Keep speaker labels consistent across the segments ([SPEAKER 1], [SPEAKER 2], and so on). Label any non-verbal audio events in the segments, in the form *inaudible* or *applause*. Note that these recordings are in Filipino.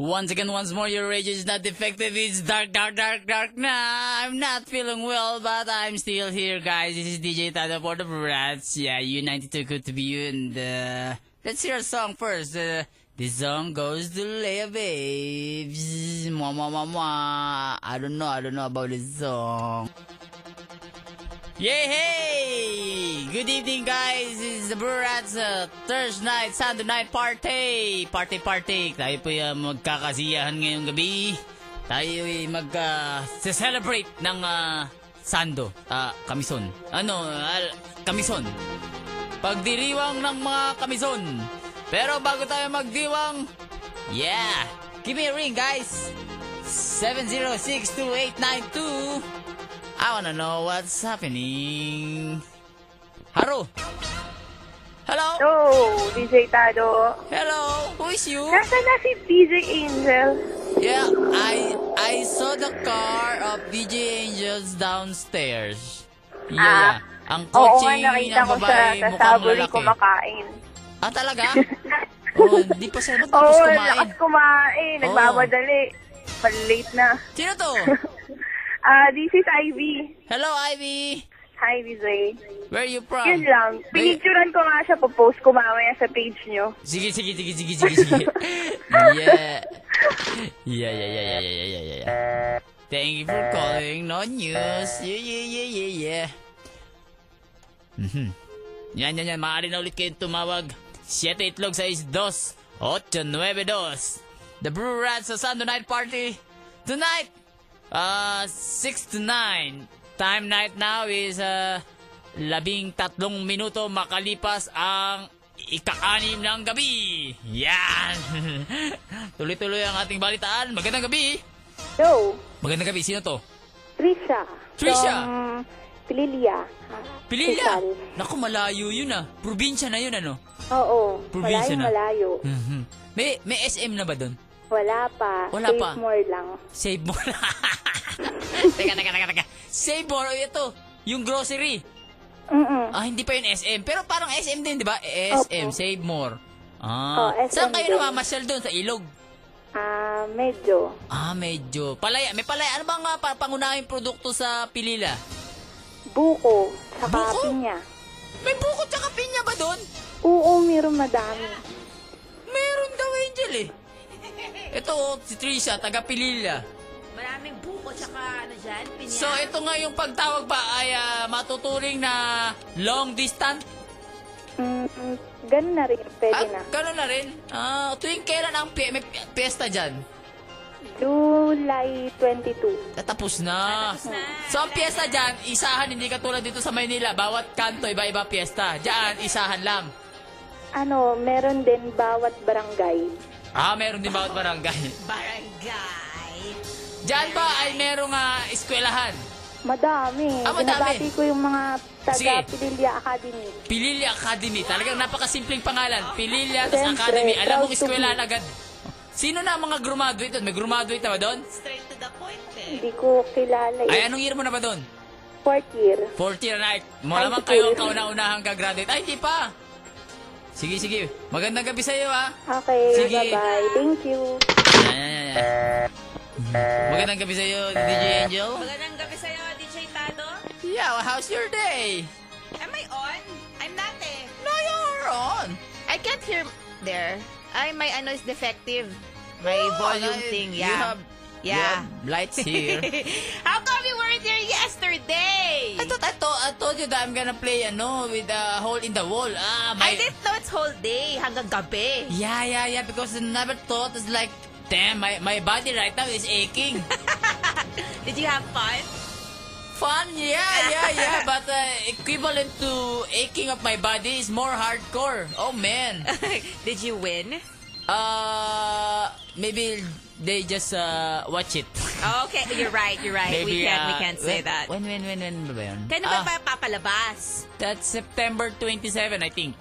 [SPEAKER 1] Once again, once more, your radio is not defective. It's dark, dark, dark, dark now. I'm not feeling well, but I'm still here, guys. This is DJ Tata for the Brats. Yeah, U92, good to be you. And uh, let's hear a song first. Uh, this song goes to Leia Babes. Mwah, mwah, mwah, mwah. I don't know, I don't know about this song. Yay! Hey! Good evening, guys. This is the Brats uh, Thursday night, Sunday night party. Party, party. Tayo po yung magkakasiyahan ngayong gabi. Tayo ay mag-celebrate ng ah, Sando. Ah, Kamison. Ano? ah, kamison. Pagdiriwang ng mga Kamison. Pero bago tayo magdiwang, yeah! Give me a ring, guys! 706 I wanna know what's happening. Haro! Hello?
[SPEAKER 2] Hello, DJ Tado.
[SPEAKER 1] Hello? Who is you?
[SPEAKER 2] Nasaan na si DJ Angel?
[SPEAKER 1] Yeah, I I saw the car of DJ Angels downstairs. Yeah. Oh, Ang
[SPEAKER 2] Ah, Oo
[SPEAKER 1] kotse
[SPEAKER 2] nga, nakita
[SPEAKER 1] ng
[SPEAKER 2] ko siya
[SPEAKER 1] babae
[SPEAKER 2] sa
[SPEAKER 1] mukhang
[SPEAKER 2] Savory
[SPEAKER 1] lalaki.
[SPEAKER 2] kumakain.
[SPEAKER 1] Ah, talaga?
[SPEAKER 2] *laughs*
[SPEAKER 1] oh, hindi pa siya
[SPEAKER 2] Oo,
[SPEAKER 1] matapos kumain. Oh.
[SPEAKER 2] lakas kumain.
[SPEAKER 1] Oo.
[SPEAKER 2] Nagmamadali. Pag-late na.
[SPEAKER 1] Sino to?
[SPEAKER 2] Ah, this is Ivy.
[SPEAKER 1] Hello, Ivy.
[SPEAKER 2] Hi, DJ.
[SPEAKER 1] Where you from?
[SPEAKER 2] Yun lang. Pinicturean ko nga siya. Popost ko mamaya sa page nyo.
[SPEAKER 1] Sige, sige, sige, sige, sige,
[SPEAKER 2] *laughs*
[SPEAKER 1] sige. yeah. Yeah, yeah, yeah, yeah, yeah, yeah, yeah, yeah. Thank you for calling. No news. Yeah, yeah, yeah, yeah, yeah. Mhm. Yan, yan, yan. Maaari na ulit kayong tumawag. 7-8-6-2-8-9-2. The Brew Rats sa Sunday Night Party. Tonight, uh, 6 to 9. Time night now is uh, labing tatlong minuto makalipas ang ika-anim ng gabi. Yan! *laughs* Tuloy-tuloy ang ating balitaan. Magandang gabi!
[SPEAKER 2] Hello,
[SPEAKER 1] Magandang gabi. Sino to?
[SPEAKER 2] Trisha.
[SPEAKER 1] Trisha!
[SPEAKER 2] From Pililia.
[SPEAKER 1] Pililla! Naku, malayo yun ah. Probinsya na yun ano.
[SPEAKER 2] Oo.
[SPEAKER 1] Probinsya na.
[SPEAKER 2] Malayo.
[SPEAKER 1] Mhm. May, may SM na ba doon?
[SPEAKER 2] Wala pa.
[SPEAKER 1] Wala Save pa.
[SPEAKER 2] more lang.
[SPEAKER 1] Save more. *laughs* teka, teka, teka, teka. Save more, o ito. Yung grocery.
[SPEAKER 2] Mm-mm.
[SPEAKER 1] Ah, hindi pa yun SM. Pero parang SM din, di ba? SM,
[SPEAKER 2] Opo.
[SPEAKER 1] save more. Ah,
[SPEAKER 2] Oh, SM
[SPEAKER 1] saan kayo
[SPEAKER 2] din.
[SPEAKER 1] namamasyal doon? Sa ilog?
[SPEAKER 2] Ah, medyo.
[SPEAKER 1] Ah, medyo. Palaya. May palaya. Ano bang ah, pa- pangunahing produkto sa Pilila?
[SPEAKER 2] Buko. Tsaka
[SPEAKER 1] Buko?
[SPEAKER 2] pinya.
[SPEAKER 1] May bukod sa pinya ba doon?
[SPEAKER 2] Oo, meron madami.
[SPEAKER 1] Meron daw, Angel eh. Ito, oh, si Trisha, taga Pilila.
[SPEAKER 3] Maraming buko tsaka ano dyan, pinya.
[SPEAKER 1] So, ito nga yung pagtawag ba ay ah, matuturing na long distance?
[SPEAKER 2] Mm, mm, ganun na rin. Pwede na.
[SPEAKER 1] Ah, ganun na rin. Ah, tuwing kailan ang pi- may pi- piyesta dyan?
[SPEAKER 2] July 22.
[SPEAKER 1] Natapos na. So, ang piyesta dyan, isahan, hindi katulad dito sa Maynila. Bawat kanto, iba-iba piyesta. Diyan, isahan lang.
[SPEAKER 2] Ano, meron din bawat barangay.
[SPEAKER 1] Ah, meron din bawat *laughs* barangay.
[SPEAKER 3] Barangay.
[SPEAKER 1] Diyan ba ay merong ah, eskwelahan?
[SPEAKER 2] Madami.
[SPEAKER 1] Ah, madami.
[SPEAKER 2] Binabati ko yung mga
[SPEAKER 1] Sige.
[SPEAKER 2] taga Pililia Academy.
[SPEAKER 1] Pililya Academy. Talagang napakasimpleng pangalan. Pililya tas
[SPEAKER 2] Siyempre,
[SPEAKER 1] Academy. Alam mong
[SPEAKER 2] proud to
[SPEAKER 1] eskwelahan
[SPEAKER 2] be.
[SPEAKER 1] agad. Sino na ang mga graduate doon? May graduate na ba doon?
[SPEAKER 3] Straight to the point eh.
[SPEAKER 2] Hindi ko kilala
[SPEAKER 1] Ay,
[SPEAKER 2] yung
[SPEAKER 1] anong year mo na ba doon?
[SPEAKER 2] fourth year.
[SPEAKER 1] Fourth year na. Malamang
[SPEAKER 2] High school.
[SPEAKER 1] kayo ang kauna-unahang gagraduate. Ay, hindi pa. Sige, sige. Magandang gabi ah. sa iyo, ha?
[SPEAKER 2] Okay,
[SPEAKER 1] Sige.
[SPEAKER 2] bye-bye. Thank you.
[SPEAKER 1] Ayan, ayan, ayan. Magandang gabi sa'yo, DJ Angel.
[SPEAKER 3] Magandang gabi sa'yo, DJ Tado.
[SPEAKER 1] Yeah, well, how's your day?
[SPEAKER 3] Am I on? I'm not eh.
[SPEAKER 1] No, you're on.
[SPEAKER 3] I can't hear there. Ay, my ano is defective. My
[SPEAKER 1] No,
[SPEAKER 3] volume
[SPEAKER 1] I-
[SPEAKER 3] thing,
[SPEAKER 1] Oh, you
[SPEAKER 3] yeah.
[SPEAKER 1] have- You
[SPEAKER 3] yeah.
[SPEAKER 1] have *laughs* lights here.
[SPEAKER 3] How come you weren't here yesterday?
[SPEAKER 1] I thought I, to- I told you that I'm gonna play, ano, with a hole in the wall. Ah, my...
[SPEAKER 3] I didn't know it's whole day hanggang gabi.
[SPEAKER 1] Yeah, yeah, yeah, because I never thought it's like, damn, my, my body right now is *laughs* aching.
[SPEAKER 3] Did you have fun? *laughs*
[SPEAKER 1] Fun, yeah, yeah, yeah, but uh, equivalent to aching of my body is more hardcore. Oh, man.
[SPEAKER 3] Did you win?
[SPEAKER 1] Uh, maybe they just uh, watch it.
[SPEAKER 3] Oh, Okay, you're right, you're right.
[SPEAKER 1] Maybe,
[SPEAKER 3] we can't, we
[SPEAKER 1] uh,
[SPEAKER 3] can't say
[SPEAKER 1] when-
[SPEAKER 3] that.
[SPEAKER 1] When, when, when, when ba ba yun?
[SPEAKER 3] Kaya
[SPEAKER 1] Ah,
[SPEAKER 3] naman pa papalabas?
[SPEAKER 1] That's September 27, I think.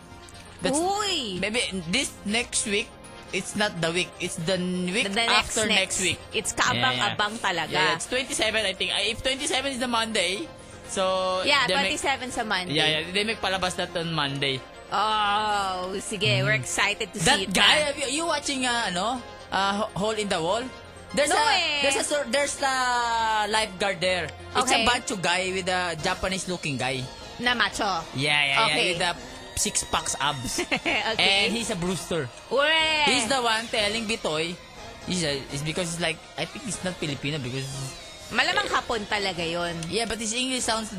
[SPEAKER 1] That's,
[SPEAKER 3] Uy!
[SPEAKER 1] maybe this next week, it's not the week, it's the n- week
[SPEAKER 3] The next,
[SPEAKER 1] after next,
[SPEAKER 3] next.
[SPEAKER 1] week.
[SPEAKER 3] It's kaabang-abang
[SPEAKER 1] Yeah, yeah.
[SPEAKER 3] talaga.
[SPEAKER 1] Yeah, it's 27, I think. Uh, If 27 is the Monday, so...
[SPEAKER 3] Yeah,
[SPEAKER 1] they make-
[SPEAKER 3] 27 sa Monday.
[SPEAKER 1] Yeah, yeah, they make palabas that on Monday.
[SPEAKER 3] Oh, sige, we're excited to see
[SPEAKER 1] Mm. That
[SPEAKER 3] it.
[SPEAKER 1] guy, have you, you watching, uh, ano, ah, ho- hole in the wall? There's
[SPEAKER 3] No
[SPEAKER 1] a
[SPEAKER 3] eh.
[SPEAKER 1] there's a sor- there's a lifeguard there. It's a
[SPEAKER 3] Okay.
[SPEAKER 1] bantu guy with a Japanese looking guy.
[SPEAKER 3] Na macho.
[SPEAKER 1] Yeah, yeah,
[SPEAKER 3] Okay.
[SPEAKER 1] yeah. With the six packs abs.
[SPEAKER 3] *laughs* okay. Eh.
[SPEAKER 1] And he's a Brewster.
[SPEAKER 3] Ure!
[SPEAKER 1] He's the one telling Bitoy. He's a, it's because he's like I think he's not Filipino because
[SPEAKER 3] Malamang hapon talaga yon.
[SPEAKER 1] yeah, but his English sounds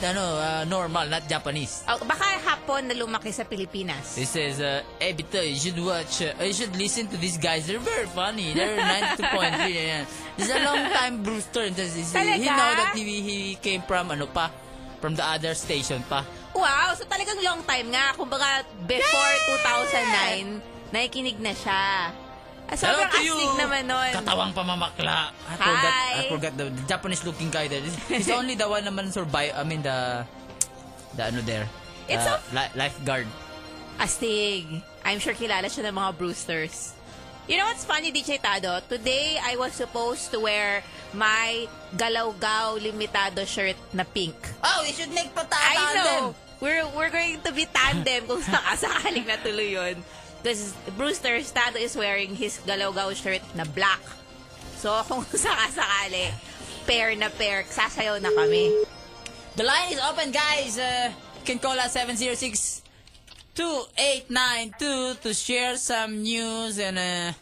[SPEAKER 1] ano uh, normal, not Japanese.
[SPEAKER 3] Oh, baka hapon na lumaki sa Pilipinas.
[SPEAKER 1] He says, uh, "Hey Bitoy, you should watch. Uh, you should listen to these guys. They're very funny.
[SPEAKER 3] *laughs*
[SPEAKER 1] They're 92.3. Yeah. This is a long time Brewster. And this is- He
[SPEAKER 3] Talaga?
[SPEAKER 1] know that he, he came from ano pa, from the other station pa.
[SPEAKER 3] Wow! So talagang long time nga. Kumbaga, before 2009, nakikinig na siya. Ah,
[SPEAKER 1] Hello
[SPEAKER 3] sobrang
[SPEAKER 1] to you,
[SPEAKER 3] astig naman nun.
[SPEAKER 1] Katawang pamamakla. I forgot,
[SPEAKER 3] Hi.
[SPEAKER 1] I forgot the, the Japanese looking guy there. He's- He's
[SPEAKER 3] *laughs*
[SPEAKER 1] only the one naman survive. I mean the the ano there.
[SPEAKER 3] It's
[SPEAKER 1] the
[SPEAKER 3] a-
[SPEAKER 1] li- lifeguard.
[SPEAKER 3] Astig. I'm sure kilala siya ng mga Brewsters. You know what's funny, DJ Tado? Today, I was supposed to wear my Galawgaw Limitado shirt na pink.
[SPEAKER 1] Oh, we should make patata
[SPEAKER 3] I know. We're, we're going to be tandem kung sakasakaling natuloy yun. Because Brewster Tado is wearing his Galawgaw shirt na black. So, kung *laughs* sakasakali, pair na pair, sasayaw na kami.
[SPEAKER 1] The line is open, guys. Uh, you can call us 706 2892 to share some news. And uh,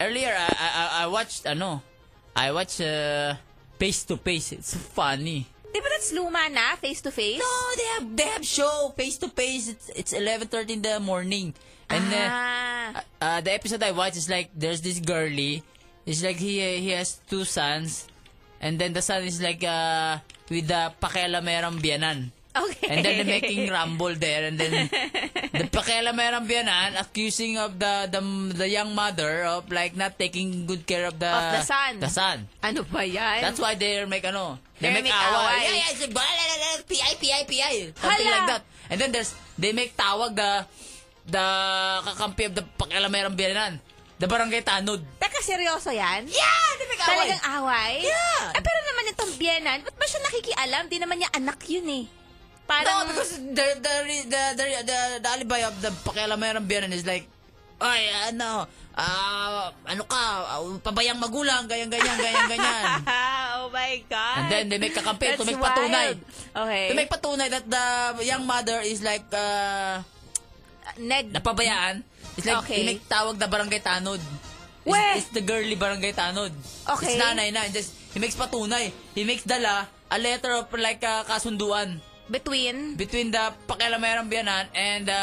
[SPEAKER 1] earlier, I, I, I- I watched, ano, I watched uh, Face to Face. It's funny.
[SPEAKER 3] Di ba that's luma na, face-to-face?
[SPEAKER 1] No, they have they have show face to face. It's it's 11:30 in the morning, and uh,
[SPEAKER 3] Ah.
[SPEAKER 1] uh, the episode I watched is like there's this girly. It's like he uh, he has two sons, and then the son is like uh, with the pakialamerang biyanan.
[SPEAKER 3] Okay.
[SPEAKER 1] And then they're making rumble there, and then the pakialamerang biyanan accusing of the, the the young mother of like not taking good care of the
[SPEAKER 3] Of the son.
[SPEAKER 1] The son.
[SPEAKER 3] *laughs* Ano ba yan?
[SPEAKER 1] That's why they're make ano, they
[SPEAKER 3] They're
[SPEAKER 1] make,
[SPEAKER 3] make
[SPEAKER 1] away.
[SPEAKER 3] away.
[SPEAKER 1] Yeah, yeah, it's like, blah, blah, blah, blah, PI, PI, PI, something
[SPEAKER 3] Hala!
[SPEAKER 1] like that. And then there's, they make tawag the, the kakampi of the pakialamerang biyanan. The barangay tanod.
[SPEAKER 3] Teka, seryoso yan?
[SPEAKER 1] Yeah, they make away.
[SPEAKER 3] Talagang away?
[SPEAKER 1] Yeah.
[SPEAKER 3] Eh, pero naman itong Bienan, ba't ba siya nakikialam? Di naman niya anak yun eh. Parang,
[SPEAKER 1] No, because the, the, the, the, the, the alibi of the pakialamerang biyanan is like, ay, ano, ah, ano ka, ah, pabayang magulang, ganyan, ganyan, ganyan,
[SPEAKER 3] *laughs*
[SPEAKER 1] ganyan.
[SPEAKER 3] Ah, oh my God.
[SPEAKER 1] And then they make kakampi to
[SPEAKER 3] That's
[SPEAKER 1] make patunay.
[SPEAKER 3] wild. Okay.
[SPEAKER 1] To make patunay that the young mother is like, uh,
[SPEAKER 3] Ned,
[SPEAKER 1] napabayaan. It's like,
[SPEAKER 3] Okay.
[SPEAKER 1] okay. tawag na barangay tanod. It's,
[SPEAKER 3] Weh!
[SPEAKER 1] it's the girly barangay tanod. It's
[SPEAKER 3] Okay.
[SPEAKER 1] nanay na. Just, he makes patunay. He makes dala a letter of like uh, kasunduan
[SPEAKER 3] between
[SPEAKER 1] between the pakialamerang biyanan and
[SPEAKER 3] the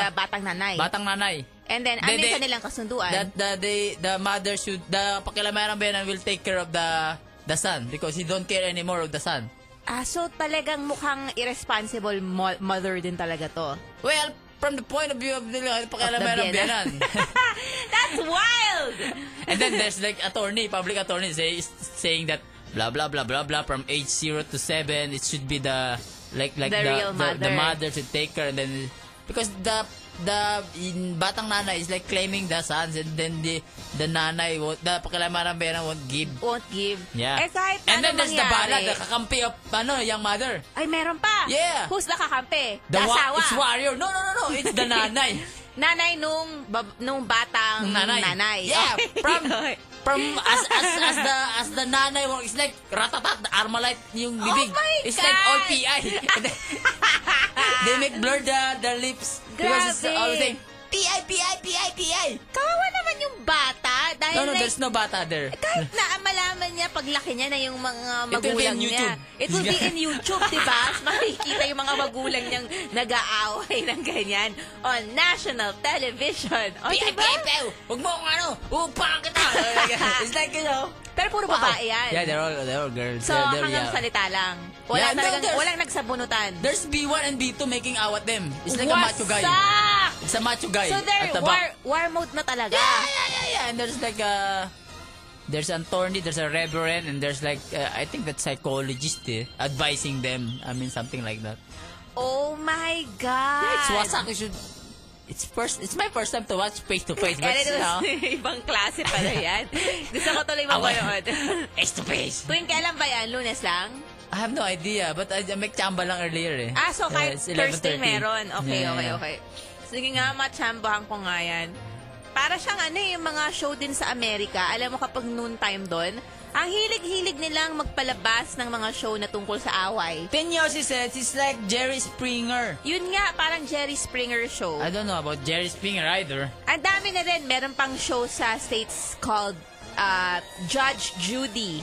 [SPEAKER 1] uh,
[SPEAKER 3] batang nanay.
[SPEAKER 1] batang nanay.
[SPEAKER 3] And then, ano
[SPEAKER 1] They-
[SPEAKER 3] yung
[SPEAKER 1] they-
[SPEAKER 3] kanilang kasunduan?
[SPEAKER 1] That the they, the mother should the pakialamerang biyanan will take care of the the son because he don't care anymore of the son.
[SPEAKER 3] ah, so talagang mukhang irresponsible mo- mother din talaga to.
[SPEAKER 1] Well, from the point of view of the uh, pakialamerang
[SPEAKER 3] Bienan.
[SPEAKER 1] *laughs* biyanan.
[SPEAKER 3] That's wild!
[SPEAKER 1] And then there's like attorney, public attorney say, saying that blah blah blah blah blah from age zero to seven it should be the like like
[SPEAKER 3] The
[SPEAKER 1] the
[SPEAKER 3] real
[SPEAKER 1] the, the
[SPEAKER 3] mother.
[SPEAKER 1] mother should take her and then because the the in, batang nana is like claiming the sons and then the the nanay won't, the pakilamarang bena won't give
[SPEAKER 3] Won't give.
[SPEAKER 1] yeah
[SPEAKER 3] Eh, kahit
[SPEAKER 1] and
[SPEAKER 3] ano
[SPEAKER 1] then there's the bala
[SPEAKER 3] mangyari.
[SPEAKER 1] the kakampi of ano young mother
[SPEAKER 3] Ay, meron pa.
[SPEAKER 1] Yeah.
[SPEAKER 3] Who's nakakampi?
[SPEAKER 1] the wa-
[SPEAKER 3] Asawa.
[SPEAKER 1] it's warrior no no no no it's
[SPEAKER 3] *laughs*
[SPEAKER 1] the nanay
[SPEAKER 3] nanay nung, bab- nung batang
[SPEAKER 1] Nung nanay. Yeah,
[SPEAKER 3] *laughs* Okay.
[SPEAKER 1] from from as as as the as the nanay work, it's like ratatat the armalite yung bibig.
[SPEAKER 3] Oh my
[SPEAKER 1] it's like
[SPEAKER 3] God!
[SPEAKER 1] all PI. And then- *laughs* they make blur the the lips because it's
[SPEAKER 3] Grabe.
[SPEAKER 1] all saying PI PI PI PI.
[SPEAKER 3] Kawawa naman yung bata dahil
[SPEAKER 1] No no,
[SPEAKER 3] like,
[SPEAKER 1] there's no bata there.
[SPEAKER 3] Eh, kahit na malaman niya paglaki niya na yung mga
[SPEAKER 1] It will be in
[SPEAKER 3] magulang niya.
[SPEAKER 1] YouTube.
[SPEAKER 3] It will be in YouTube, di
[SPEAKER 1] *laughs*
[SPEAKER 3] ba? Mas Makikita yung mga magulang niyang nag-aaway *laughs* ng ganyan on national television. O,
[SPEAKER 1] PI
[SPEAKER 3] diba?
[SPEAKER 1] PI PI. Huwag mo akong ano, upakan
[SPEAKER 3] *laughs*
[SPEAKER 1] kita. It's like you know.
[SPEAKER 3] Pero puro
[SPEAKER 1] wow.
[SPEAKER 3] babae yan.
[SPEAKER 1] Yeah, they're all they're all girls.
[SPEAKER 3] so,
[SPEAKER 1] they're, they're,
[SPEAKER 3] hanggang
[SPEAKER 1] yeah.
[SPEAKER 3] salita lang. Wala
[SPEAKER 1] Yeah, no,
[SPEAKER 3] talagang,
[SPEAKER 1] there's-
[SPEAKER 3] walang nagsabunutan.
[SPEAKER 1] There's B1 and B2 making out at them. It's like a macho guy.
[SPEAKER 3] Wasak!
[SPEAKER 1] It's a macho guy
[SPEAKER 3] So, they're
[SPEAKER 1] at the
[SPEAKER 3] war,
[SPEAKER 1] back.
[SPEAKER 3] war mode na talaga.
[SPEAKER 1] Yeah, yeah, yeah, yeah. And there's like a there's an attorney, there's a reverend, and there's like uh, I think that psychologist eh, advising them. I mean something like that.
[SPEAKER 3] Oh my God!
[SPEAKER 1] Yeah, it's wasak. You should. It's first. It's my first time to watch face to face, but
[SPEAKER 3] Kaya
[SPEAKER 1] you know,
[SPEAKER 3] *laughs* ibang klase pala yan. Gusto ko tuloy
[SPEAKER 1] Away.
[SPEAKER 3] mapanood. *laughs*
[SPEAKER 1] face to face.
[SPEAKER 3] Tuwing kailan ba yan? Lunes lang?
[SPEAKER 1] I have no idea, but I, I make chamba lang earlier. Eh.
[SPEAKER 3] Ah, so
[SPEAKER 1] Yeah,
[SPEAKER 3] kahit
[SPEAKER 1] it's
[SPEAKER 3] Thursday
[SPEAKER 1] 11:30.
[SPEAKER 3] meron. Okay,
[SPEAKER 1] Yeah,
[SPEAKER 3] okay,
[SPEAKER 1] yeah.
[SPEAKER 3] okay. Sige nga, matsambahan ko nga yan. Para siyang ano eh, yung mga show din sa Amerika. Alam mo kapag noon time doon, ang hilig-hilig nilang magpalabas ng mga show na tungkol sa away.
[SPEAKER 1] Pinyosi says it's like Jerry Springer.
[SPEAKER 3] Yun nga, parang Jerry Springer show.
[SPEAKER 1] I don't know about Jerry Springer either.
[SPEAKER 3] Ang dami na rin, meron pang show sa States called uh, Judge Judy.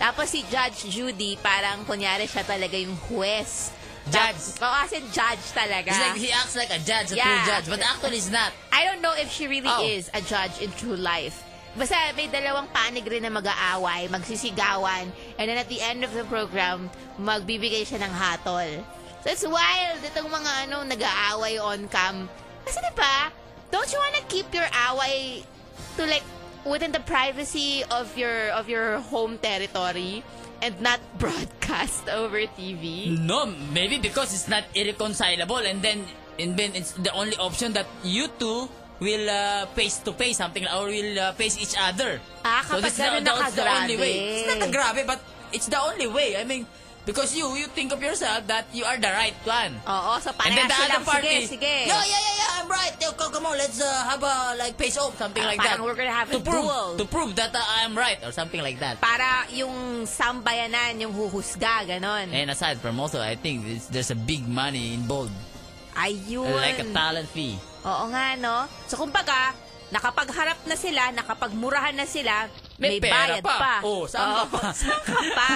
[SPEAKER 3] Tapos si Judge Judy, parang kunyari siya talaga yung juez.
[SPEAKER 1] Judge.
[SPEAKER 3] Oo, as in judge talaga.
[SPEAKER 1] It's like he acts like a judge, a true
[SPEAKER 3] Yeah.
[SPEAKER 1] judge, but actually he's not.
[SPEAKER 3] I don't know if she really
[SPEAKER 1] Oh.
[SPEAKER 3] is a judge in true life. Basta may dalawang panig rin na mag-aaway, magsisigawan, and then at the end of the program, magbibigay siya ng hatol. So it's wild itong mga ano, nag-aaway on cam. Kasi di ba, don't you wanna keep your away to like, within the privacy of your of your home territory and not *laughs* broadcast over TV?
[SPEAKER 1] No, maybe because it's not irreconcilable, and then and then it's the only option that you two will uh, face to face something or will uh, face each other.
[SPEAKER 3] Ah, kapag
[SPEAKER 1] this is the-
[SPEAKER 3] ganun
[SPEAKER 1] the- it's the
[SPEAKER 3] nakagrabe.
[SPEAKER 1] only way. It's not a grabe, but it's the only way. I mean, because you you think of yourself that you are the right one.
[SPEAKER 3] Oo, so
[SPEAKER 1] And
[SPEAKER 3] Oh, parehas
[SPEAKER 1] then the
[SPEAKER 3] silang,
[SPEAKER 1] other party,
[SPEAKER 3] sige, sige.
[SPEAKER 1] No, yeah, yeah, yeah, I'm right. Yo, co- come on, let's uh, have a like face off, something
[SPEAKER 3] Ah,
[SPEAKER 1] like that.
[SPEAKER 3] parang we're gonna have
[SPEAKER 1] to
[SPEAKER 3] a
[SPEAKER 1] prove,
[SPEAKER 3] duel.
[SPEAKER 1] To prove that uh, I'm right or something like that.
[SPEAKER 3] Para yung sambayanan, yung huhusga, ganon.
[SPEAKER 1] And aside from also, I think it's, there's a big money involved,
[SPEAKER 3] Ayun.
[SPEAKER 1] like a talent fee.
[SPEAKER 3] Oo nga, no? So, kumbaga, nakapagharap na sila, nakapagmurahan na sila,
[SPEAKER 1] May
[SPEAKER 3] may,
[SPEAKER 1] pera
[SPEAKER 3] bayad
[SPEAKER 1] pa.
[SPEAKER 3] pa.
[SPEAKER 1] Oo, saan ka
[SPEAKER 3] Oo, *laughs*
[SPEAKER 1] pa?
[SPEAKER 3] saan ka pa?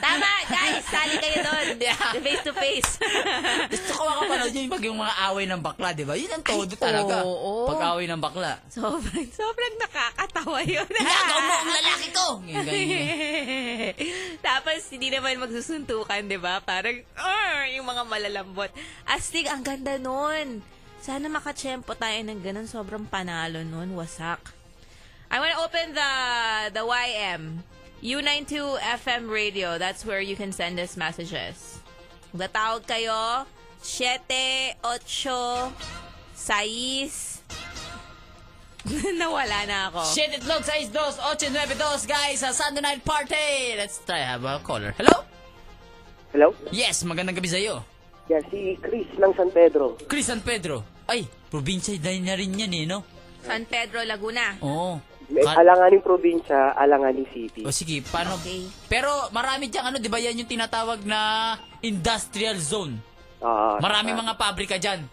[SPEAKER 3] Tama, guys, sali kayo doon.
[SPEAKER 1] *laughs* Yeah.
[SPEAKER 3] Face to face. *laughs*
[SPEAKER 1] Gusto ko makapanood yun pag yung mga away ng bakla, di ba? Yun ang todo
[SPEAKER 3] Ay,
[SPEAKER 1] talaga.
[SPEAKER 3] oo.
[SPEAKER 1] Pag-away ng bakla.
[SPEAKER 3] sobrang, sobrang nakakatawa yun.
[SPEAKER 1] Nagaw mo ang lalaki ko! Yung ganyan.
[SPEAKER 3] *laughs* Tapos, hindi naman magsusuntukan, di ba? Parang, "Arr!" yung mga malalambot. Astig, ang ganda nun. Sana makachempo tayo ng ganun. Sobrang panalo nun. Wasak. I want to open the the YM. U92 FM radio. That's where you can send us messages. Magtatawag kayo. 7, 8, 6. *laughs* Nawala na ako.
[SPEAKER 1] *laughs* Shit, itlog 62892, guys, sa Sunday night party! Let's try have a caller. Hello?
[SPEAKER 4] Hello?
[SPEAKER 1] Yes, magandang gabi sa'yo.
[SPEAKER 4] Yan, si Chris ng San Pedro.
[SPEAKER 1] Chris San Pedro. Ay, probinsya din na rin yan eh, no?
[SPEAKER 3] San Pedro, Laguna.
[SPEAKER 1] Oo.
[SPEAKER 4] May
[SPEAKER 1] Ka-
[SPEAKER 4] alanganing probinsya, alanganing city.
[SPEAKER 1] o sige, paano?
[SPEAKER 3] Okay.
[SPEAKER 1] Pero marami dyan, ano, di ba yan yung tinatawag na industrial zone?
[SPEAKER 4] Ah,
[SPEAKER 1] Marami mga pabrika dyan.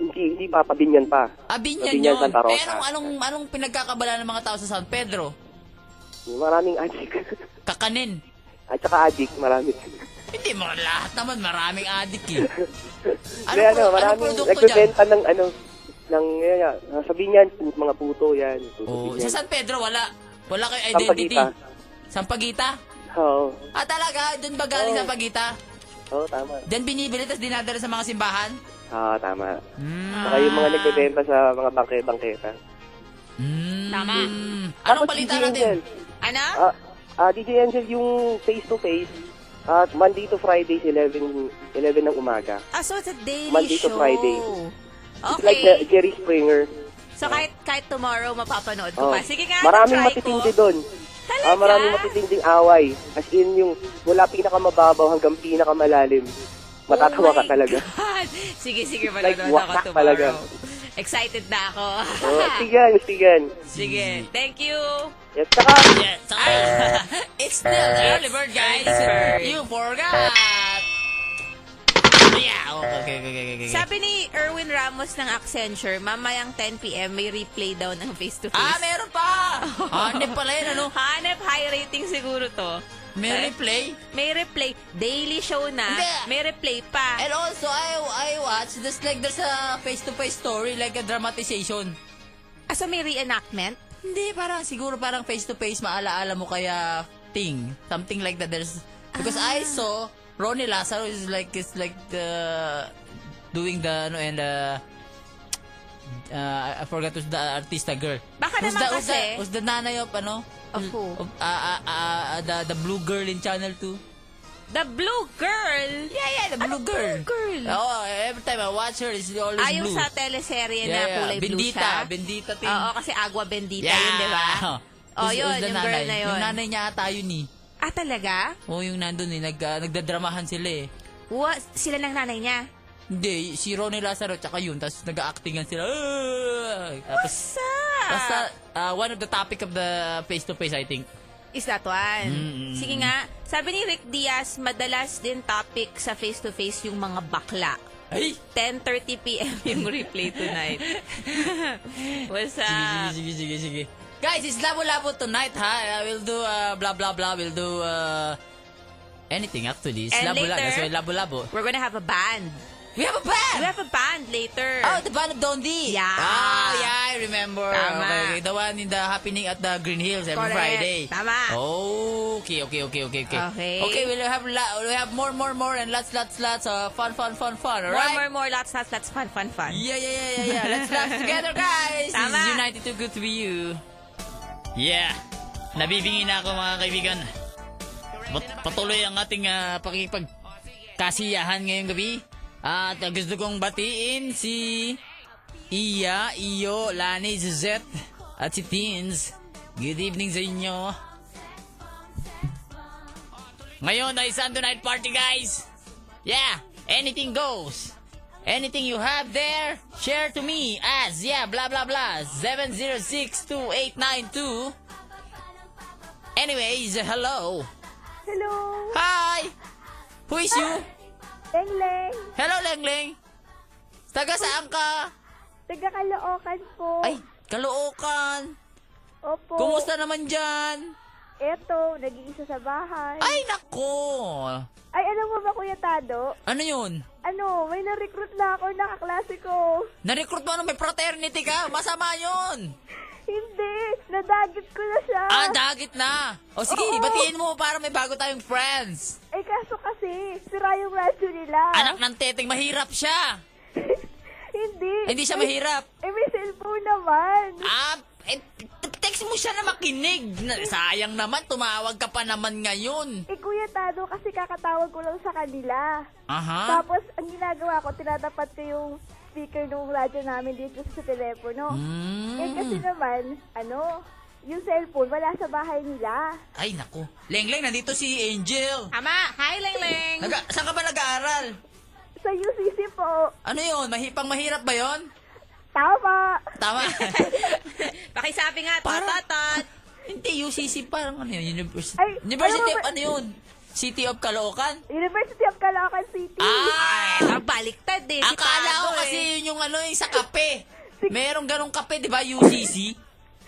[SPEAKER 4] Hindi, hindi pa, pabinyan pa.
[SPEAKER 1] Ah, binyan
[SPEAKER 4] Binyan,
[SPEAKER 1] yun.
[SPEAKER 4] Santa Rosa.
[SPEAKER 1] Eh, anong, anong, anong pinagkakabala ng mga tao sa San Pedro?
[SPEAKER 4] Maraming adik.
[SPEAKER 1] Kakanin.
[SPEAKER 4] *laughs* At saka adik, marami.
[SPEAKER 1] Hindi mo lahat naman, maraming adik
[SPEAKER 4] *laughs*
[SPEAKER 1] eh. Anong, pro-
[SPEAKER 4] May
[SPEAKER 1] anong
[SPEAKER 4] ano, maraming
[SPEAKER 1] produkto dyan?
[SPEAKER 4] nagbebenta ng ano, ng, yan, yan, sa binyan, mga puto yan. Puto
[SPEAKER 1] Oh,
[SPEAKER 4] binyan.
[SPEAKER 1] sa San Pedro, wala. Wala kay identity. Sampagita.
[SPEAKER 4] Oo,
[SPEAKER 1] Ah, talaga? Doon ba galing
[SPEAKER 4] Oo.
[SPEAKER 1] Sampagita?
[SPEAKER 4] oo, tama.
[SPEAKER 1] Diyan binibili, tapos dinadala sa mga simbahan? Hmm.
[SPEAKER 4] Oo, tama. Saka yung
[SPEAKER 1] Ah.
[SPEAKER 4] mga nagbebenta sa mga bangke-bangketa.
[SPEAKER 1] Mm.
[SPEAKER 3] Tama.
[SPEAKER 1] Anong
[SPEAKER 4] Tapos
[SPEAKER 1] balita
[SPEAKER 4] DJ
[SPEAKER 1] natin?
[SPEAKER 4] Angel.
[SPEAKER 3] Ano?
[SPEAKER 4] Ah, ah, DJ Angel, yung face-to-face, at Monday to Friday, 11, 11 ng umaga.
[SPEAKER 3] Ah, so it's a daily
[SPEAKER 4] Monday to
[SPEAKER 3] show.
[SPEAKER 4] Friday. It's like the
[SPEAKER 3] Okay.
[SPEAKER 4] Jerry Springer.
[SPEAKER 3] so kahit, kahit tomorrow, mapapanood ko
[SPEAKER 4] Oh.
[SPEAKER 3] pa. Sige nga,
[SPEAKER 4] maraming
[SPEAKER 3] try
[SPEAKER 4] matitindi
[SPEAKER 3] ko.
[SPEAKER 4] doon.
[SPEAKER 3] Talaga? Oh
[SPEAKER 4] Ah, maraming matitinding away. As in yung mula pinakamababaw hanggang pinakamalalim. Matatawa
[SPEAKER 3] Oh
[SPEAKER 4] ka
[SPEAKER 3] my
[SPEAKER 4] talaga.
[SPEAKER 3] God. *laughs* Sige, sige,
[SPEAKER 4] Like,
[SPEAKER 3] manonood ako
[SPEAKER 4] wasak
[SPEAKER 3] tomorrow.
[SPEAKER 4] talaga.
[SPEAKER 3] Excited na ako.
[SPEAKER 4] *laughs*
[SPEAKER 3] *laughs*
[SPEAKER 4] Oh, tigan, tigan.
[SPEAKER 3] sige, thank you.
[SPEAKER 4] Yes, saka
[SPEAKER 1] Yes. *laughs* Ay, it's still early bird, guys.
[SPEAKER 3] Early bird.
[SPEAKER 1] You forgot. Yeah, okay, okay, okay, okay, okay.
[SPEAKER 3] Sabi ni Erwin Ramos ng Accenture, mamayang 10pm may replay daw ng face-to-face.
[SPEAKER 1] Ah, meron
[SPEAKER 3] *laughs*
[SPEAKER 1] pa! Hanip pala yun, ano?
[SPEAKER 3] Hanap, high rating siguro to. Eh?
[SPEAKER 1] May replay.
[SPEAKER 3] May replay. Daily show na.
[SPEAKER 1] Hindi. Ano?
[SPEAKER 3] May replay pa.
[SPEAKER 1] And also, I, I watch, there's like, there's a face-to-face story, like a dramatization.
[SPEAKER 3] Ah, so may reenactment?
[SPEAKER 1] Hindi, parang siguro parang face-to-face, maalaala mo kaya thing. Something like that. There's, because
[SPEAKER 3] Ah.
[SPEAKER 1] I saw, Ronnie Lazaro is like, is like the, doing the, ano, and uh, uh, I forgot who's the artista girl.
[SPEAKER 3] Baka
[SPEAKER 1] who's
[SPEAKER 3] naman
[SPEAKER 1] the, who's the,
[SPEAKER 3] kasi-
[SPEAKER 1] who's the nanay of, ano?
[SPEAKER 3] Of who?
[SPEAKER 1] Of, uh, uh, uh, the, the blue girl in Channel 2.
[SPEAKER 3] The Blue Girl?
[SPEAKER 1] Yeah, yeah, the blue
[SPEAKER 3] Ano
[SPEAKER 1] girl.
[SPEAKER 3] blue girl?
[SPEAKER 1] Oo, every time I watch her, it's always
[SPEAKER 3] Ah, yung
[SPEAKER 1] blue.
[SPEAKER 3] sa teleserye
[SPEAKER 1] Yeah,
[SPEAKER 3] na
[SPEAKER 1] yeah.
[SPEAKER 3] kulay blue
[SPEAKER 1] Bendita,
[SPEAKER 3] siya.
[SPEAKER 1] Bendita thing.
[SPEAKER 3] Oo, kasi Agua Bendita
[SPEAKER 1] yeah.
[SPEAKER 3] yun, di ba? Oh,
[SPEAKER 1] *laughs* Who's-
[SPEAKER 3] yun,
[SPEAKER 1] who's the
[SPEAKER 3] yung
[SPEAKER 1] nanay?
[SPEAKER 3] girl na yun.
[SPEAKER 1] Yung nanay niya ata yun eh.
[SPEAKER 3] Ah, talaga?
[SPEAKER 1] Oo, yung nandun eh. Nag, ah, nagdadramahan sila eh.
[SPEAKER 3] Wa, sila ng nanay niya.
[SPEAKER 1] Hindi, si Ronnie Lazaro tsaka yun. Tapos nag-actingan sila. Ah! Tapos,
[SPEAKER 3] Sa?
[SPEAKER 1] Basta, uh, one of the topic of the face-to-face, I think.
[SPEAKER 3] Is that one?
[SPEAKER 1] Mm.
[SPEAKER 3] Sige nga. Sabi ni Rick Diaz, madalas din topic sa face-to-face yung mga bakla.
[SPEAKER 1] Ay!
[SPEAKER 3] 10.30 p.m. *laughs* yung replay
[SPEAKER 1] *laughs*
[SPEAKER 3] tonight. What's
[SPEAKER 1] Sige,
[SPEAKER 3] up?
[SPEAKER 1] sige, sige, sige, sige. Guys, it's Labo Labo tonight, ha? Uh, we'll do uh, blah, blah, blah. We'll do uh, anything, actually. It's
[SPEAKER 3] And
[SPEAKER 1] Labo Labo.
[SPEAKER 3] later-
[SPEAKER 1] That's why Labo Labo.
[SPEAKER 3] We're gonna have a band.
[SPEAKER 1] We have a
[SPEAKER 3] We
[SPEAKER 1] band!
[SPEAKER 3] have a band later.
[SPEAKER 1] Oh, the band of Dondi.
[SPEAKER 3] Yeah.
[SPEAKER 1] Ah, yeah, I remember.
[SPEAKER 3] Tama.
[SPEAKER 1] Okay, okay. The one in the happening at the Green Hills every
[SPEAKER 3] Correct.
[SPEAKER 1] Friday. Oh.
[SPEAKER 3] Tama.
[SPEAKER 1] Okay, okay, okay, okay, okay.
[SPEAKER 3] Okay.
[SPEAKER 1] Okay, we'll have la- we'll have more, more, more, and lots, lots, lots of fun, fun, fun, fun. All
[SPEAKER 3] more,
[SPEAKER 1] right.
[SPEAKER 3] more, more. Lots, lots, lots. Fun, fun, fun.
[SPEAKER 1] Yeah, yeah, yeah, yeah, yeah. Let's laugh together, guys.
[SPEAKER 3] Tama.
[SPEAKER 1] This is United Too Good To Be You. Yeah. Nabibingi na ako, mga kaibigan. Pat- patuloy ang ating ah, pakikipagkasiyahan ngayong gabi. At ah, gusto kong batiin si Iya, Iyo, Lani, Suzette, at si Teens. Good evening sa inyo. Ngayon ay Sunday night party, guys. Yeah, anything goes. Anything you have there, share to me as, yeah, blah, blah, blah, 7062892. Anyways, hello.
[SPEAKER 2] Hello!
[SPEAKER 1] Hi! Who is you?
[SPEAKER 2] Leng Leng!
[SPEAKER 1] Hello, Lengleng. Taga saan ka?
[SPEAKER 2] Taga Kaloocan po.
[SPEAKER 1] Ay, Kaloocan.
[SPEAKER 2] Opo.
[SPEAKER 1] Kumusta naman dyan?
[SPEAKER 2] Eto, nag-iisa sa bahay.
[SPEAKER 1] Ay, nako.
[SPEAKER 2] Ay, alam mo ba, Kuya Tado?
[SPEAKER 1] Ano yun?
[SPEAKER 2] Ano, may na-recruit na ako na kaklase ko.
[SPEAKER 1] Na-recruit mo nung may fraternity ka? Masama yun.
[SPEAKER 2] Hindi, nadagit ko na siya.
[SPEAKER 1] Ah, dagit na. O sige,
[SPEAKER 2] Oo.
[SPEAKER 1] batiin mo para may bago tayong friends.
[SPEAKER 2] eh, kaso kasi, sira yung radyo nila.
[SPEAKER 1] Anak ng teteng, mahirap siya.
[SPEAKER 2] Hindi.
[SPEAKER 1] Hindi siya
[SPEAKER 2] May-
[SPEAKER 1] mahirap.
[SPEAKER 2] Eh, may cellphone naman.
[SPEAKER 1] Ah, eh, t- text mo siya na makinig. Na- Sayang naman, tumawag ka pa naman ngayon.
[SPEAKER 2] Eh, Kuya Tado, kasi kakatawag ko lang sa kanila.
[SPEAKER 1] Aha.
[SPEAKER 2] Tapos, ang ginagawa ko, tinatapat ko yung speaker ng radyo namin dito sa telepono. Eh, kasi
[SPEAKER 1] Mm.
[SPEAKER 2] naman, ano, yung cellphone, wala sa bahay nila.
[SPEAKER 1] Ay, naku. Lengleng, nandito si Angel.
[SPEAKER 3] Tama. Hi, Leng Leng.
[SPEAKER 1] Naga, saan ka ba nag-aaral?
[SPEAKER 2] Sa UCC po,
[SPEAKER 1] Ano yun? Mahipang mahirap ba yun?
[SPEAKER 2] tama. *laughs*
[SPEAKER 1] Tama.
[SPEAKER 3] Pakisabi nga.
[SPEAKER 1] Parang-
[SPEAKER 3] Tatatat.
[SPEAKER 1] Hindi, UCC parang ano yun? University,
[SPEAKER 2] Ay,
[SPEAKER 1] University
[SPEAKER 2] alam mo
[SPEAKER 1] of
[SPEAKER 2] ba-
[SPEAKER 1] ano yun? City of Caloocan?
[SPEAKER 2] University of Caloocan City.
[SPEAKER 1] Ah!
[SPEAKER 3] Ay, ang baliktad eh. Si
[SPEAKER 1] Akala ko
[SPEAKER 3] Tado, eh.
[SPEAKER 1] kasi yun yung ano, yung sa kape. Merong ganong kape, di ba, UCC?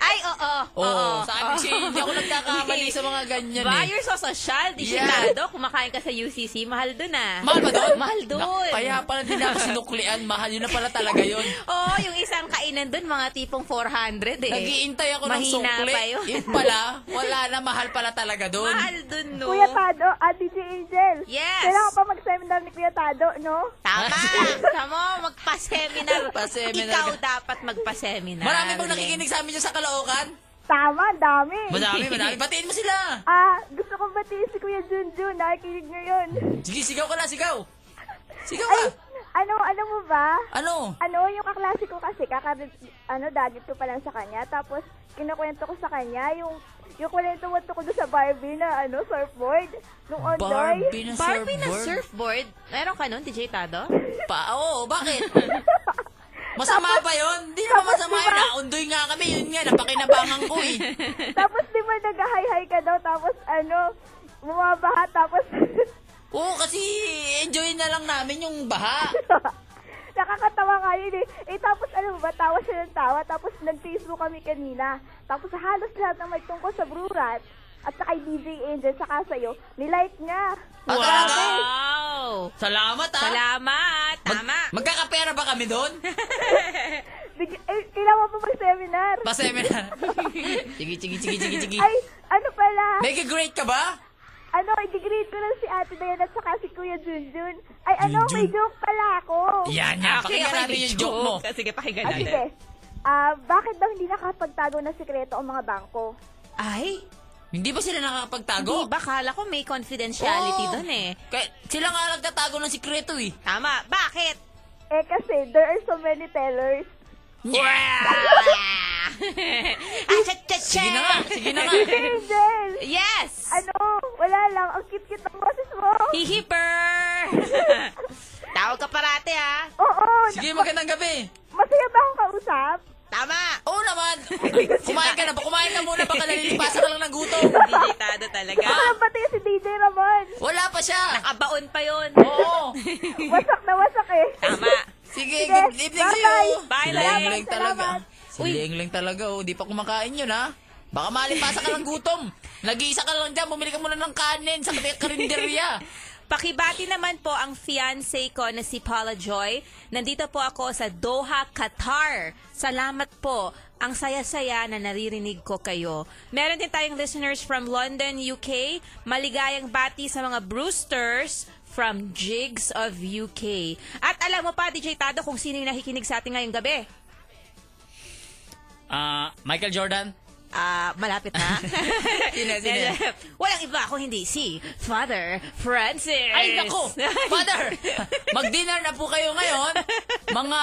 [SPEAKER 3] Ay, oo.
[SPEAKER 1] Oo. Sabi
[SPEAKER 3] oo.
[SPEAKER 1] kasi, hindi
[SPEAKER 3] *laughs*
[SPEAKER 1] ako nagkakamali sa mga ganyan
[SPEAKER 3] Ba,
[SPEAKER 1] eh.
[SPEAKER 3] you're so social. Di
[SPEAKER 1] Yeah.
[SPEAKER 3] Chicago. Kumakain ka sa UCC. Mahal dun ah.
[SPEAKER 1] Mahal ba doon?
[SPEAKER 3] Mahal dun.
[SPEAKER 1] Na- Kaya pala din ako sinuklian. Mahal yun na pala talaga yun.
[SPEAKER 3] Oo, oh, yung isang kainan dun, mga tipong 400 eh.
[SPEAKER 1] Nagiintay ako ng
[SPEAKER 3] Mahina
[SPEAKER 1] sukli.
[SPEAKER 3] pa yun.
[SPEAKER 1] Yun pala, wala na mahal pala talaga doon.
[SPEAKER 3] Mahal dun, no?
[SPEAKER 2] Kuya Tado, at DJ Angel.
[SPEAKER 3] Yes.
[SPEAKER 2] Kailangan pa mag-seminar ni Kuya Tado, no?
[SPEAKER 1] *laughs*
[SPEAKER 3] Tama. Tama, magpa-seminar.
[SPEAKER 1] Pa-seminar
[SPEAKER 3] Ikaw
[SPEAKER 1] ka.
[SPEAKER 3] dapat magpa-seminar.
[SPEAKER 1] Marami pong nakikinig sa amin dyan sa Kaloocan.
[SPEAKER 2] Tama, ang dami.
[SPEAKER 1] Madami,
[SPEAKER 3] *laughs*
[SPEAKER 1] madami. Batiin mo sila.
[SPEAKER 2] Ah, gusto kong batiin si Kuya Junjun. Nakikinig niyo yun.
[SPEAKER 1] Sige, sigaw ka na, sigaw. Sigaw
[SPEAKER 2] Ay,
[SPEAKER 1] ka.
[SPEAKER 2] ano, alam mo ba?
[SPEAKER 1] Ano?
[SPEAKER 2] Ano, yung kaklase ko kasi, kaka, ano, dagit ko pa lang sa kanya. Tapos, kinukwento ko sa kanya, yung, yung kwento mo ko doon sa Barbie na, ano, surfboard. Nung ondoy.
[SPEAKER 1] Barbie na
[SPEAKER 3] Barbie na
[SPEAKER 1] surfboard?
[SPEAKER 3] surfboard. Meron ka nun, DJ Tado?
[SPEAKER 1] Pa, oo, bakit? Masama ba yun? Hindi naman
[SPEAKER 2] Tapos
[SPEAKER 1] masama
[SPEAKER 2] diba-
[SPEAKER 1] yun. Naundoy nga kami. Yun nga, napakinabangan ko eh.
[SPEAKER 2] tapos, di ba, nag-hi-hi ka daw, tapos, ano, bumabaha, tapos, *laughs*
[SPEAKER 1] Oo, kasi enjoy na lang namin yung baha.
[SPEAKER 2] nakakatawa nga yun eh. Eh, tapos, ano ba, tawa siya ng tawa, tapos, nag-Facebook kami kanina. Tapos, halos lahat ng may tungkol sa Brew Rat, at saka kay DJ Angel, saka sa'yo, nilike niya.
[SPEAKER 1] Ah, talaga?
[SPEAKER 3] Wow!
[SPEAKER 1] Salamat ah.
[SPEAKER 3] Salamat! Tama!
[SPEAKER 1] Magkakapera ba kami doon?
[SPEAKER 2] Big, eh, kailangan pa mag-seminar.
[SPEAKER 1] Pa-seminar. sige, sige, sige, sige, sige.
[SPEAKER 2] Ay, ano pala?
[SPEAKER 3] ah.
[SPEAKER 1] Mega great ka ba?
[SPEAKER 2] Ano, i-grade ko lang si Ate Diana at saka si Kuya Junjun. Ay, ano, may
[SPEAKER 1] Junjun?
[SPEAKER 2] joke pala ako.
[SPEAKER 1] Yan, yan. Pakinggan natin yung joke mo.
[SPEAKER 3] Sige, pakinggan
[SPEAKER 2] Ah, sige. Ah, bakit daw hindi nakapagtago ng sikreto ang mga bangko?
[SPEAKER 3] Ay,
[SPEAKER 1] Hindi ba sila nakakapagtago?
[SPEAKER 3] Di ba? Kala ko may confidentiality
[SPEAKER 1] Oo.
[SPEAKER 3] dun eh.
[SPEAKER 1] Kaya, sila nga nagtatago ng sikreto eh.
[SPEAKER 3] Tama. Bakit?
[SPEAKER 2] Eh, kasi there are so many
[SPEAKER 1] *laughs*
[SPEAKER 2] tellers.
[SPEAKER 3] ah, cha, cha,
[SPEAKER 1] Sige na nga, sige na nga.
[SPEAKER 2] Angel!
[SPEAKER 3] Yes!
[SPEAKER 2] Ano, wala lang. Ang cute-cute ng boses mo.
[SPEAKER 3] Hihiper! *laughs* Tawag ka parate ah. ha.
[SPEAKER 2] Oo,
[SPEAKER 1] Sige, magandang gabi.
[SPEAKER 2] masaya ba akong kausap? *laughs*
[SPEAKER 3] Tama!
[SPEAKER 1] Oo naman. Kumain ka na. ba? Kumain ka muna. Baka nalilipasa ka lang ng gutom.
[SPEAKER 3] DJ Tado talaga.
[SPEAKER 1] *laughs*
[SPEAKER 2] Alam ba tayo si DJ Ramon?
[SPEAKER 1] Wala pa siya.
[SPEAKER 3] Nakabaon pa yun.
[SPEAKER 1] Oo.
[SPEAKER 2] Wasak na wasak eh.
[SPEAKER 3] Tama.
[SPEAKER 1] Sige,
[SPEAKER 2] Sige,
[SPEAKER 1] good evening sa'yo. Si
[SPEAKER 3] bye-bye. Salamat,
[SPEAKER 1] Lengling talaga.
[SPEAKER 2] salamat.
[SPEAKER 1] Si Lengling talaga, oh. Di pa kumakain yun, ha? Baka malipasa ka ng gutom. Nag-iisa ka lang dyan. Bumili ka muna ng kanin sa karinderya.
[SPEAKER 3] Pakibati naman po ang fiancé ko na si Paula Joy. Nandito po ako sa Doha, Qatar. Salamat po. Ang saya-saya na naririnig ko kayo. Meron din tayong listeners from London, UK. Maligayang bati sa mga Brewsters from Jigs of UK. At alam mo pa, DJ Tado, kung sino yung nakikinig sa atin ngayong gabi.
[SPEAKER 5] *laughs* Ah, Michael Jordan?
[SPEAKER 3] Ah, malapit na.
[SPEAKER 1] *laughs* Sino, sino?
[SPEAKER 3] Walang iba kung hindi si Father Francis.
[SPEAKER 1] Ay,
[SPEAKER 5] *laughs*
[SPEAKER 3] *laughs*
[SPEAKER 1] nako! Father! Mag-dinner na po kayo ngayon. Mga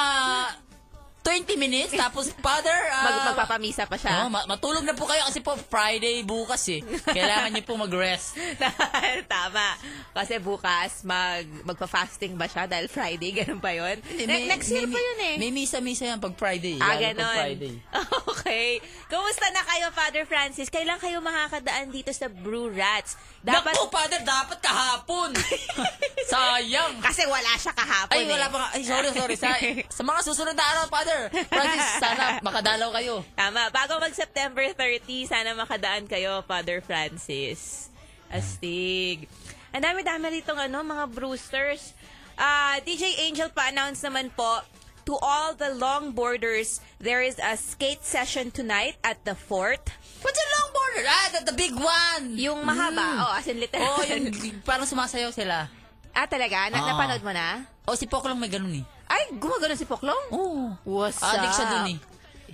[SPEAKER 1] 20 minutes. Tapos, Father, ah,
[SPEAKER 3] Mag, magpapamisa pa siya.
[SPEAKER 1] oh, ma- matulog na po kayo kasi po Friday bukas eh. Kailangan niyo po mag-rest.
[SPEAKER 3] *laughs* Tama. Kasi bukas, mag, magpa-fasting ba siya dahil Friday? *laughs* Ganun ba yun? Ne-
[SPEAKER 1] May-
[SPEAKER 3] next year
[SPEAKER 1] may-
[SPEAKER 3] pa yun eh.
[SPEAKER 1] May misa-misa yan pag Friday. Lalo
[SPEAKER 3] ah,
[SPEAKER 1] pag
[SPEAKER 3] ganun.
[SPEAKER 1] Friday.
[SPEAKER 3] *laughs* Okay. Kumusta na kayo, Father Francis? Kailan kayo makakadaan dito sa Brew Rats?
[SPEAKER 1] Dapat... Naku, father, dapat kahapon. Sayang.
[SPEAKER 3] *laughs* Kasi wala siya kahapon
[SPEAKER 1] Ay, wala
[SPEAKER 3] eh.
[SPEAKER 1] pa nga. Ay, sorry, sorry. Sa,
[SPEAKER 3] *laughs*
[SPEAKER 1] sa mga susunod na araw, father. Francis, sana makadalaw kayo.
[SPEAKER 3] Tama. Bago mag-September 30, sana makadaan kayo, Father Francis. Astig. Ang dami-dami rito ano, mga Brewsters. Ah, DJ Angel pa-announce naman po, to all the longboarders, there is a skate session tonight at the fort.
[SPEAKER 1] What's a long border? Ah, the, the big one.
[SPEAKER 3] Yung mahaba, oh, as in literal.
[SPEAKER 1] Oh, yung parang sumasayaw sila.
[SPEAKER 3] ah, talaga? Na-
[SPEAKER 1] Ah.
[SPEAKER 3] Napanood mo na?
[SPEAKER 1] Oh, si Poco lang may ganun eh.
[SPEAKER 3] Ay, gumagano si Poklong?
[SPEAKER 1] Oh.
[SPEAKER 3] What's
[SPEAKER 1] Addict siya
[SPEAKER 3] up?
[SPEAKER 1] dun eh.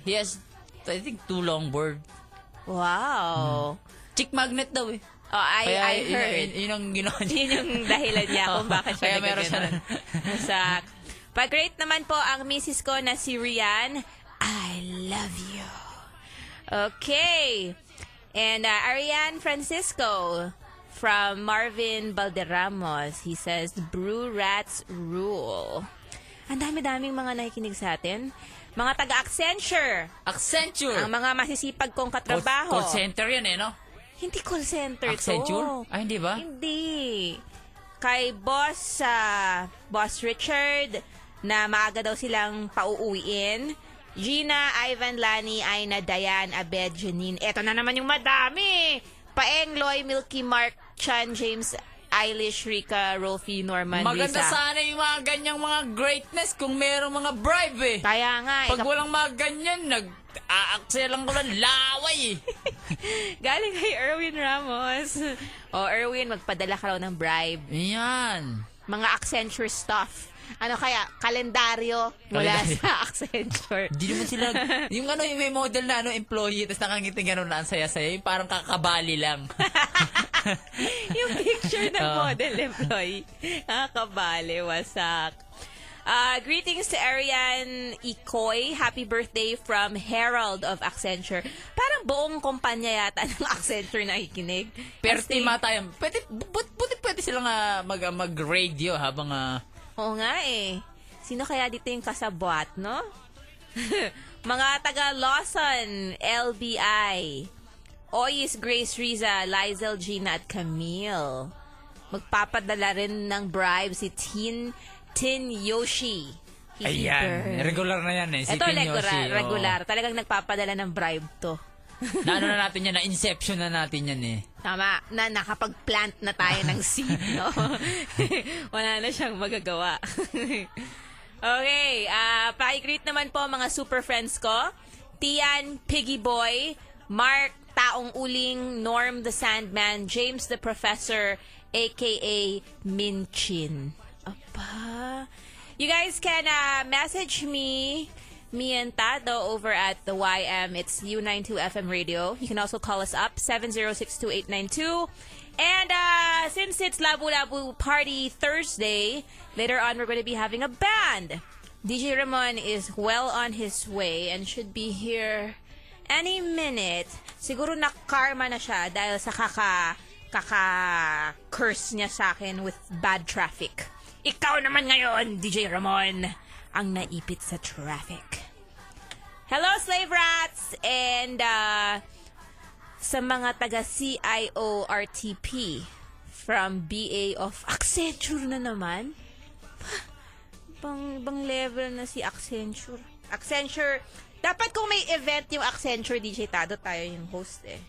[SPEAKER 1] He has, I think, two long board.
[SPEAKER 3] Wow.
[SPEAKER 1] Chick magnet daw eh.
[SPEAKER 3] Oh, I, I
[SPEAKER 1] yun-
[SPEAKER 3] heard.
[SPEAKER 1] Yun, yun ang ginawa niya.
[SPEAKER 3] Yun yung dahilan niya
[SPEAKER 1] *laughs*
[SPEAKER 3] kung
[SPEAKER 1] Oo.
[SPEAKER 3] bakit siya
[SPEAKER 1] Kaya meron siya
[SPEAKER 3] nagkaganon. Masak. Pag-great naman po ang misis ko na si Rian. I love you. Okay. And uh, Arian Francisco from Marvin Balderramos. He says, Brew Rats Rule. Ang dami-daming mga nakikinig sa atin. Mga taga-Accenture.
[SPEAKER 1] Accenture.
[SPEAKER 3] Ang mga masisipag kong
[SPEAKER 1] Call-
[SPEAKER 3] katrabaho.
[SPEAKER 1] Call center yan eh, no?
[SPEAKER 3] Hindi call center
[SPEAKER 1] Accenture?
[SPEAKER 3] to.
[SPEAKER 1] Ah, hindi ba?
[SPEAKER 3] Hindi. Kay boss, ah, boss Richard, na maaga daw silang pauuwiin. Gina, Ivan, Lani, Aina, Dayan, Abed, Janine. Eto na naman yung madami. Paeng, Loy, Milky, Mark, Chan, James, Eilish, Rika, Rolfie, Norman,
[SPEAKER 1] Maganda
[SPEAKER 3] Risa.
[SPEAKER 1] sana yung mga ganyang mga greatness kung merong mga bribe eh.
[SPEAKER 3] Kaya nga, eh,
[SPEAKER 1] Pag walang mga ganyan, nag-aakselan ko lang laway eh.
[SPEAKER 3] *laughs* galing kay Erwin Ramos. O, Erwin, magpadala ka raw ng bribe.
[SPEAKER 1] Yan.
[SPEAKER 3] mga Accenture stuff. Ano kaya? Kalendaryo mula
[SPEAKER 1] Kalendaryo.
[SPEAKER 3] sa *laughs* Accenture.
[SPEAKER 1] Hindi naman
[SPEAKER 3] *laughs*
[SPEAKER 1] sila, yung ano, yung may model na ano, employee, tapos nakangiti ganun na ang saya-saya, yung parang kakabali
[SPEAKER 3] *laughs*
[SPEAKER 1] lang.
[SPEAKER 3] yung picture ng
[SPEAKER 1] Oo.
[SPEAKER 3] model employee. Ah, kabale, wasak. Ah, greetings to Arian Ikoy. Happy birthday from Herald of Accenture. Parang buong kumpanya yata *laughs* ng Accenture na ikinig.
[SPEAKER 1] Pero tima tayo, pwede, but, buti pwede sila nga mag, ah, mag-radio habang, ah,
[SPEAKER 3] Oo nga eh. Sino kaya dito yung kasabwat, no? *laughs* Mga taga Lawson, LBI, Oyes, Grace Riza, Lizel, Gina at Camille. Magpapadala rin ng bribe si Tin, Tin Yoshi.
[SPEAKER 1] ayan,
[SPEAKER 3] Keeper.
[SPEAKER 1] regular na yan eh. Si
[SPEAKER 3] Ito
[SPEAKER 1] Tin
[SPEAKER 3] regular,
[SPEAKER 1] Yoshi, oo. *laughs*
[SPEAKER 3] regular. Talagang nagpapadala ng bribe to.
[SPEAKER 1] na ano na natin yan, na inception na natin yan eh.
[SPEAKER 3] Tama, na nakapag-plant na tayo ng seed, no? *laughs* Wala na siyang magagawa. *laughs* okay, ah pakigreet naman po mga super friends ko. Tian, Piggy Boy, Mark, Taong Uling, Norm the Sandman, James the Professor, aka Minchin. Apa? You guys can uh, message me, me and Tado over at the YM. It's U92 FM radio. You can also call us up, 7062892. And uh, since it's Labu Labu Party Thursday, later on we're going to be having a band. DJ Ramon is well on his way and should be here any minute. Siguro na karma na siya dahil sa kaka kaka curse niya sa akin with bad traffic. Ikaw naman ngayon, DJ Ramon, ang naipit sa traffic. Hello, Slave Rats! And uh, sa mga taga-CIORTP from BA of Accenture na naman. *laughs* Bang, bang level na si Accenture. Accenture, dapat kung may event yung Accenture DJ Tado, tayo yung host eh.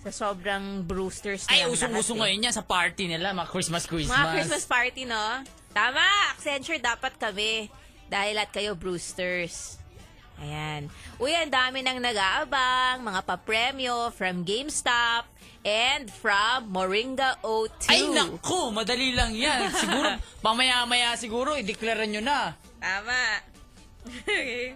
[SPEAKER 3] Sa sobrang Brewsters
[SPEAKER 1] Ay,
[SPEAKER 3] nilang
[SPEAKER 1] usong-usong
[SPEAKER 3] lahat eh.
[SPEAKER 1] ngayon yan sa party nila, mga Christmas-Christmas.
[SPEAKER 3] Mga Christmas party, no? Tama! Accenture dapat kami. Dahil at kayo Brewsters. Ayan. Uy, ang dami nang nag-aabang. Mga papremyo from GameStop and from Moringa O2.
[SPEAKER 1] Ay, naku, madali lang
[SPEAKER 3] *laughs*
[SPEAKER 1] yan. Siguro, pamaya-maya siguro, i-declare nyo na.
[SPEAKER 3] Tama. *laughs* okay.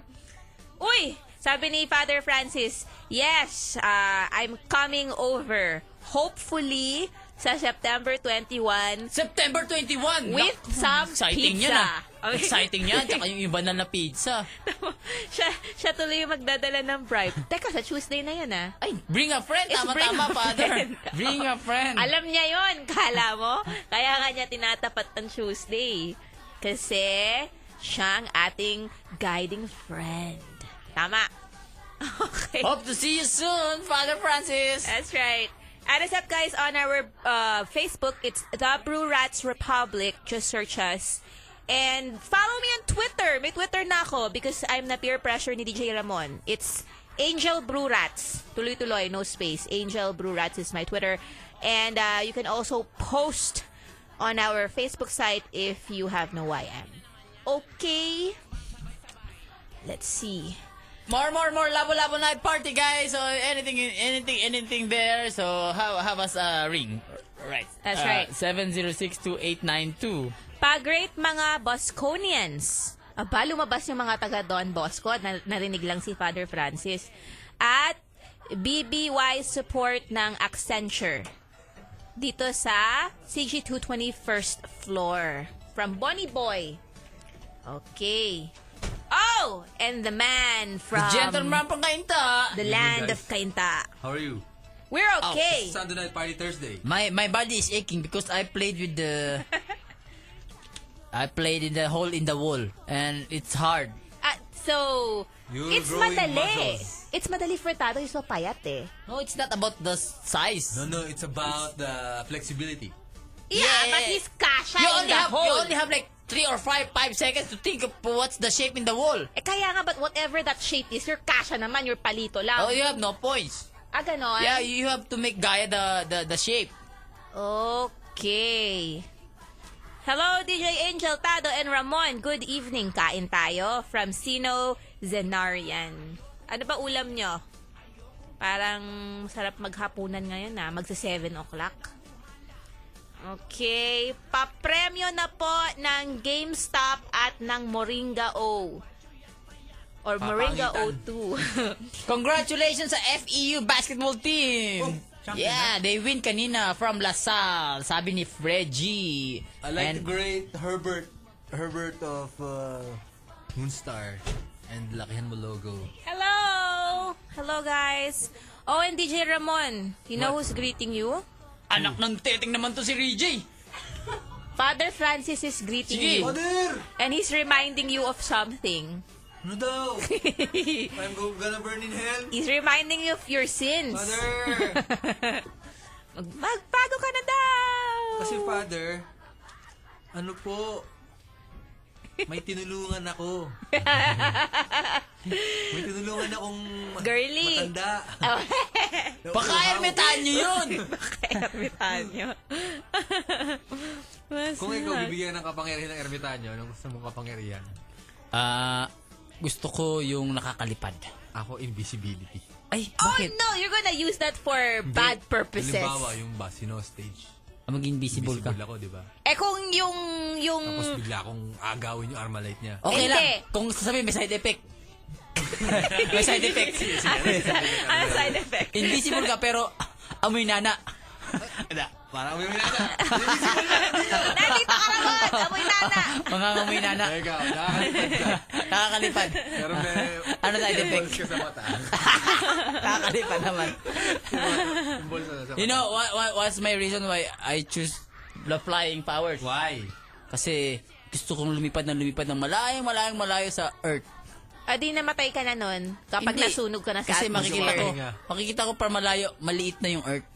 [SPEAKER 3] Uy! Sabi ni Father Francis, Yes, uh, I'm coming over. Hopefully, sa September 21,
[SPEAKER 1] September 21.
[SPEAKER 3] With
[SPEAKER 1] Naku,
[SPEAKER 3] some
[SPEAKER 1] exciting
[SPEAKER 3] pizza.
[SPEAKER 1] Yan, ah.
[SPEAKER 3] Okay.
[SPEAKER 1] Exciting yan.
[SPEAKER 3] *laughs*
[SPEAKER 1] Tsaka yung iba na na pizza.
[SPEAKER 3] *laughs* siya, siya tuloy yung magdadala ng bribe. Teka, sa Tuesday na yan ah.
[SPEAKER 1] Ay, bring a friend.
[SPEAKER 3] It's bring
[SPEAKER 1] Tama-tama,
[SPEAKER 3] a
[SPEAKER 1] father.
[SPEAKER 3] friend.
[SPEAKER 1] Bring a friend.
[SPEAKER 3] *laughs* Alam niya yon kala mo? Kaya nga niya tinatapat ng Tuesday. Kasi siya ang ating guiding friend. Tama. *laughs* Okay.
[SPEAKER 1] Hope to see you soon, Father Francis.
[SPEAKER 3] That's right. Add us up, guys, on our uh, Facebook. It's The Brew Rats Republic. Just search us. And follow me on Twitter. May Twitter na ako because I'm na peer pressure ni DJ Ramon. It's Angel Brew Rats. Tuloy-tuloy, no space. Angel Brew Rats is my Twitter. And uh, you can also post on our Facebook site if you have no YM. Okay. Let's see.
[SPEAKER 1] More, more, more Labo Labo Night Party, guys. So, anything, anything, anything there. So, have, have us a ring. Uh, Right.
[SPEAKER 3] That's right.
[SPEAKER 1] 7062892.
[SPEAKER 3] Pa-great mga Bosconians. Aba, lumabas yung mga taga Don Bosco. at na- Narinig lang si Father Francis. At BBY support ng Accenture. Dito sa CG220 first floor. From Bonnie Boy. Okay. Oh! And the man from
[SPEAKER 1] Gentleman pang kainta.
[SPEAKER 3] the land of Kainta.
[SPEAKER 6] How are you?
[SPEAKER 3] We're okay.
[SPEAKER 6] Sunday night party Thursday.
[SPEAKER 1] My my body is aching because I played with the I played in the hole in the wall and it's hard.
[SPEAKER 3] Ah, so,
[SPEAKER 6] You're
[SPEAKER 3] it's
[SPEAKER 6] growing
[SPEAKER 3] madali.
[SPEAKER 6] muscles.
[SPEAKER 3] It's madali for Tato. He's so payat eh.
[SPEAKER 1] No, it's not about the size.
[SPEAKER 6] No, no, it's about the flexibility.
[SPEAKER 3] Yeah,
[SPEAKER 1] Yeah.
[SPEAKER 3] but he's kasha
[SPEAKER 1] you
[SPEAKER 3] in
[SPEAKER 1] only
[SPEAKER 3] the
[SPEAKER 1] have
[SPEAKER 3] hole.
[SPEAKER 1] you only have like three or five five seconds to think of what's the shape in the wall.
[SPEAKER 3] Eh kaya nga, but whatever that shape is, your kasha naman, your palito lang.
[SPEAKER 1] Oh, you have no points.
[SPEAKER 3] Ah, ganon?
[SPEAKER 1] Yeah, you have to make Gaia the the, the shape.
[SPEAKER 3] Okay. Hello, DJ Angel, Tado, and Ramon. Good evening. Kain tayo from Sino Zenarian. Ano ba ulam nyo? Parang sarap maghapunan ngayon na Magsa 7 o'clock. Okay. Papremyo na po ng GameStop at ng Moringa O. Or Moringa
[SPEAKER 6] Papangitan.
[SPEAKER 3] O2. *laughs*
[SPEAKER 1] Congratulations sa FEU basketball
[SPEAKER 6] Oh,
[SPEAKER 1] team.
[SPEAKER 6] champion
[SPEAKER 1] yeah, they win kanina from LaSalle. Sabi ni Freggie.
[SPEAKER 6] I like
[SPEAKER 1] And-
[SPEAKER 6] the great Herbert, Herbert of uh, Moonstar and Lakihan mo logo.
[SPEAKER 3] Hello! Hello, guys. Oh, and DJ Ramon, you know who's greeting you?
[SPEAKER 1] Anak ng teteng naman to si Reggie.
[SPEAKER 3] Father Francis is greeting
[SPEAKER 1] Sige.
[SPEAKER 3] you.
[SPEAKER 6] Mother!
[SPEAKER 3] And he's reminding you of something.
[SPEAKER 6] Ano daw?
[SPEAKER 1] *laughs*
[SPEAKER 6] I'm go- gonna burn in hell.
[SPEAKER 3] He's reminding you of your sins.
[SPEAKER 1] *laughs*
[SPEAKER 6] Father!
[SPEAKER 3] Mag- Magbago ka na daw!
[SPEAKER 6] Kasi father, ano po, may tinulungan
[SPEAKER 1] *laughs*
[SPEAKER 6] ako. may tinulungan akong ma-
[SPEAKER 3] Girly.
[SPEAKER 6] matanda.
[SPEAKER 1] Baka ermitan niyo yun.
[SPEAKER 6] *laughs*
[SPEAKER 3] Ermitanyo.
[SPEAKER 6] Kung ikaw bibigyan ng kapangyarihan ng ermitanyo, anong gusto mong kapangyarihan?
[SPEAKER 1] Ah, gusto ko yung nakakalipad.
[SPEAKER 6] Ako, invisibility.
[SPEAKER 1] Ay,
[SPEAKER 3] *laughs* Oh
[SPEAKER 1] bakit?
[SPEAKER 3] no, you're gonna use that for bad purposes.
[SPEAKER 6] Halimbawa, yung basino stage.
[SPEAKER 1] Ah, Mag-invisible ka.
[SPEAKER 6] Invisible ako, di ba?
[SPEAKER 3] Eh kung yung, yung,
[SPEAKER 6] Tapos bigla akong agawin yung armalite niya.
[SPEAKER 1] Okay
[SPEAKER 3] Hindi.
[SPEAKER 1] lang. Kung sasabihin, may side
[SPEAKER 6] *laughs*
[SPEAKER 1] effect. may side effect.
[SPEAKER 3] ano side effect?
[SPEAKER 1] Invisible ka pero ah, amoy nana.
[SPEAKER 6] Ada, parang may
[SPEAKER 1] *laughs*
[SPEAKER 6] minata.
[SPEAKER 3] Oh, Nandito ka Ramon! Amoy nana!
[SPEAKER 1] *laughs* Mga amoy nana.
[SPEAKER 6] Ay, ikaw, nakakalipad ka.
[SPEAKER 1] *laughs* Nakakalipad.
[SPEAKER 6] Pero may...
[SPEAKER 1] *laughs* Ano side effect?
[SPEAKER 6] Balls ka sa mata.
[SPEAKER 1] Nakakalipad naman.
[SPEAKER 6] Balls ka sa mata.
[SPEAKER 1] You know, what, what, what's my reason why I choose the flying powers?
[SPEAKER 6] Why?
[SPEAKER 1] Kasi gusto kong lumipad ng lumipad ng malayong malayong malayo sa Earth.
[SPEAKER 3] Ah, di namatay ka na nun kapag
[SPEAKER 1] Hindi.
[SPEAKER 3] nasunog ka na sa
[SPEAKER 1] Kasi makikita ko,
[SPEAKER 3] atmosphere.
[SPEAKER 7] Pahinga.
[SPEAKER 1] makikita ko para malayo, maliit na yung earth.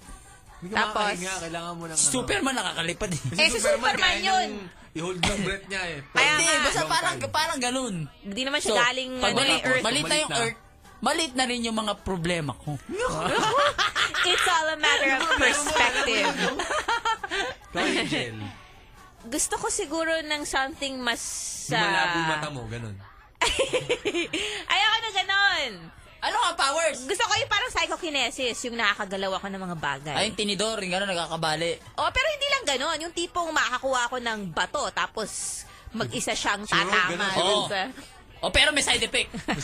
[SPEAKER 7] Hindi ka
[SPEAKER 3] Tapos-
[SPEAKER 7] makakahinga, kailangan mo ng ano.
[SPEAKER 1] Superman nakakalipad eh.
[SPEAKER 3] Eh, si Superman
[SPEAKER 7] kaya
[SPEAKER 3] yun.
[SPEAKER 7] niyang I-hold ng breath niya eh.
[SPEAKER 3] Kaya
[SPEAKER 7] Hindi,
[SPEAKER 3] nga.
[SPEAKER 7] basta
[SPEAKER 1] Basta parang, parang ganun.
[SPEAKER 3] Di naman siya galing
[SPEAKER 1] pag
[SPEAKER 3] ano,
[SPEAKER 1] mali, maliit na yung
[SPEAKER 3] earth.
[SPEAKER 7] Maliit na.
[SPEAKER 1] earth, maliit na rin yung mga problema ko.
[SPEAKER 3] It's all a *laughs* matter of perspective.
[SPEAKER 7] Parang gel.
[SPEAKER 3] Gusto ko siguro ng something mas...
[SPEAKER 7] Sa... Malabo
[SPEAKER 3] ah,
[SPEAKER 7] mata mo, ganun.
[SPEAKER 3] *laughs* Ayoko na ganon.
[SPEAKER 1] Ano nga powers?
[SPEAKER 3] Gusto ko yung parang psychokinesis, yung nakakagalaw ako ng mga bagay.
[SPEAKER 1] Ay, yung tinidor, yung gano'n nagkakabali.
[SPEAKER 3] Oh, pero hindi lang ganon. Yung tipong makakakuha ako ng bato, tapos mag-isa siyang tatama.
[SPEAKER 7] ganon.
[SPEAKER 3] dun
[SPEAKER 1] Oo.
[SPEAKER 3] sa-
[SPEAKER 1] O, pero may side effect. *laughs* May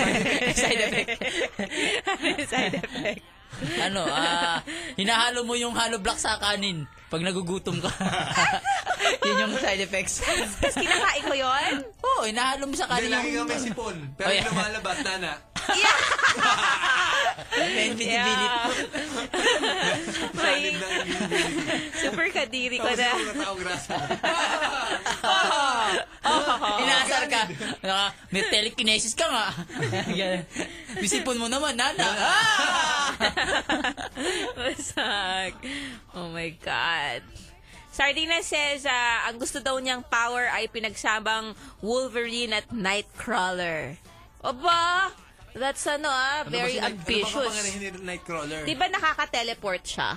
[SPEAKER 1] side effect.
[SPEAKER 3] Side effect.
[SPEAKER 1] ano, ah, hinahalo mo yung hollow block sa kanin pag nagugutom ka. *laughs* Yun yung side *laughs* effects.
[SPEAKER 3] Tapos kinakain ko *laughs* yun?
[SPEAKER 1] Oo, oh, hinahalo mo sa kanin
[SPEAKER 7] Hindi, lagi
[SPEAKER 1] yung
[SPEAKER 7] kami sipon. Pero
[SPEAKER 1] Oh, yeah.
[SPEAKER 7] lumalabas,
[SPEAKER 3] *laughs*
[SPEAKER 7] nana.
[SPEAKER 3] Yeah!
[SPEAKER 1] may binibilit.
[SPEAKER 3] *laughs*
[SPEAKER 7] Salim na yung binibilit.
[SPEAKER 3] Super kadiri ko
[SPEAKER 7] Tapos
[SPEAKER 3] na.
[SPEAKER 7] yung mga tao grasa.
[SPEAKER 1] Inasar ka. Naka, may telekinesis ka *laughs* nga. Ganun. Bisipon mo naman, nana. Ah!
[SPEAKER 3] Basag. Oh my God. Sardina says, ah, ang gusto daw niyang power ay pinagsabang Wolverine at Nightcrawler. Aba, that's ano ah,
[SPEAKER 7] Ano ba
[SPEAKER 3] very
[SPEAKER 7] si Night- Ano ba
[SPEAKER 3] ambitious.
[SPEAKER 7] pangalan ni Nightcrawler?
[SPEAKER 3] Di ba nakaka-teleport siya?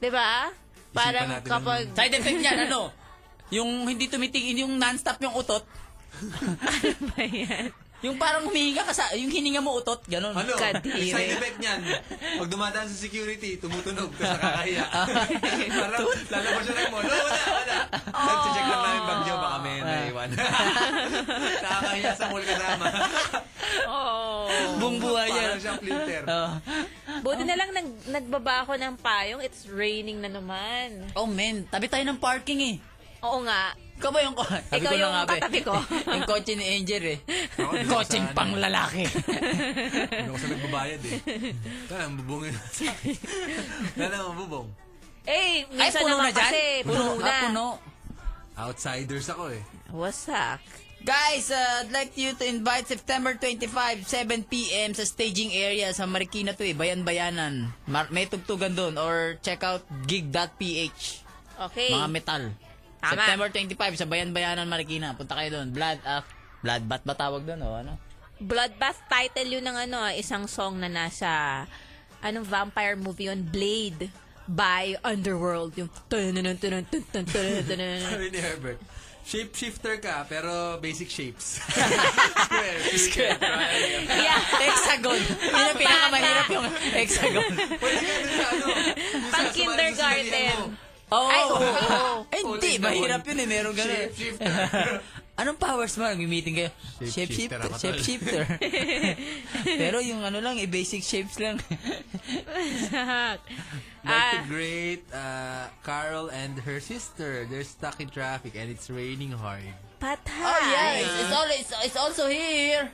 [SPEAKER 3] Di ba? Parang
[SPEAKER 7] natin ang-
[SPEAKER 3] kapag... *laughs*
[SPEAKER 1] Side effect niyan, ano? Yung hindi tumitingin, yung non-stop yung utot.
[SPEAKER 3] Ano ba yan?
[SPEAKER 1] Yung parang humihinga ka sa, yung hininga mo utot, ganun.
[SPEAKER 7] Ano?
[SPEAKER 3] Kadiri.
[SPEAKER 7] Yung side effect niyan. Pag dumadaan sa security, tumutunog ka sa
[SPEAKER 3] *laughs*
[SPEAKER 7] kakahiya. Parang lalabas siya ng mall. Oh, wala, wala.
[SPEAKER 3] Oh.
[SPEAKER 7] Tapos check lang namin bag niyo, baka may
[SPEAKER 3] Ah. *laughs*
[SPEAKER 7] naiwan. Nakakahiya sa mall kasama.
[SPEAKER 3] Oh.
[SPEAKER 1] Buong buhay yan.
[SPEAKER 7] Parang siya flinter.
[SPEAKER 1] Oh.
[SPEAKER 3] Buti na lang nag, nagbaba ako ng payong. It's raining na naman.
[SPEAKER 1] oh man, tabi tayo ng parking eh.
[SPEAKER 3] Oo nga.
[SPEAKER 1] Ikaw ba yung ko? Sabi
[SPEAKER 3] Ikaw
[SPEAKER 1] ko na
[SPEAKER 3] yung
[SPEAKER 1] nga ba eh.
[SPEAKER 3] katabi ko.
[SPEAKER 1] *laughs* yung kotse ni Angel eh.
[SPEAKER 7] Ako, di ano? ko
[SPEAKER 1] Kotseng
[SPEAKER 7] kasalanan.
[SPEAKER 1] pang lalaki.
[SPEAKER 7] Hindi ako sa nagbabayad eh. Kaya, ang
[SPEAKER 3] *laughs*
[SPEAKER 7] bubongin na sa akin. Wala na, mabubong.
[SPEAKER 3] Eh,
[SPEAKER 1] *laughs* Ay,
[SPEAKER 3] minsan
[SPEAKER 1] puno na
[SPEAKER 3] naman
[SPEAKER 1] dyan?
[SPEAKER 3] kasi, puno, na.
[SPEAKER 1] Ah, puno.
[SPEAKER 7] Outsiders ako eh.
[SPEAKER 3] Wasak.
[SPEAKER 1] Guys, uh, I'd like you to invite September 25, 7pm sa staging area sa Marikina to eh, Bayan-Bayanan. Mar- may tugtugan doon or check out gig.ph.
[SPEAKER 3] Okay.
[SPEAKER 1] Mga metal.
[SPEAKER 3] Tama.
[SPEAKER 1] September 25 sa Bayan-Bayanan, Marikina. Punta kayo doon. Blood, ah, blood bat ba tawag doon o ano?
[SPEAKER 3] Bloodbath title yun ng ano, isang song na nasa, anong vampire movie yun? Blade by Underworld. *laughs* Yung, tununun, tunun, tunun, tunun, tunun, tunun.
[SPEAKER 7] Sabi ni Herbert, shapeshifter ka, pero basic shapes. *laughs*
[SPEAKER 1] Square.
[SPEAKER 3] yeah.
[SPEAKER 1] *laughs* hexagon. Yun ang pinakamahirap yung *laughs* hexagon.
[SPEAKER 7] Pwede ka dun sa ano. sa-
[SPEAKER 3] Pang
[SPEAKER 7] sa- sa-
[SPEAKER 3] kindergarten.
[SPEAKER 7] sa- sa-
[SPEAKER 1] Oo.
[SPEAKER 3] Ay, oo.
[SPEAKER 1] Oh. Ay, hindi.
[SPEAKER 7] Ulit na
[SPEAKER 1] Mahirap
[SPEAKER 7] one.
[SPEAKER 1] yun eh. Meron ganun.
[SPEAKER 7] Shapeshifter.
[SPEAKER 1] *laughs* Anong powers mo? Nag-meeting kayo?
[SPEAKER 7] Shapeshifter
[SPEAKER 1] Shapeshifter.
[SPEAKER 7] ako, tol. *laughs*
[SPEAKER 1] Shapeshifter. Pero yung ano lang, eh, basic shapes lang.
[SPEAKER 7] Back to
[SPEAKER 3] Ah.
[SPEAKER 7] great uh, Carol and her sister. They're stuck in traffic and it's raining hard.
[SPEAKER 3] Patay.
[SPEAKER 1] *laughs* oh, yeah. It's, it's, all, it's, it's also here.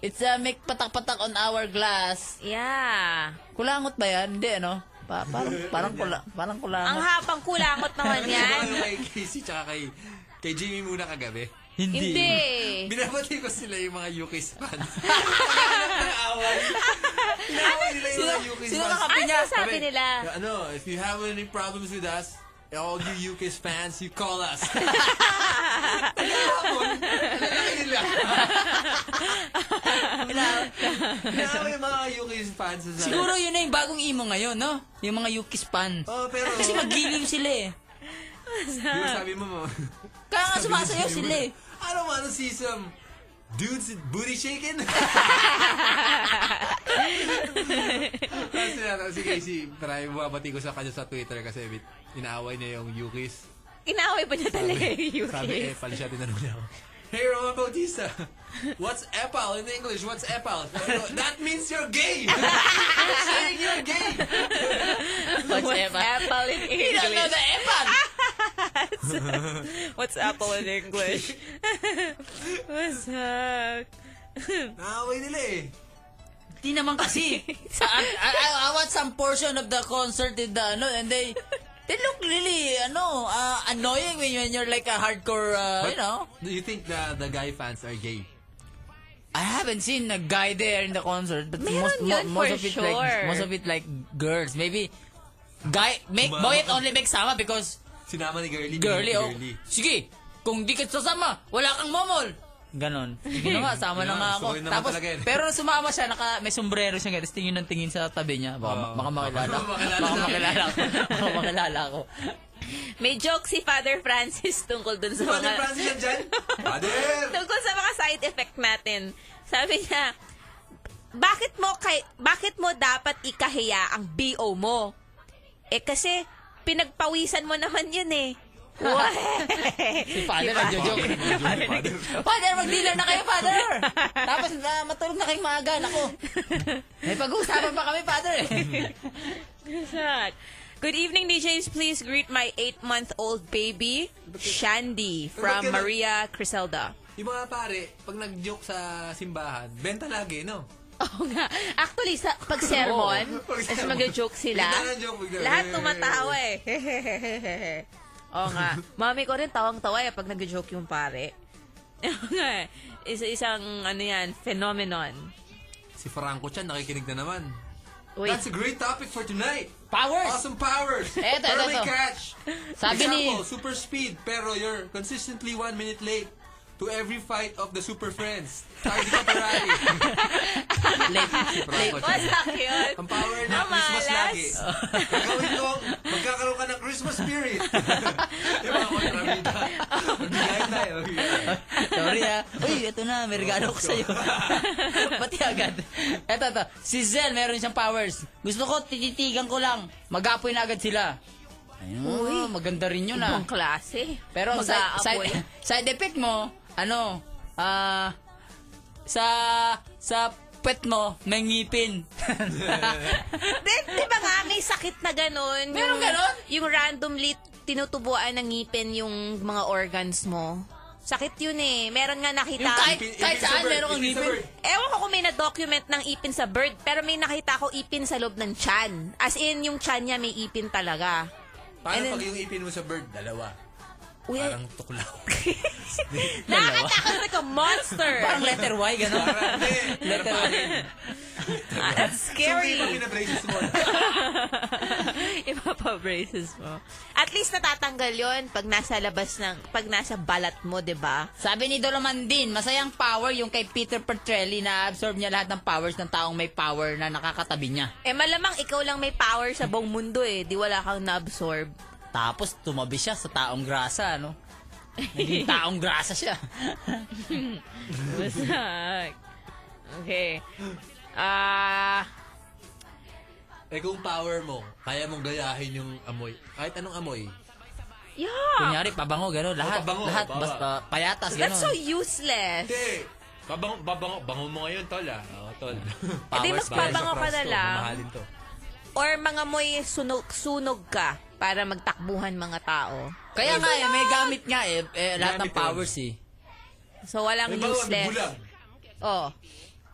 [SPEAKER 1] It's a make patak-patak on our glass.
[SPEAKER 3] Yeah.
[SPEAKER 1] Kulangot ba yan? Hindi, ano? Pa- parang, parang, kula, parang
[SPEAKER 3] Ang
[SPEAKER 1] kulangot.
[SPEAKER 3] hapang kulangot naman yan.
[SPEAKER 7] Ano kay Casey tsaka kay, kay Jimmy muna kagabi?
[SPEAKER 3] Hindi.
[SPEAKER 1] Eh.
[SPEAKER 7] Binabati ko sila yung mga UK
[SPEAKER 1] *laughs*
[SPEAKER 7] fans. Pagkakalap ng away. Inaaway nila yung mga UK
[SPEAKER 1] sino
[SPEAKER 7] fans.
[SPEAKER 1] kakapi niya?
[SPEAKER 3] Ano sabi
[SPEAKER 7] Sabi,
[SPEAKER 3] nila?
[SPEAKER 7] Ano, if you have any problems with us, all you UK fans, you call
[SPEAKER 1] *laughs*
[SPEAKER 7] us. Inaaway nila.
[SPEAKER 1] *laughs*
[SPEAKER 7] Inaaway yung mga UK fans. sa-
[SPEAKER 1] Siguro yun na yung bagong emo ngayon, no? Yung mga Yuki's fan.
[SPEAKER 7] Oh, pero...
[SPEAKER 1] Kasi magiliw sila eh.
[SPEAKER 7] Yung sabi mo, mo.
[SPEAKER 1] Kaya nga sumasayaw sila eh.
[SPEAKER 7] I don't wanna see some dudes booty shaking.
[SPEAKER 1] *laughs*
[SPEAKER 7] Tapos tinatawag si Casey, try bumabati ko sa kanya sa Twitter kasi bit, inaaway niya yung Yukis.
[SPEAKER 3] Inaway pa niya talaga yung UK.
[SPEAKER 7] Sabi, eh, pala siya tinanong niya ako. Hey, Roma Bautista, what's epal in English? What's epal? Sabi ko, That means you're gay! *laughs* You're saying you're gay!
[SPEAKER 1] What's
[SPEAKER 3] What's apple in
[SPEAKER 1] You don't know
[SPEAKER 3] English?
[SPEAKER 1] the Evan!
[SPEAKER 3] What's apple in *laughs* English? Wasak.
[SPEAKER 7] Naaway nila eh.
[SPEAKER 1] Di naman *laughs* kasi. I, I, I watched some portion of the concert in the, ano, and they, they look really, ano, uh, annoying when, you- when you're like a hardcore, uh, you know.
[SPEAKER 7] Do you think the, the guy fans are gay?
[SPEAKER 1] I haven't seen a guy there in the concert, but
[SPEAKER 3] Meron
[SPEAKER 1] most mo-
[SPEAKER 3] yun
[SPEAKER 1] most
[SPEAKER 3] for
[SPEAKER 1] of it
[SPEAKER 3] sure.
[SPEAKER 1] like most of it like girls. Maybe guy make
[SPEAKER 7] Umama
[SPEAKER 1] boy it
[SPEAKER 7] ka.
[SPEAKER 1] only make sama because
[SPEAKER 7] Sinama ni Girly.
[SPEAKER 1] girly oh.
[SPEAKER 7] Girly.
[SPEAKER 1] Sige, kung di ka sasama, wala kang momol. Ganon. Sige na nga, sama na
[SPEAKER 7] Yun,
[SPEAKER 1] nga ako.
[SPEAKER 7] sumayon naman
[SPEAKER 1] Tapos,
[SPEAKER 7] talaga yun.
[SPEAKER 1] pero sumama siya, naka, may sombrero siya ngayon. Tapos tingin ng tingin sa tabi niya. Baka,
[SPEAKER 7] Oo.
[SPEAKER 1] baka makilala.
[SPEAKER 7] Baka makilala.
[SPEAKER 1] baka makilala ako. baka makilala ako.
[SPEAKER 3] May joke si Father Francis *laughs* tungkol dun sa
[SPEAKER 7] Father
[SPEAKER 3] mga...
[SPEAKER 7] Francis yan dyan? Father!
[SPEAKER 3] tungkol sa mga side effect natin. Sabi niya, bakit mo kay bakit mo dapat ikahiya ang BO mo? Eh kasi pinagpawisan mo naman 'yun
[SPEAKER 7] *laughs*
[SPEAKER 3] eh.
[SPEAKER 1] Si father, nagjo-joke.
[SPEAKER 7] Father!
[SPEAKER 1] Father, mag-dinner na kayo, father! Tapos ah, matulog na kayo maaga, nako. May pag-uusapan pa kami, father.
[SPEAKER 3] Sad. Good evening, DJs. Please greet my 8-month-old baby, Shandy,
[SPEAKER 7] Ba't
[SPEAKER 3] from
[SPEAKER 7] ganun?
[SPEAKER 3] Maria Criselda.
[SPEAKER 7] Yung mga pare, pag nag-joke sa simbahan, benta lagi, no?
[SPEAKER 3] Oo nga. Actually, sa pag-sermon,
[SPEAKER 7] *laughs* Oo,
[SPEAKER 3] as
[SPEAKER 7] pag-sermon.
[SPEAKER 3] mag-joke sila,
[SPEAKER 7] Bigla ng joke, bigla.
[SPEAKER 3] lahat tumatawa eh. *laughs* Oo nga. Mami ko rin tawang-tawa eh pag nag-joke yung pare. *laughs* Oo nga eh. Isa-isang, ano yan, phenomenon.
[SPEAKER 7] Si Franco Chan, nakikinig na naman.
[SPEAKER 3] Wait.
[SPEAKER 7] That's a great topic for tonight.
[SPEAKER 1] Powers!
[SPEAKER 7] Awesome powers.
[SPEAKER 1] Eto, eto,
[SPEAKER 7] Early
[SPEAKER 1] eto.
[SPEAKER 7] catch.
[SPEAKER 1] Sabi ni-
[SPEAKER 7] Example, super speed, pero you're consistently one minute late to every fight of the super friends. Tardy ka parati.
[SPEAKER 1] *laughs* Late.
[SPEAKER 7] Si Franco Chan.
[SPEAKER 3] Wasak yun.
[SPEAKER 7] Ang power ng
[SPEAKER 3] Ang
[SPEAKER 7] Christmas
[SPEAKER 3] malas.
[SPEAKER 7] lagi. Gagawin mo, magkakaroon ka ng Christmas
[SPEAKER 1] *laughs*
[SPEAKER 7] spirit. Di ba, kontrabida? Magbigayin
[SPEAKER 1] *laughs*
[SPEAKER 7] tayo.
[SPEAKER 1] Sorry ah. Uy, ito na, may regalo ko
[SPEAKER 3] *laughs*
[SPEAKER 1] sa'yo. Pati agad. Eto, eto. Si Zel, meron siyang powers. Gusto ko, tititigan ko lang. Mag-apoy na agad sila. Ayun, maganda rin yun ah.
[SPEAKER 3] Ibang klase.
[SPEAKER 1] Pero ang side,
[SPEAKER 3] Mag-aapoy.
[SPEAKER 1] side, *laughs* side effect mo, ano, ah, sa, sa pet mo, may
[SPEAKER 3] *laughs*
[SPEAKER 1] ngipin.
[SPEAKER 3] Di, di ba nga, may sakit na ganun.
[SPEAKER 1] Meron
[SPEAKER 3] Yung-
[SPEAKER 1] ganun?
[SPEAKER 3] Yung randomly tinutubuan ng ngipin yung mga organs mo. Sakit yun eh. Meron nga nakita.
[SPEAKER 1] Yung kahit, kahit saan meron kang ngipin.
[SPEAKER 3] Ewan ko kung may na-document ng ipin sa bird, pero may nakita ko ipin sa loob ng tiyan. As in, yung tiyan niya may ipin talaga.
[SPEAKER 7] Paano
[SPEAKER 3] And then-
[SPEAKER 7] pag yung ipin mo sa bird? Dalawa.
[SPEAKER 3] Uy,
[SPEAKER 7] Parang
[SPEAKER 1] *laughs*
[SPEAKER 7] tuklaw.
[SPEAKER 3] *laughs* nakakatakot like a *laughs* monster.
[SPEAKER 1] Parang letter Y, gano'n.
[SPEAKER 7] Parang, eh,
[SPEAKER 1] letter Y.
[SPEAKER 3] Ah, That's
[SPEAKER 7] Sorry. Sundin pa
[SPEAKER 3] scary.
[SPEAKER 7] pinabraces mo.
[SPEAKER 3] *laughs* Iba pa braces mo. At least natatanggal yon pag nasa labas ng, pag nasa balat mo, di ba?
[SPEAKER 1] Sabi ni Dolomandin, masayang power yung kay Peter Petrelli na absorb niya lahat ng powers ng taong may power na nakakatabi niya.
[SPEAKER 3] Eh malamang ikaw lang may power sa buong mundo eh. Di wala kang na-absorb. *laughs*
[SPEAKER 1] Tapos tumabi siya sa taong grasa, no?
[SPEAKER 3] *laughs*
[SPEAKER 1] Naging taong grasa siya.
[SPEAKER 3] Wasak. Okay. Ah,
[SPEAKER 7] Eh kung power mo, kaya mong gayahin yung amoy. Kahit anong amoy.
[SPEAKER 3] yeah.
[SPEAKER 1] Kunyari, pabango, gano'n. Lahat,
[SPEAKER 7] Oh, pabango,
[SPEAKER 1] lahat,
[SPEAKER 7] pabango.
[SPEAKER 1] basta payatas, gano'n.
[SPEAKER 3] That's so useless.
[SPEAKER 7] Hindi. Babango, babango, bango mo ngayon, tol ah. Oo, tol.
[SPEAKER 3] Eh, di, magpabango ka na lang.
[SPEAKER 7] Mamahalin to.
[SPEAKER 3] Or mga moy sunog-sunog ka para magtakbuhan mga tao.
[SPEAKER 1] Kaya nga eh, may gamit nga eh, eh lahat ng
[SPEAKER 7] Gamit yun.
[SPEAKER 1] powers eh.
[SPEAKER 3] So walang
[SPEAKER 7] May bawang
[SPEAKER 3] useless.
[SPEAKER 7] bulag.
[SPEAKER 3] Oh.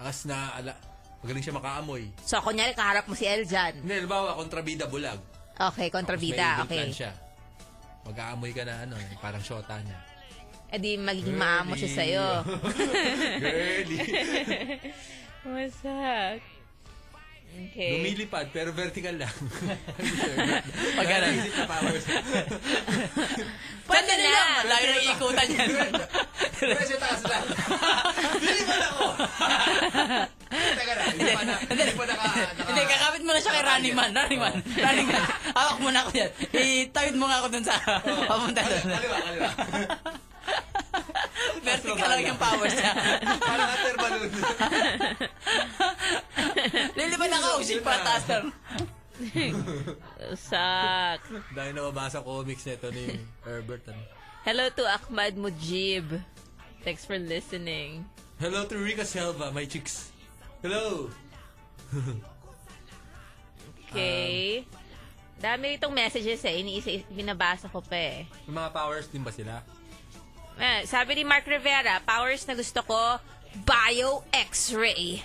[SPEAKER 7] As na, ala, magaling siya makaamoy.
[SPEAKER 3] So kunyari kaharap mo si Eljan.
[SPEAKER 7] Hindi, halimbawa, kontrabida bulag.
[SPEAKER 3] Okay, kontrabida.
[SPEAKER 7] May evil plan
[SPEAKER 3] Okay.
[SPEAKER 7] siya. Mag-aamoy ka na ano, eh, parang shota niya.
[SPEAKER 3] Eh di magiging maamo siya
[SPEAKER 7] *laughs*
[SPEAKER 3] sa'yo.
[SPEAKER 7] Girly. *laughs*
[SPEAKER 3] What's up? Okay.
[SPEAKER 7] Lumilipad, pero vertical *laughs* lang.
[SPEAKER 1] Pag ganun.
[SPEAKER 7] Isip na powers.
[SPEAKER 3] Pwede na.
[SPEAKER 1] Layo na iikutan
[SPEAKER 3] *laughs*
[SPEAKER 1] yan.
[SPEAKER 7] Presyo taas lang. Lilipad ako. Teka lang, hindi pa na, hindi pa naka, naka-
[SPEAKER 1] Hindi, kakapit mo na siya kay Running Man. Running Man.
[SPEAKER 7] Oh.
[SPEAKER 1] Running Man. Hawak mo na ako yan. Itawid mo nga ako dun sa
[SPEAKER 7] Oh.
[SPEAKER 1] papunta dun.
[SPEAKER 7] Kaliwa, kaliwa.
[SPEAKER 1] Vertical lang yung powers niya.
[SPEAKER 7] *laughs* Parang after balloon.
[SPEAKER 1] Lilipad ako. Oh, shit, para taas lang.
[SPEAKER 3] Sak.
[SPEAKER 7] Dahil nababasa comics nito ni Herbert. Ano?
[SPEAKER 3] Hello to Ahmad Mujib. Thanks for listening.
[SPEAKER 7] Hello to Rica Selva, my chicks. Hello!
[SPEAKER 3] Okay.
[SPEAKER 7] Um,
[SPEAKER 3] Dami itong messages eh. Iniisa, binabasa ko pa eh.
[SPEAKER 7] May mga powers din ba sila?
[SPEAKER 3] Eh, sabi ni Mark Rivera, powers na gusto ko, bio X-ray.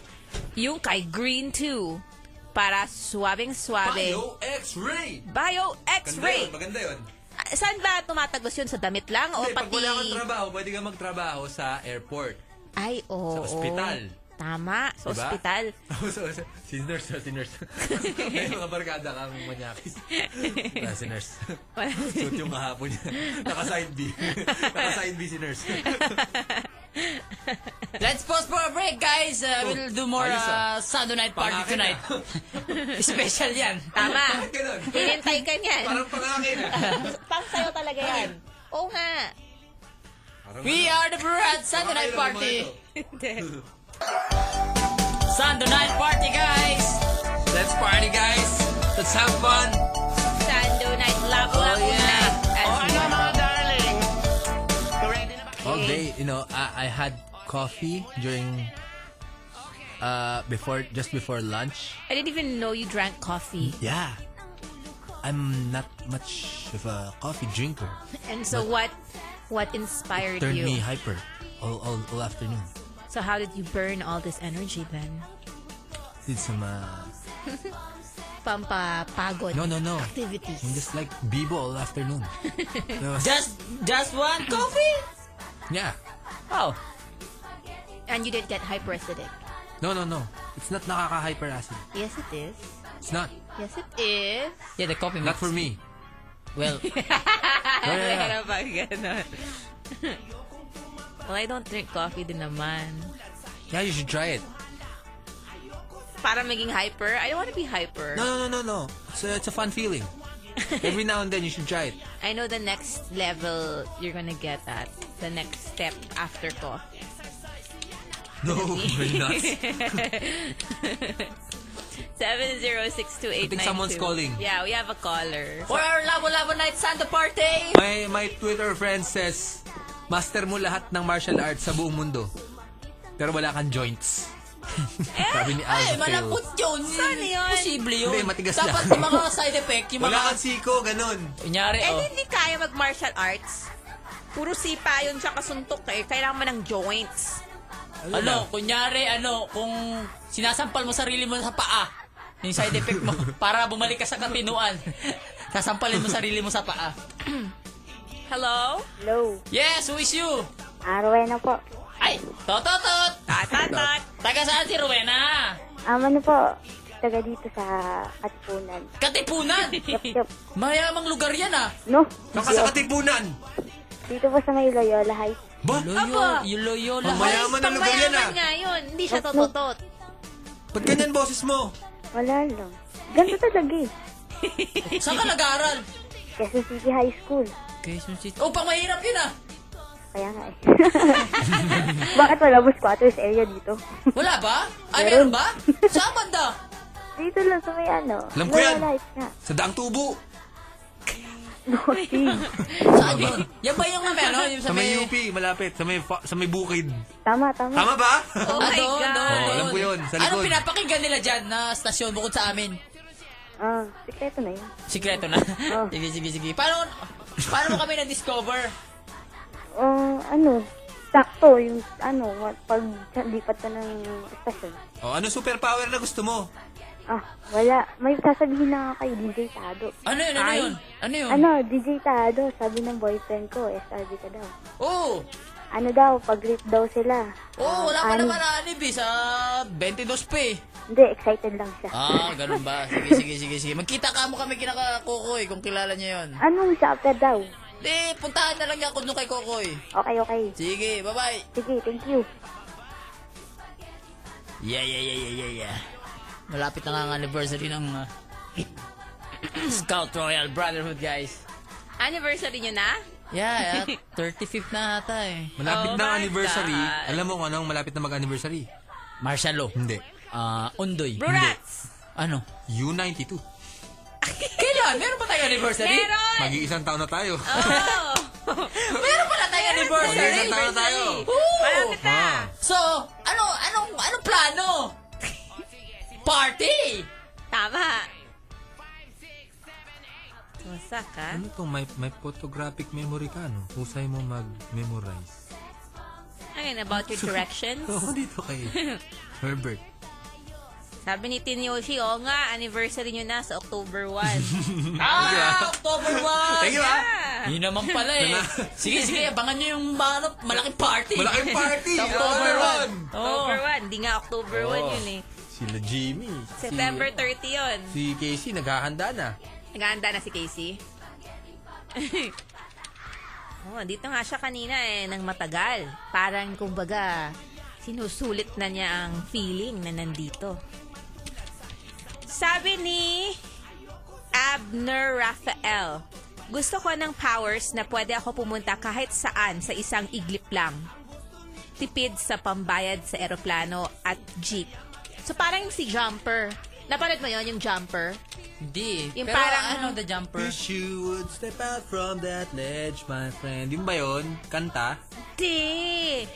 [SPEAKER 3] Yung kay Green 2. Para suwabing suwabe.
[SPEAKER 7] Bio X-Ray!
[SPEAKER 3] Bio
[SPEAKER 7] Maganda
[SPEAKER 3] X-ray.
[SPEAKER 7] yun, maganda yun.
[SPEAKER 3] Ah, Saan ba tumatagos yun? Sa damit lang? O
[SPEAKER 7] Hindi, pag
[SPEAKER 3] pati...
[SPEAKER 7] wala kang trabaho, pwede kang magtrabaho sa airport.
[SPEAKER 3] Ay, oo.
[SPEAKER 7] Sa ospital.
[SPEAKER 3] Tama, sa
[SPEAKER 7] Diba? *laughs*
[SPEAKER 3] ospital.
[SPEAKER 7] Tapos, Oh, so, so, si nurse, so, si
[SPEAKER 1] *laughs*
[SPEAKER 7] nurse. May mga barkada kang manyakis. Wala si nurse. Shoot yung kahapon niya. Naka-side B. Naka-side B si nurse.
[SPEAKER 1] Let's pause for a break, guys. Uh, we'll do more
[SPEAKER 7] Oh, ayos, ah.
[SPEAKER 1] uh, Sunday night party
[SPEAKER 7] Pangakit ah.
[SPEAKER 1] tonight. *laughs* Special yan.
[SPEAKER 7] *laughs*
[SPEAKER 3] Tama.
[SPEAKER 7] Parang ganun.
[SPEAKER 3] Hinintay ka niyan.
[SPEAKER 7] Parang pangakin.
[SPEAKER 3] Pang sa'yo talaga yan. Oo nga.
[SPEAKER 1] We are the Brad Sunday night party. Sunday night party, guys.
[SPEAKER 7] Let's party, guys. Let's have fun.
[SPEAKER 3] Sando night, labo oh, night. As
[SPEAKER 7] ano, mga darling? All day, you know, I, I had coffee during uh before just before lunch.
[SPEAKER 3] I didn't even know you drank coffee.
[SPEAKER 7] Yeah. I'm not much of a coffee drinker.
[SPEAKER 3] And so what what inspired
[SPEAKER 7] Turned
[SPEAKER 3] you?
[SPEAKER 7] me hyper all, all, all afternoon.
[SPEAKER 3] So how did you burn all this energy then?
[SPEAKER 7] Did some uh,
[SPEAKER 3] Pampapagod.
[SPEAKER 7] no no no.
[SPEAKER 3] Activities.
[SPEAKER 7] I'm just like Bibo all
[SPEAKER 1] *laughs*
[SPEAKER 7] afternoon. That was-
[SPEAKER 1] Just, just one coffee.
[SPEAKER 7] yeah.
[SPEAKER 1] Oh,
[SPEAKER 3] And you didn't get hyperacidic.
[SPEAKER 7] No no no. It's not nakaka hyper acid.
[SPEAKER 3] Yes, it is.
[SPEAKER 7] It's not.
[SPEAKER 3] Yes, it *laughs* is.
[SPEAKER 1] yeah, the coffee.
[SPEAKER 7] Not
[SPEAKER 1] Makes,
[SPEAKER 7] for me.
[SPEAKER 1] well,
[SPEAKER 7] *laughs* No, no,
[SPEAKER 1] *laughs*
[SPEAKER 7] no.
[SPEAKER 3] ba ganun? *laughs* well, I don't drink coffee din naman.
[SPEAKER 7] Yeah, you should try it.
[SPEAKER 3] Para maging hyper? I don't want to be hyper.
[SPEAKER 7] No no no no no. It's a, it's a fun
[SPEAKER 1] *laughs*
[SPEAKER 7] feeling. Every now and then you should try it.
[SPEAKER 3] I know the next level you're gonna get at. The next step after
[SPEAKER 7] *laughs*
[SPEAKER 3] coffee. *laughs*
[SPEAKER 1] *laughs*
[SPEAKER 7] No, *laughs* you're nuts.
[SPEAKER 3] 7062892.
[SPEAKER 7] I think someone's calling.
[SPEAKER 3] Yeah, we have a caller.
[SPEAKER 1] for our Labo Labo Night Sunday party.
[SPEAKER 7] My, my Twitter friend says, master mo lahat ng martial arts sa buong mundo. Pero wala kang joints. *laughs* Sabi ni Alva
[SPEAKER 1] Eh, Ay, malapot yun.
[SPEAKER 3] Saan yun?
[SPEAKER 1] Posible yun.
[SPEAKER 7] Hindi, matigas
[SPEAKER 1] Dapat yung
[SPEAKER 7] lang.
[SPEAKER 1] mga side effect, yung
[SPEAKER 7] Wala
[SPEAKER 1] mga...
[SPEAKER 7] kang siko, ganun.
[SPEAKER 1] Kunyari,
[SPEAKER 3] Eh,
[SPEAKER 1] oh.
[SPEAKER 3] hindi kaya mag martial arts. Puro sipa yun siya kasuntok eh. Kailangan mo ng joints.
[SPEAKER 1] Ano, kunyari, ano, kung sinasampal mo sarili mo sa paa, yung side effect mo, *laughs* para bumalik ka sa katinuan, *laughs* sasampalin mo sarili mo sa paa.
[SPEAKER 3] Hello?
[SPEAKER 2] Hello.
[SPEAKER 1] Yes, who is you?
[SPEAKER 2] Arwen na po.
[SPEAKER 1] Ay, tototot!
[SPEAKER 3] Ah,
[SPEAKER 7] *laughs*
[SPEAKER 3] Tatatat.
[SPEAKER 1] Taga saan si Rowena?
[SPEAKER 2] Aman na ano po. Taga dito sa Katipunan.
[SPEAKER 1] Katipunan!
[SPEAKER 2] Yup, yup.
[SPEAKER 1] Mayamang lugar yan ah.
[SPEAKER 2] No.
[SPEAKER 7] Baka sa katipunan.
[SPEAKER 2] Dito po sa may Loyola Heights.
[SPEAKER 7] Ba?
[SPEAKER 1] Loyo, yung Loyola.
[SPEAKER 7] Mamaya- Mayaman na lugar yan, ah.
[SPEAKER 3] nga yun. Hindi siya tototot.
[SPEAKER 7] Ba't ganyan boses mo?
[SPEAKER 2] Wala lang. Ganito talaga eh.
[SPEAKER 1] Saan ka nag-aaral?
[SPEAKER 2] Quezon City High School.
[SPEAKER 1] Quezon City. Oh, pang mahirap yun ah.
[SPEAKER 2] Kaya nga eh. *laughs* Bakit wala bus quarters area dito?
[SPEAKER 1] Wala ba? Ay, meron ba? Saan banda?
[SPEAKER 2] Dito lang sa may ano.
[SPEAKER 7] Alam ko yan.
[SPEAKER 2] Loyola Heights nga. *laughs*
[SPEAKER 7] Sa daang tubo.
[SPEAKER 1] Saan yun? Yan ba yung ano? Yung sa
[SPEAKER 7] Sa may
[SPEAKER 1] may...
[SPEAKER 7] UP, malapit. Sa may, fa- sa may bukid.
[SPEAKER 2] Tama, tama.
[SPEAKER 7] Tama
[SPEAKER 3] *laughs*
[SPEAKER 7] ba?
[SPEAKER 3] Oh my
[SPEAKER 1] doon,
[SPEAKER 3] God.
[SPEAKER 1] doon,
[SPEAKER 7] Oo,
[SPEAKER 1] doon.
[SPEAKER 7] alam ko yun, sa
[SPEAKER 1] Anong
[SPEAKER 7] likod.
[SPEAKER 1] pinapakinggan nila dyan na stasyon bukod sa amin?
[SPEAKER 2] Ah, sikreto na yun.
[SPEAKER 1] Sikreto na.
[SPEAKER 3] Oh.
[SPEAKER 1] sige, sige, sige. Paano, paano mo kami na-discover?
[SPEAKER 2] Ah, ano, sakto yung ano, pag lipat ka ng station.
[SPEAKER 7] O, ano superpower na gusto mo?
[SPEAKER 2] Ah, wala. May sasabihin na nga kay DJ Tado.
[SPEAKER 1] Ano yun, ano yun? Ano yun?
[SPEAKER 2] Ano, DJ Tado, sabi ng boyfriend ko, SRB ka daw.
[SPEAKER 1] Oo.
[SPEAKER 2] Ano daw, pag-rip daw sila.
[SPEAKER 1] Oo, oh, wala pa
[SPEAKER 2] Ano?
[SPEAKER 1] naman anib eh, sa 22 pa eh.
[SPEAKER 2] Hindi, excited lang siya.
[SPEAKER 1] Ah, ganun ba? Sige, sige, sige, sige. Magkita ka mo kami kinaka Kokoy kung kilala niya yun.
[SPEAKER 2] Anong chapter daw?
[SPEAKER 1] Di, puntahan na lang niya ako doon kay Kokoy.
[SPEAKER 2] Okay, okay.
[SPEAKER 1] Sige, bye-bye.
[SPEAKER 2] Sige, thank you.
[SPEAKER 1] Yeah, yeah, yeah, yeah, yeah, yeah. Malapit na nga ang anniversary ng ah, *clears throat* Scout Royal Brotherhood, guys.
[SPEAKER 3] Anniversary nyo na?
[SPEAKER 1] Yeah, yeah. 35th na ata eh.
[SPEAKER 7] Malapit
[SPEAKER 3] Oh
[SPEAKER 7] na ang
[SPEAKER 3] my
[SPEAKER 7] anniversary.
[SPEAKER 3] God.
[SPEAKER 7] Alam mo kung anong malapit na mag-anniversary?
[SPEAKER 1] Marshalo.
[SPEAKER 7] Hindi.
[SPEAKER 1] Ah, Undoy.
[SPEAKER 3] Brurats!
[SPEAKER 1] Ano?
[SPEAKER 7] U92.
[SPEAKER 1] *laughs* Kailan? Meron pa tayong anniversary?
[SPEAKER 3] Meron!
[SPEAKER 7] Mag-iisang taon na
[SPEAKER 3] *laughs*
[SPEAKER 7] tayo. *laughs*
[SPEAKER 3] Oh!
[SPEAKER 1] Meron pala tayong anniversary?
[SPEAKER 7] Mag-iisang taon na tayo.
[SPEAKER 3] Malapit na!
[SPEAKER 7] Ah.
[SPEAKER 1] So, ano, anong, anong plano? Party!
[SPEAKER 3] Tama. Wasak ah. ka?
[SPEAKER 7] Ano to? May, may photographic memory ka, no? Husay mo
[SPEAKER 3] *laughs*
[SPEAKER 7] mag-memorize.
[SPEAKER 3] Ayun, about your
[SPEAKER 7] *laughs*
[SPEAKER 3] directions.
[SPEAKER 7] So, ako dito
[SPEAKER 3] *laughs*
[SPEAKER 7] kay Herbert.
[SPEAKER 3] Sabi ni Tin Yoshi, oo
[SPEAKER 7] *laughs*
[SPEAKER 3] nga, anniversary nyo na sa October 1.
[SPEAKER 1] Ah, October 1!
[SPEAKER 7] Thank you, ah!
[SPEAKER 3] yeah.
[SPEAKER 1] Yun naman pala eh. sige, sige, abangan nyo yung ano, malaking party.
[SPEAKER 6] Malaking party!
[SPEAKER 1] October
[SPEAKER 6] Ano
[SPEAKER 1] 1.
[SPEAKER 3] October 1. Hindi nga October
[SPEAKER 7] Oh.
[SPEAKER 3] 1 yun eh.
[SPEAKER 7] Sila Jimmy.
[SPEAKER 3] September 30 yun.
[SPEAKER 7] Si Casey, naghahanda na.
[SPEAKER 3] Naghahanda na si Casey. *laughs* oh, dito nga siya kanina eh, ng matagal. Parang kumbaga, sinusulit na niya ang feeling na nandito. Sabi ni Abner Rafael, gusto ko ng powers na pwede ako pumunta kahit saan sa isang iglip lang. Tipid sa pambayad sa eroplano at jeep. So parang si Jumper. Napanood mo yon yung Jumper?
[SPEAKER 1] Hindi.
[SPEAKER 3] Yung
[SPEAKER 1] Pero
[SPEAKER 3] parang-
[SPEAKER 1] ano, the jumper.
[SPEAKER 6] Wish you would step out from that ledge, my friend. Yun ba yun? Kanta?
[SPEAKER 3] Hindi.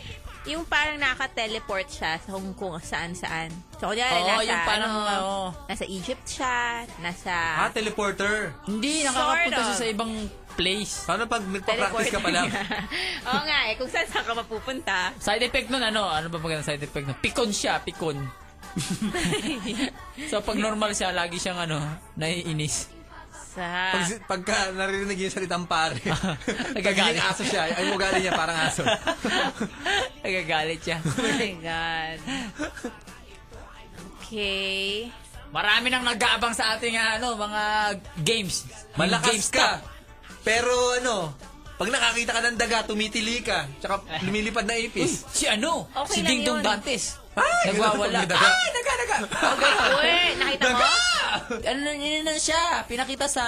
[SPEAKER 3] Yung parang nakaka-teleport siya sa kung, kung saan-saan. So,
[SPEAKER 1] Oo,
[SPEAKER 3] kunyari, nasa,
[SPEAKER 1] yung parang,
[SPEAKER 3] ano,
[SPEAKER 1] oo.
[SPEAKER 3] nasa Egypt siya, nasa...
[SPEAKER 6] Ah, teleporter.
[SPEAKER 1] Hindi,
[SPEAKER 3] Sort
[SPEAKER 1] nakakapunta siya
[SPEAKER 3] of.
[SPEAKER 1] sa ibang place.
[SPEAKER 6] Paano pag nagpa-practice ka pa lang?
[SPEAKER 3] *laughs* Oo nga eh, kung saan saan ka mapupunta.
[SPEAKER 1] Side effect nun, ano? Ano ba magandang side effect nun? Pikon siya,
[SPEAKER 6] *laughs*
[SPEAKER 1] pikon. so, pag normal siya, lagi siyang ano,
[SPEAKER 6] *laughs*
[SPEAKER 1] naiinis.
[SPEAKER 3] Sa...
[SPEAKER 6] Pag, pagka naririnig yung salitang pare, pag yung
[SPEAKER 1] Nagagalit.
[SPEAKER 6] aso siya, ay ugali niya parang aso.
[SPEAKER 1] *laughs* Nagagalit siya. *laughs*
[SPEAKER 3] Oh my God.
[SPEAKER 1] *laughs*
[SPEAKER 3] Okay.
[SPEAKER 1] Marami nang nag-aabang sa ating ano, mga games.
[SPEAKER 6] Malakas
[SPEAKER 1] GameStop.
[SPEAKER 6] ka. Pero ano, pag nakakita ka ng daga, tumitili ka. Tsaka lumilipad na ipis.
[SPEAKER 1] Si ano?
[SPEAKER 3] Okay
[SPEAKER 1] si
[SPEAKER 3] lang
[SPEAKER 1] Ding Dong
[SPEAKER 3] yun.
[SPEAKER 1] Dantes.
[SPEAKER 6] Ay,
[SPEAKER 1] Nagwawala. Ah!
[SPEAKER 6] ganun pag may daga.
[SPEAKER 1] Ay, naga,
[SPEAKER 6] *laughs*
[SPEAKER 1] naga.
[SPEAKER 3] Uy, nakita mo?
[SPEAKER 1] ano na yun na siya? Pinakita sa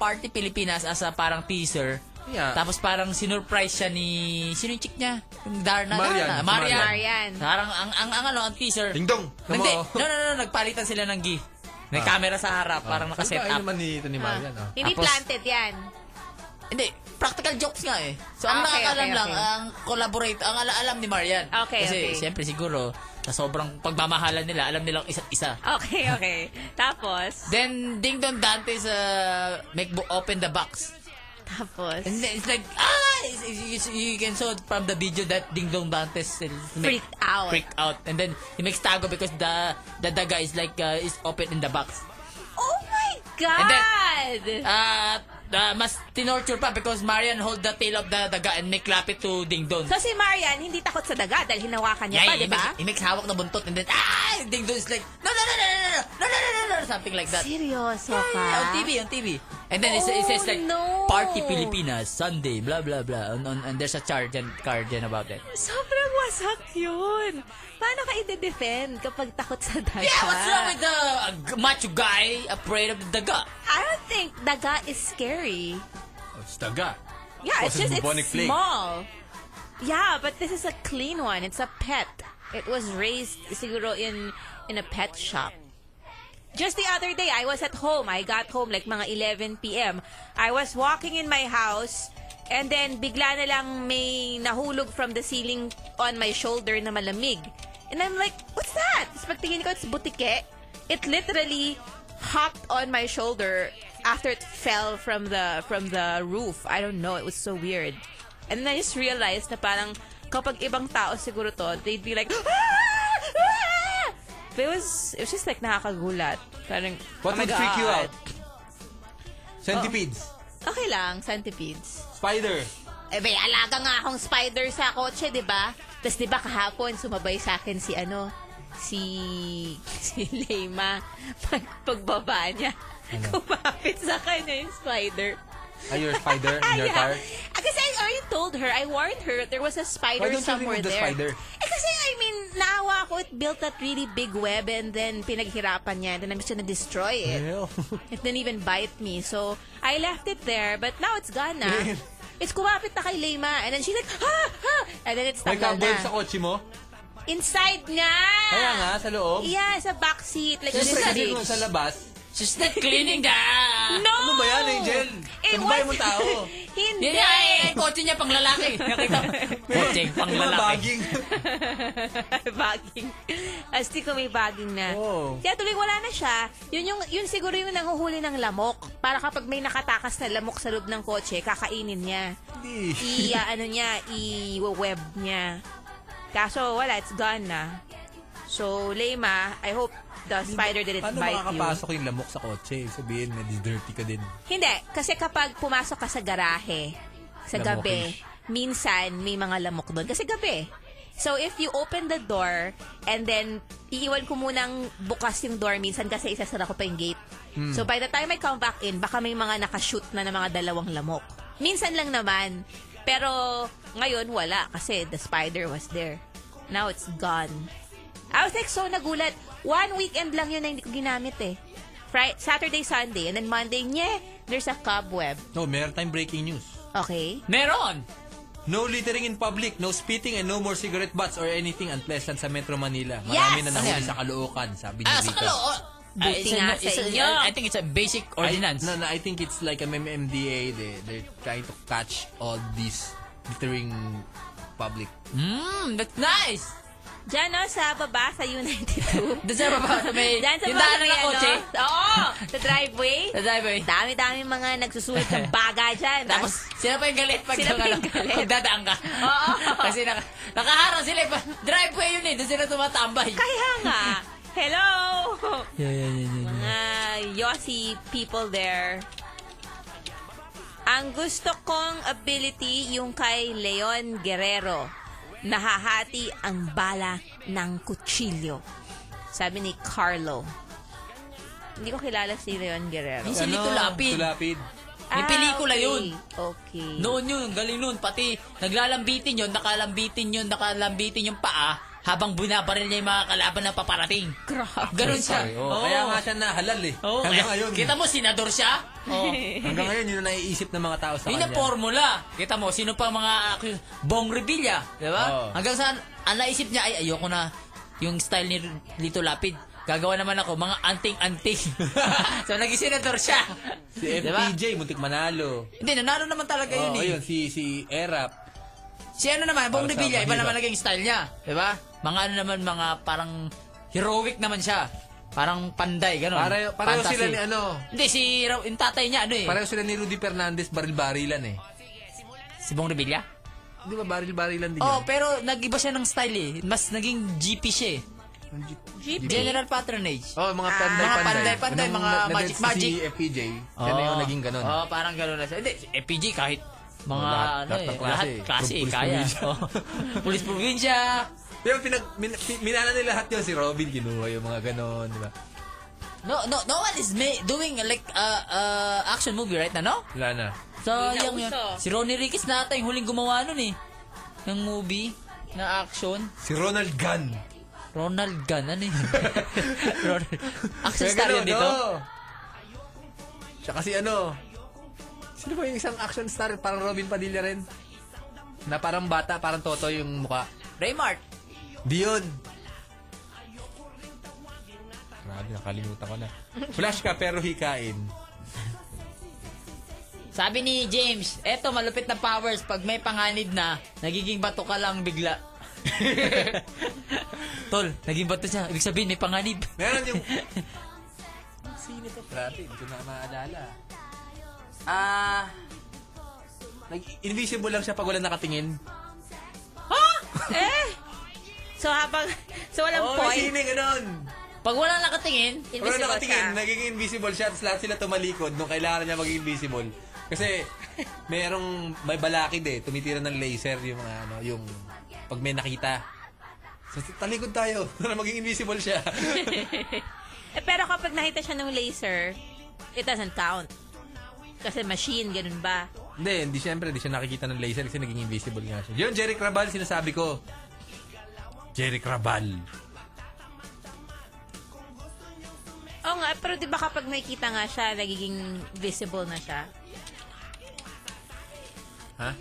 [SPEAKER 1] Party Pilipinas as a parang teaser.
[SPEAKER 6] Yeah.
[SPEAKER 1] Tapos parang sinurprise siya ni... Sino yung chick niya? Yung Darna.
[SPEAKER 6] Marian.
[SPEAKER 1] Darna. Marian.
[SPEAKER 3] Marian.
[SPEAKER 1] Parang ang, ang, ang ano, ang teaser.
[SPEAKER 6] Dingdong.
[SPEAKER 1] Hindi. No, no, no, Nagpalitan sila ng gi. May
[SPEAKER 6] Ah.
[SPEAKER 1] camera sa harap. Parang nakaset up.
[SPEAKER 6] naman ni, ito ni Marian. ah.
[SPEAKER 3] Hindi
[SPEAKER 1] Tapos-
[SPEAKER 3] planted yan.
[SPEAKER 1] Hindi, practical jokes nga eh. So,
[SPEAKER 3] Ah,
[SPEAKER 1] ang
[SPEAKER 3] okay,
[SPEAKER 1] nakakalam
[SPEAKER 3] okay,
[SPEAKER 1] lang,
[SPEAKER 3] okay.
[SPEAKER 1] ang collaborate, ang alam ni Marian.
[SPEAKER 3] Okay,
[SPEAKER 1] Kasi,
[SPEAKER 3] okay.
[SPEAKER 1] siyempre, siguro, sa sobrang pagmamahalan nila, alam nilang isa't isa.
[SPEAKER 3] Okay, okay. Tapos?
[SPEAKER 1] Then, Ding Dong Dante sa make bo- open the box.
[SPEAKER 3] Tapos?
[SPEAKER 1] And then, it's like, ah! It's- it's- it's- you can saw from the video that Ding Dong Dante is make-
[SPEAKER 3] Freaked out.
[SPEAKER 1] Freaked out. And then, he makes tago because the the daga is like, uh, is open in the box.
[SPEAKER 3] Oh my
[SPEAKER 1] And
[SPEAKER 3] God!
[SPEAKER 1] At, uh, mas tinorture pa because Marian hold the tail of the daga and may clap it to Ding Dong.
[SPEAKER 3] so si Marian, hindi takot sa daga dahil hinawakan niya pa, di ba?
[SPEAKER 1] He makes hawak na buntot and then, ah! Ding Dong is like, no, no, no, no, no, no, no, no, no, no, no, something like that.
[SPEAKER 3] Seryoso
[SPEAKER 1] Yeah,
[SPEAKER 3] ka?
[SPEAKER 1] yeah, on TV, on TV. And then it says- it says like,
[SPEAKER 3] Oh, no.
[SPEAKER 1] Party Pilipinas, Sunday, blah, blah, blah. And, and, and there's a chart and card dyan about it.
[SPEAKER 3] Sobrang wasak yun. Paano ka ide-defend kapag takot sa daga?
[SPEAKER 1] Yeah, what's wrong with the uh, g- macho guy afraid of the daga?
[SPEAKER 3] I don't think daga is scary.
[SPEAKER 7] Oh, It's daga.
[SPEAKER 3] Yeah, it's
[SPEAKER 7] Causes
[SPEAKER 3] just
[SPEAKER 7] bubonic
[SPEAKER 3] it's
[SPEAKER 7] plague.
[SPEAKER 3] small. Yeah, but this is a clean one. It's a pet. It was raised siguro in in a pet shop. Just the other day, I was at home. I got home like mga 11 p.m. I was walking in my house and then bigla na lang may nahulog from the ceiling on my shoulder na malamig. And I'm like, what's that? Tapos pagtingin ko, it's butike. It literally hopped on my shoulder after it fell from the from the roof. I don't know. It was so weird. And then I just realized na parang kapag ibang tao siguro to, they'd be like, "Ah! Ah!" But it was, it was just like nakakagulat. Parang,
[SPEAKER 6] What
[SPEAKER 3] oh my
[SPEAKER 6] would freak you
[SPEAKER 3] God.
[SPEAKER 6] out? Centipedes.
[SPEAKER 3] Okay lang, centipedes.
[SPEAKER 6] Spider.
[SPEAKER 3] Eh, may alaga nga akong spider sa kotse, di ba? Tapos di ba kahapon, sumabay sa akin si ano, si, *laughs* si Lema. Pag, pagbaba niya,
[SPEAKER 6] Ano?
[SPEAKER 3] kumapit sa kanya yung spider.
[SPEAKER 6] Are you a spider in
[SPEAKER 3] *laughs*
[SPEAKER 6] your car?
[SPEAKER 3] Ah, Kasi I already told her, I warned her, there was a spider
[SPEAKER 6] Why don't you
[SPEAKER 3] somewhere
[SPEAKER 6] remove the
[SPEAKER 3] there.
[SPEAKER 6] spider?
[SPEAKER 3] Eh, kasi, I mean, naawa ako, it built that really big web and then pinaghirapan niya and then I'm just gonna destroy it.
[SPEAKER 6] *laughs*
[SPEAKER 3] It didn't even bite me. So, I left it there, but now it's gone na. It's kumapit na kay Lema. And then she's like, ha, ha! And then it's
[SPEAKER 6] May
[SPEAKER 3] tagal
[SPEAKER 6] cowbird sa
[SPEAKER 3] na.
[SPEAKER 6] kotse mo?
[SPEAKER 3] Inside nga!
[SPEAKER 6] Kaya nga, sa loob.
[SPEAKER 3] Yeah, sa backseat. Like,
[SPEAKER 6] Siyempre,
[SPEAKER 3] this
[SPEAKER 6] kasi
[SPEAKER 3] big.
[SPEAKER 6] kung sa labas,
[SPEAKER 1] She's not cleaning the...
[SPEAKER 3] *laughs* No!
[SPEAKER 6] ano ba yan, Angel?
[SPEAKER 3] It
[SPEAKER 6] Ano ba yung
[SPEAKER 3] was-
[SPEAKER 6] tao?
[SPEAKER 3] *laughs* Hindi!
[SPEAKER 1] Yan yan, eh,
[SPEAKER 3] *laughs*
[SPEAKER 1] eh, kotse niya pang lalaki. Nakita mo? Kotse pang
[SPEAKER 6] Mga
[SPEAKER 1] lalaki.
[SPEAKER 7] *laughs*
[SPEAKER 6] baging.
[SPEAKER 3] bagging. Asti Ah, ko may bagging na.
[SPEAKER 6] Oo.
[SPEAKER 3] Kaya tuloy wala na siya. Yun, yung, yun siguro yung nanguhuli ng lamok. Para kapag may nakatakas na lamok sa loob ng kotse, kakainin niya. I, ah, ano niya, i-web niya. Kaso wala, it's gone na. So, Lema, I hope the spider didn't
[SPEAKER 7] Paano
[SPEAKER 3] bite you.
[SPEAKER 7] makakapasok yung lamok sa kotse? Sabihin, nadi-dirty ka din.
[SPEAKER 3] Hindi, kasi kapag pumasok ka sa garahe, sa
[SPEAKER 7] Lamokish.
[SPEAKER 3] gabi, minsan may mga lamok doon. Kasi gabi. So, if you open the door, and then, iiwan ko munang bukas yung door minsan kasi isasara ko pa yung gate. So, by the time I come back in, baka may mga nakashoot na ng mga dalawang lamok. Minsan lang naman. Pero, ngayon, wala. Kasi the spider was there. Now, it's gone. I was like so nagulat. One weekend lang yun na hindi ko ginamit eh. Friday, Saturday, Sunday, and then Monday, nye, there's a cobweb.
[SPEAKER 7] No, meron tayong breaking news.
[SPEAKER 3] Okay?
[SPEAKER 1] Meron!
[SPEAKER 7] No littering in public, no spitting, and no more cigarette butts or anything unpleasant sa Metro Manila.
[SPEAKER 3] Yes!
[SPEAKER 7] Marami na nahuli
[SPEAKER 1] Ano yan?
[SPEAKER 7] sa Caloocan, sabi ni
[SPEAKER 1] Ah, sa
[SPEAKER 7] Rico.
[SPEAKER 1] kaloo! Ah,
[SPEAKER 3] Buti
[SPEAKER 1] it's a-
[SPEAKER 3] nga
[SPEAKER 1] it's
[SPEAKER 3] sa
[SPEAKER 1] a-
[SPEAKER 3] inyo.
[SPEAKER 1] I think it's a basic
[SPEAKER 7] I-
[SPEAKER 1] ordinance.
[SPEAKER 7] no, no, I think it's like a MMDA. They, they're trying to catch all these littering public.
[SPEAKER 1] Mm, that's nice!
[SPEAKER 3] Diyan no, sa baba, sa U92.
[SPEAKER 1] Doon sa baba, *laughs*
[SPEAKER 3] *laughs*
[SPEAKER 1] sa may-
[SPEAKER 3] Diyan sa
[SPEAKER 1] yung
[SPEAKER 3] baba,
[SPEAKER 1] daanan
[SPEAKER 3] may
[SPEAKER 1] ng kotse.
[SPEAKER 3] ano, Oo! Sa driveway.
[SPEAKER 1] Sa driveway.
[SPEAKER 3] Dami-dami mga nagsusulit
[SPEAKER 1] *laughs*
[SPEAKER 3] ng baga dyan.
[SPEAKER 1] Tapos, sila pa yung galit pag ano,
[SPEAKER 3] Sila pa yung galit.
[SPEAKER 1] Pag dadaan ka.
[SPEAKER 3] Oo.
[SPEAKER 1] *laughs* Kasi naka, nakaharang sila. eh. Driveway yun eh. Doon sila tumatambay.
[SPEAKER 3] Kaya nga. Hello!
[SPEAKER 1] Yeah, yeah, yeah, yeah.
[SPEAKER 3] Mga Yossi people there. Ang gusto kong ability yung kay Leon Guerrero. Nahahati ang bala ng kutsilyo. Sabi ni Carlo. Hindi ko kilala si Leon Guerrero.
[SPEAKER 1] Yung sili
[SPEAKER 7] Ano?
[SPEAKER 1] tulapid.
[SPEAKER 7] Tulapid.
[SPEAKER 1] May pelikula
[SPEAKER 3] Ah, okay.
[SPEAKER 1] yun.
[SPEAKER 3] Okay.
[SPEAKER 1] Noon yun, galing noon. Pati naglalambitin yun, nakalambitin yun, nakalambitin yung paa habang binabaril niya yung mga kalaban na paparating.
[SPEAKER 3] Grabe.
[SPEAKER 1] Ganun siya.
[SPEAKER 7] Sorry, oh, Kaya nga siya nahalal eh.
[SPEAKER 1] Oo,
[SPEAKER 7] Hanggang
[SPEAKER 1] kaya-
[SPEAKER 7] ngayon.
[SPEAKER 1] Kita mo, senador siya. Oh.
[SPEAKER 7] Hanggang ngayon, yun ang naiisip ng mga tao sa
[SPEAKER 1] Yun ang
[SPEAKER 7] kanya.
[SPEAKER 1] formula. Kita mo, sino pa mga accu- Bong Revilla, di ba?
[SPEAKER 7] Oo.
[SPEAKER 1] Hanggang saan, ang naisip niya, ay ayoko na yung style ni Lito Lapid. Gagawa naman ako, mga anting-anting. *laughs* so, naging senator siya.
[SPEAKER 7] Si
[SPEAKER 1] Di ba?
[SPEAKER 7] FPJ, muntik manalo.
[SPEAKER 1] Hindi, nanalo naman talaga
[SPEAKER 7] Oo,
[SPEAKER 1] Diba? yun eh.
[SPEAKER 7] yun, si, si Erap.
[SPEAKER 1] Si ano naman, Bong
[SPEAKER 7] Para sa
[SPEAKER 1] Revilla, iba
[SPEAKER 7] mahirap.
[SPEAKER 1] naman naging style niya. Di ba? Mga ano naman, mga parang heroic naman siya. Parang panday, gano'n.
[SPEAKER 7] Pareho, pareho
[SPEAKER 1] Fantasy.
[SPEAKER 7] sila ni ano,
[SPEAKER 1] Hindi, si Ra- yung tatay niya, ano eh.
[SPEAKER 7] pareho sila ni Rudy Fernandez, baril-barilan eh.
[SPEAKER 1] Si Bong Revilla?
[SPEAKER 7] Di ba baril-barilan din
[SPEAKER 1] Oh,
[SPEAKER 7] yun?
[SPEAKER 1] pero nag-iba siya ng style eh. Mas naging GP siya eh.
[SPEAKER 3] GP.
[SPEAKER 1] General patronage.
[SPEAKER 7] Oh, mga
[SPEAKER 1] mga
[SPEAKER 7] panday-panday.
[SPEAKER 1] panday-panday,
[SPEAKER 7] Nung
[SPEAKER 1] mga
[SPEAKER 7] na- na-
[SPEAKER 1] magic-
[SPEAKER 7] si
[SPEAKER 1] magic.
[SPEAKER 7] FPJ, siya na yung naging ganun.
[SPEAKER 1] Oo, oh, parang ganun na siya. Hindi, si EPG kahit mga
[SPEAKER 7] Oh, lahat-
[SPEAKER 1] ano
[SPEAKER 7] lahat
[SPEAKER 1] eh,
[SPEAKER 7] ng klase
[SPEAKER 1] lahat
[SPEAKER 7] eh.
[SPEAKER 1] klase, eh,
[SPEAKER 7] Pulis
[SPEAKER 1] kaya.
[SPEAKER 7] probinsya.
[SPEAKER 1] Oh. *laughs* Pulis probinsya.
[SPEAKER 7] Pero pinag, min, pin- minana nila lahat yun. Si Robin kinuha yung mga ganun, di ba?
[SPEAKER 1] No, no, no one is ma- doing like uh, uh, action movie right na, no?
[SPEAKER 7] Wala na.
[SPEAKER 1] So,
[SPEAKER 3] Hindi na
[SPEAKER 1] yung, yun.
[SPEAKER 3] uso.
[SPEAKER 1] si Ronnie Ricketts na ata yung huling gumawa nun eh. Ng movie, na action.
[SPEAKER 7] Si Ronald Gunn.
[SPEAKER 1] Ronald Gunn, *laughs* ano yun? Ronald. Action
[SPEAKER 7] Kaya
[SPEAKER 1] star
[SPEAKER 7] ganun,
[SPEAKER 1] yun dito?
[SPEAKER 7] oo. Tsaka si ano, sino ba yung isang action star? Parang Robin Padilla rin. Na parang bata, parang toto yung mukha.
[SPEAKER 1] Raymart.
[SPEAKER 7] Di yun. Grabe, nakalimutan ko na. Flash ka pero hikain.
[SPEAKER 1] Sabi ni James, eto malupit na powers. Pag may panganib na, nagiging bato ka lang bigla. *laughs* Tol, naging bato siya. Ibig sabihin, may panganib.
[SPEAKER 7] Meron yung... Sino to? Grabe, hindi ko na maalala. Ah... nag- invisible lang siya pag wala nakatingin.
[SPEAKER 3] Eh! So habang, so walang
[SPEAKER 7] Oo, may
[SPEAKER 3] point.
[SPEAKER 7] sining, Oh, ganun.
[SPEAKER 1] Pag wala nakatingin,
[SPEAKER 7] Wala
[SPEAKER 3] Invisible
[SPEAKER 7] nakatingin,
[SPEAKER 3] siya.
[SPEAKER 7] naging invisible siya, tapos lahat sila tumalikod nung kailangan niya maging invisible. Kasi, merong, may balakid eh, tumitira ng laser yung mga ano, yung, pag may nakita. So, talikod tayo, *laughs* para maging invisible siya.
[SPEAKER 3] Eh, pero kapag nakita siya ng laser, it doesn't count. Kasi machine, ganun ba?
[SPEAKER 7] Hindi, hindi siyempre, hindi siya nakikita ng laser kasi naging invisible nga siya. Yun, Jerry Crabal, sinasabi ko. Jerry Crabal.
[SPEAKER 3] Oo nga, pero di ba kapag nakikita nga siya, nagiging visible na siya? *laughs*
[SPEAKER 7] Ha?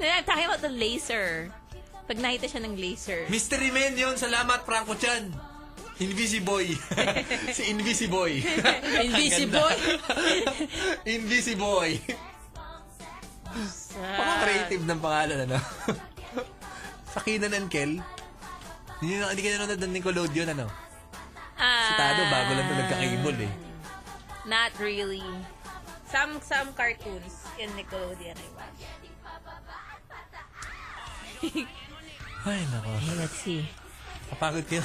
[SPEAKER 3] Nanatake mo itong laser. Pag nakita siya ng laser.
[SPEAKER 7] Mystery Man yun, salamat Franco Chan. Invisiboy. *laughs* si Invisiboy.
[SPEAKER 1] *laughs* invisible.
[SPEAKER 7] Invisiboy. Paka-creative ng pangalan, ano? *laughs* Sa Kinan and Kel. Hindi, na- hindi ka nanonood ng Nickelodeon, ano? Si Tado, bago lang ito nagka-cable eh.
[SPEAKER 3] Ah, Not really. Some some cartoons in Nickelodeon I watch.
[SPEAKER 7] Ay, nako.
[SPEAKER 3] Hey, let's see.
[SPEAKER 7] Kapagod
[SPEAKER 3] *laughs*
[SPEAKER 7] kayo.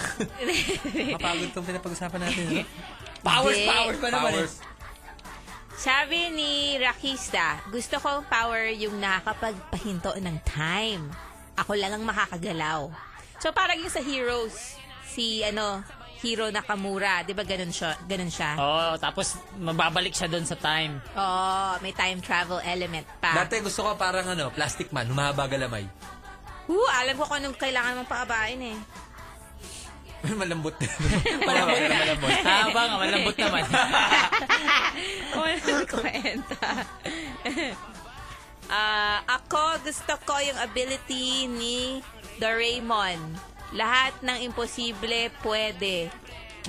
[SPEAKER 7] Kapagod itong pinapag-usapan natin. no?
[SPEAKER 1] Powers,
[SPEAKER 3] Hindi.
[SPEAKER 1] powers pa naman. eh.
[SPEAKER 7] Powers.
[SPEAKER 3] Sabi ni Rakista, gusto kong power yung nakakapagpahinto ng time. Ako lang ang makakagalaw. So parang yung sa Heroes, si ano, Hero Nakamura, 'di ba ganun siya? Ganun siya. Oo,
[SPEAKER 1] Oo, tapos mababalik siya doon sa time.
[SPEAKER 3] Oh, may time travel element pa.
[SPEAKER 7] Dati gusto ko parang ano, plastic man, humahaba galamay. *laughs*
[SPEAKER 3] Woo, alam ko kung anong kailangan mong paabain eh. *laughs*
[SPEAKER 7] malambot. malambot na malambot.
[SPEAKER 1] Haba nga, malambot naman.
[SPEAKER 3] Walang kwenta. *laughs* Ah, ako gusto ko yung ability ni Doraemon. Lahat ng imposible pwede.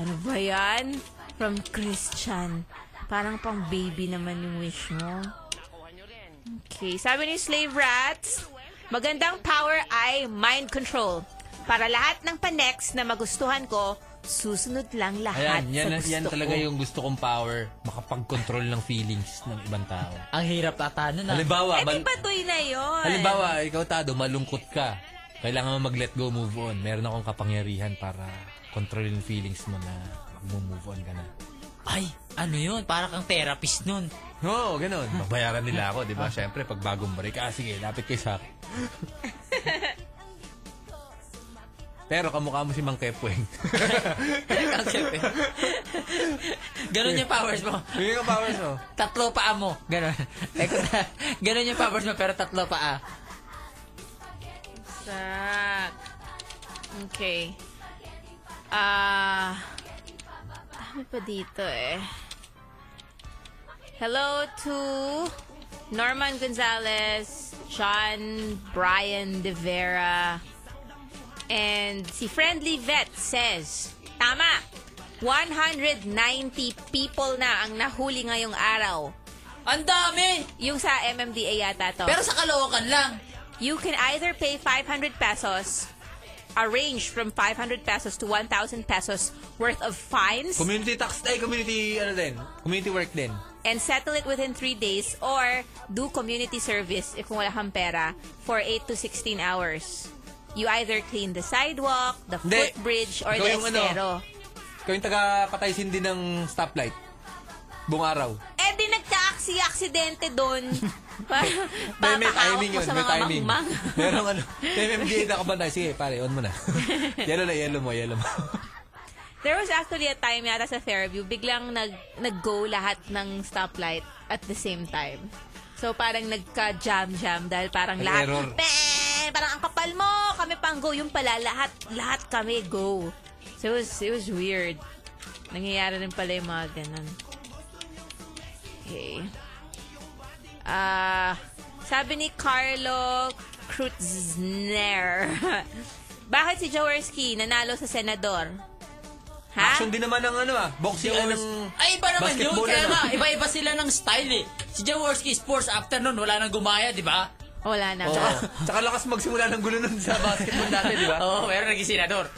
[SPEAKER 3] Ano ba yan? From Christian. Parang pang baby naman yung wish mo. Okay, sabi ni Slave Rats, magandang power ay mind control. Para lahat ng panex na magustuhan ko, susunod lang lahat
[SPEAKER 7] Ayan, yan,
[SPEAKER 3] sa gusto
[SPEAKER 7] yan talaga
[SPEAKER 3] ko.
[SPEAKER 7] yung gusto kong power. Makapag-control ng feelings ng ibang tao.
[SPEAKER 1] Ang hirap ata nun ah.
[SPEAKER 7] Halimbawa,
[SPEAKER 3] Eh, di
[SPEAKER 7] mal-
[SPEAKER 3] ba eh? toy na yun?
[SPEAKER 7] halimbawa, ikaw Tado, malungkot ka. Kailangan mo mag-let go, move on. Meron akong kapangyarihan para kontrolin yung feelings mo na mag-move on ka na.
[SPEAKER 1] Ay, ano yun? Parang kang therapist nun. *laughs*
[SPEAKER 7] Oo, ganun. Babayaran nila ako, di ba? Siyempre, pag bagong break, ah, sige, lapit kayo sa akin. Pero kamukha mo si Mang Kepueng.
[SPEAKER 1] Ang syempre. Ganun yung powers mo.
[SPEAKER 7] Hindi ka powers mo.
[SPEAKER 1] Tatlo paa mo. Ganun. Eko na- Ganun yung powers mo, pero tatlo ah. paa.
[SPEAKER 3] Sak. Okay. Ah, dami pa dito eh. Hello to Norman Gonzalez, John Brian De Vera, and si Friendly Vet says, Tama! 190 people na ang nahuli ngayong araw.
[SPEAKER 1] Ang dami!
[SPEAKER 3] Yung sa MMDA yata to.
[SPEAKER 1] Pero sa Caloocan lang.
[SPEAKER 3] You can either pay 500 pesos, a range from 500 pesos to 1,000 pesos worth of fines,
[SPEAKER 7] Community tax, ay, community, ano din, community work din.
[SPEAKER 3] and settle it within three days, or do community service if kung wala kang pera for 8 to 16 hours. You either clean the sidewalk, the
[SPEAKER 7] Hindi.
[SPEAKER 3] footbridge, or
[SPEAKER 7] Ikaw
[SPEAKER 3] the
[SPEAKER 7] yung ano.
[SPEAKER 3] estero.
[SPEAKER 7] Ikaw yung taga-patay sindi ng stoplight. Buong araw.
[SPEAKER 3] Eh di nagka-aksidente doon.
[SPEAKER 7] *laughs*
[SPEAKER 3] Parang
[SPEAKER 7] May, may
[SPEAKER 3] papahawak
[SPEAKER 7] timing
[SPEAKER 3] mo
[SPEAKER 7] yun,
[SPEAKER 3] sa
[SPEAKER 7] may
[SPEAKER 3] mga
[SPEAKER 7] timing.
[SPEAKER 3] mangmang.
[SPEAKER 7] *laughs* Merong ano, may MMDA na kabantay. Sige, pare, on mo
[SPEAKER 3] *laughs*
[SPEAKER 7] na. yellow na, yellow mo, yellow mo.
[SPEAKER 3] There was actually a time yata sa Fairview, biglang nag, nag-go lahat ng stoplight at the same time. So parang nagka-jam-jam dahil parang
[SPEAKER 7] May
[SPEAKER 3] lahat,
[SPEAKER 7] error.
[SPEAKER 3] "Peh! parang ang kapal mo, kami pang go. Yung pala, lahat, lahat kami go. So it was, it was weird. Nangyayari rin pala yung mga ganun. Okay. Ah, sabi ni Carlo Krutzner, *laughs* bakit si Jaworski nanalo sa senador? Ha?
[SPEAKER 7] Action din naman ng ano ah, boxing
[SPEAKER 1] Yours.
[SPEAKER 7] ng
[SPEAKER 1] Ay, iba naman yun.
[SPEAKER 7] basketball,
[SPEAKER 1] Kaya
[SPEAKER 7] ano.
[SPEAKER 1] nga, iba-iba sila ng style eh. Si Jaworski Sports after nun, wala nang gumaya, di ba?
[SPEAKER 3] Wala na.
[SPEAKER 7] Oo. Tsaka lakas magsimula ng gulo nun sa basketball dati, di ba?
[SPEAKER 1] *laughs* Oo, pero naging senador. *laughs*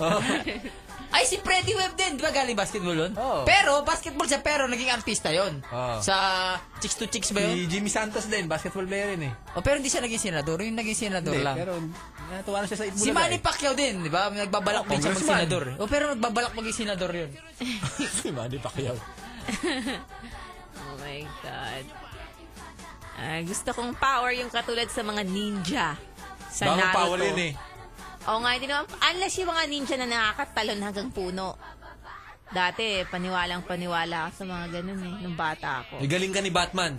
[SPEAKER 1] Ay, si Freddy Webb din. Di ba galing basketball yun?
[SPEAKER 7] Oo.
[SPEAKER 1] Pero, basketball siya, pero naging artista yun.
[SPEAKER 7] Oo.
[SPEAKER 1] Sa Chicks to Chicks ba
[SPEAKER 7] Si
[SPEAKER 1] yun?
[SPEAKER 7] Jimmy Santos din, basketball player yun eh.
[SPEAKER 1] O, Oh, pero hindi siya naging senador. Yung naging senador
[SPEAKER 7] Hindi,
[SPEAKER 1] lang.
[SPEAKER 7] pero natuwa na siya sa Itbulaga. eh.
[SPEAKER 1] si Manny Pacquiao din, di ba? Nagbabalak
[SPEAKER 7] Oo,
[SPEAKER 1] din siya
[SPEAKER 7] Oh, congressman.
[SPEAKER 1] mag-senador. O, pero nagbabalak maging senador yun.
[SPEAKER 7] *laughs* si Manny Pacquiao.
[SPEAKER 3] Oh my God. Ah, gusto kong power yung katulad sa mga ninja. Sa
[SPEAKER 7] Bagong
[SPEAKER 3] Naruto.
[SPEAKER 7] power yun eh.
[SPEAKER 3] Oo nga, hindi naman. Unless yung mga ninja na nakakatalon hanggang puno. Dati, paniwalang paniwala ako sa mga ganun eh, nung bata ako.
[SPEAKER 7] May galing ka ni Batman.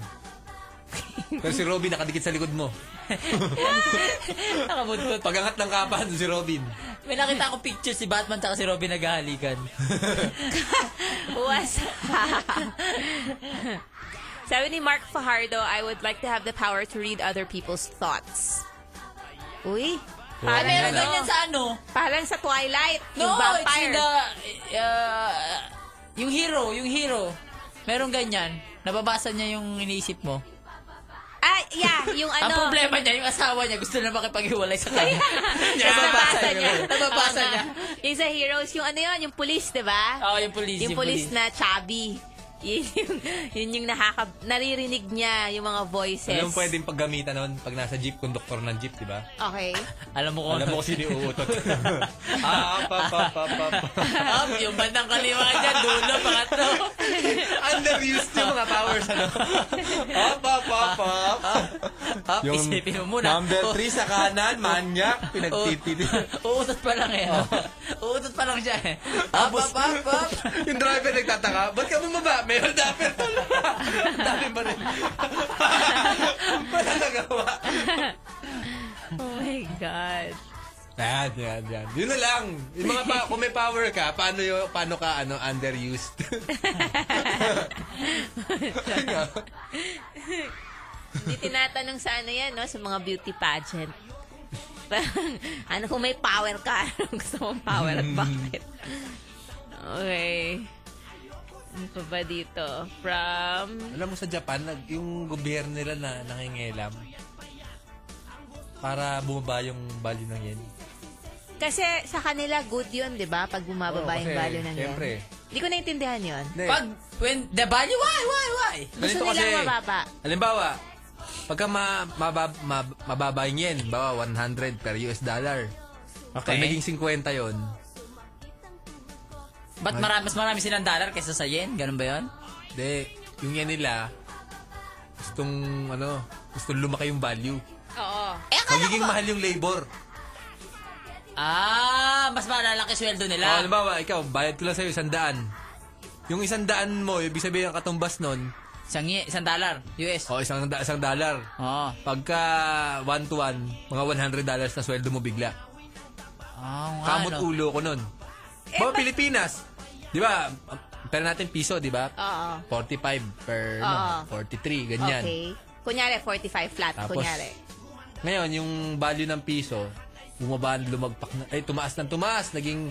[SPEAKER 7] Pero si Robin nakadikit sa likod mo.
[SPEAKER 1] *laughs* Nakabuntot.
[SPEAKER 7] Pagangat ng kapan si Robin.
[SPEAKER 1] May nakita ako picture si Batman at si Robin naghahalikan.
[SPEAKER 3] Was. *laughs* Sabi ni Mark Fajardo, I would like to have the power to read other people's thoughts. Uy,
[SPEAKER 1] Ah,
[SPEAKER 3] parang,
[SPEAKER 1] meron
[SPEAKER 3] ano,
[SPEAKER 1] ganyan sa ano?
[SPEAKER 3] parang sa Twilight,
[SPEAKER 1] No,
[SPEAKER 3] yung
[SPEAKER 1] it's
[SPEAKER 3] vampire.
[SPEAKER 1] in the... Uh, yung hero, yung hero. Meron ganyan. Nababasa niya yung iniisip mo.
[SPEAKER 3] Ah, yeah, yung ano.
[SPEAKER 1] Ang problema niya, yung asawa niya, gusto na makipaghiwalay sa *laughs* kanya.
[SPEAKER 3] Yeah. Nababasa niya.
[SPEAKER 1] Nababasa
[SPEAKER 3] Oo nga.
[SPEAKER 1] niya.
[SPEAKER 3] Yung sa Heroes, yung ano yun, yung police, di ba?
[SPEAKER 1] Oo, yung police.
[SPEAKER 3] yung police na chubby. Yun yung, yun yung nakaka, naririnig niya yung mga voices.
[SPEAKER 7] Alam mo pwedeng paggamitan nun pag nasa jeep, conductor ng jeep, di ba?
[SPEAKER 3] *laughs* Okay.
[SPEAKER 1] Alam mo ko.
[SPEAKER 7] Alam mo kung sino yung uutot. *laughs* ah, pa, pa, pa, pa, pa.
[SPEAKER 1] Up, yung bandang kaliwa niya, dulo, pangatlo.
[SPEAKER 7] Underused yung mga powers, ano? Up, up, up, up.
[SPEAKER 1] Up, Ah, isipin mo muna.
[SPEAKER 7] Number 3 sa
[SPEAKER 1] *laughs*
[SPEAKER 7] kanan, manyak, pinagtitid.
[SPEAKER 1] Uutot pa lang eh. Uutot pa lang siya eh. Up,
[SPEAKER 7] Tapos,
[SPEAKER 1] up, up, up.
[SPEAKER 7] *laughs* yung driver nagtataka, ba't ka bumaba? Meron dapat pala. Ang dami ba rin? *laughs* Wala nagawa.
[SPEAKER 3] Oh my God.
[SPEAKER 7] Yan, yan, yan. Yun na lang. Yung mga pa, kung may power ka, paano, yung, paano ka ano, underused?
[SPEAKER 3] Hindi tinatanong sa ano yan, no? Sa mga beauty pageant. *laughs* Parang, ano kung may power ka? *laughs* Anong gusto mong power? Bakit? Okay. Ano pa ba dito? From...
[SPEAKER 7] *laughs* Alam mo sa Japan, nag, yung gobyerno nila na nangingilam para bumaba yung value ng yen.
[SPEAKER 3] Kasi sa kanila, good yun, di ba? Pag bumababa
[SPEAKER 7] Oo,
[SPEAKER 3] yung
[SPEAKER 7] kasi,
[SPEAKER 3] value ng yen.
[SPEAKER 7] syempre.
[SPEAKER 3] Hindi ko naintindihan yun.
[SPEAKER 7] Hindi.
[SPEAKER 1] Pag, when, the value, why, why, why?
[SPEAKER 3] Gusto nila mababa.
[SPEAKER 7] Halimbawa, pagka ma, mabab, mab, mababa yung yen, bawa 100 per US dollar. Pag
[SPEAKER 1] Okay.
[SPEAKER 7] naging 50 yon,
[SPEAKER 1] Ba't marami, mas marami silang dollar kaysa sa yen? Ganun ba yun?
[SPEAKER 7] de, yung yen nila, gustong, ano, gustong lumaki yung value.
[SPEAKER 3] Oo.
[SPEAKER 1] Eh,
[SPEAKER 7] Magiging mahal yung labor.
[SPEAKER 1] Ah, mas malalaki sweldo
[SPEAKER 7] Oh,
[SPEAKER 1] nila.
[SPEAKER 7] halimbawa, ikaw, bayad ko lang sa'yo 100. Yung 100 mo, ibig sabihin ang katumbas nun,
[SPEAKER 1] Isang, ye- isang dollar, Oh, US.
[SPEAKER 7] o isang, da- isang dollar.
[SPEAKER 1] Oo.
[SPEAKER 7] Pagka one to one, mga 100 dollars na sweldo mo bigla.
[SPEAKER 1] Oh,
[SPEAKER 3] Ano?
[SPEAKER 1] nga,
[SPEAKER 7] Kamot
[SPEAKER 1] no?
[SPEAKER 7] ulo ko nun. Eh, Pilipinas, di ba, ang pera natin piso, di ba?
[SPEAKER 3] Oo.
[SPEAKER 7] 45 per,
[SPEAKER 3] Oo.
[SPEAKER 7] no, 43, ganyan.
[SPEAKER 3] Okay. Kunyari, 45 flat.
[SPEAKER 7] Tapos,
[SPEAKER 3] kunyari.
[SPEAKER 7] Ngayon, yung value ng piso, bumaba, lumagpak na, ay, tumaas ng tumaas, naging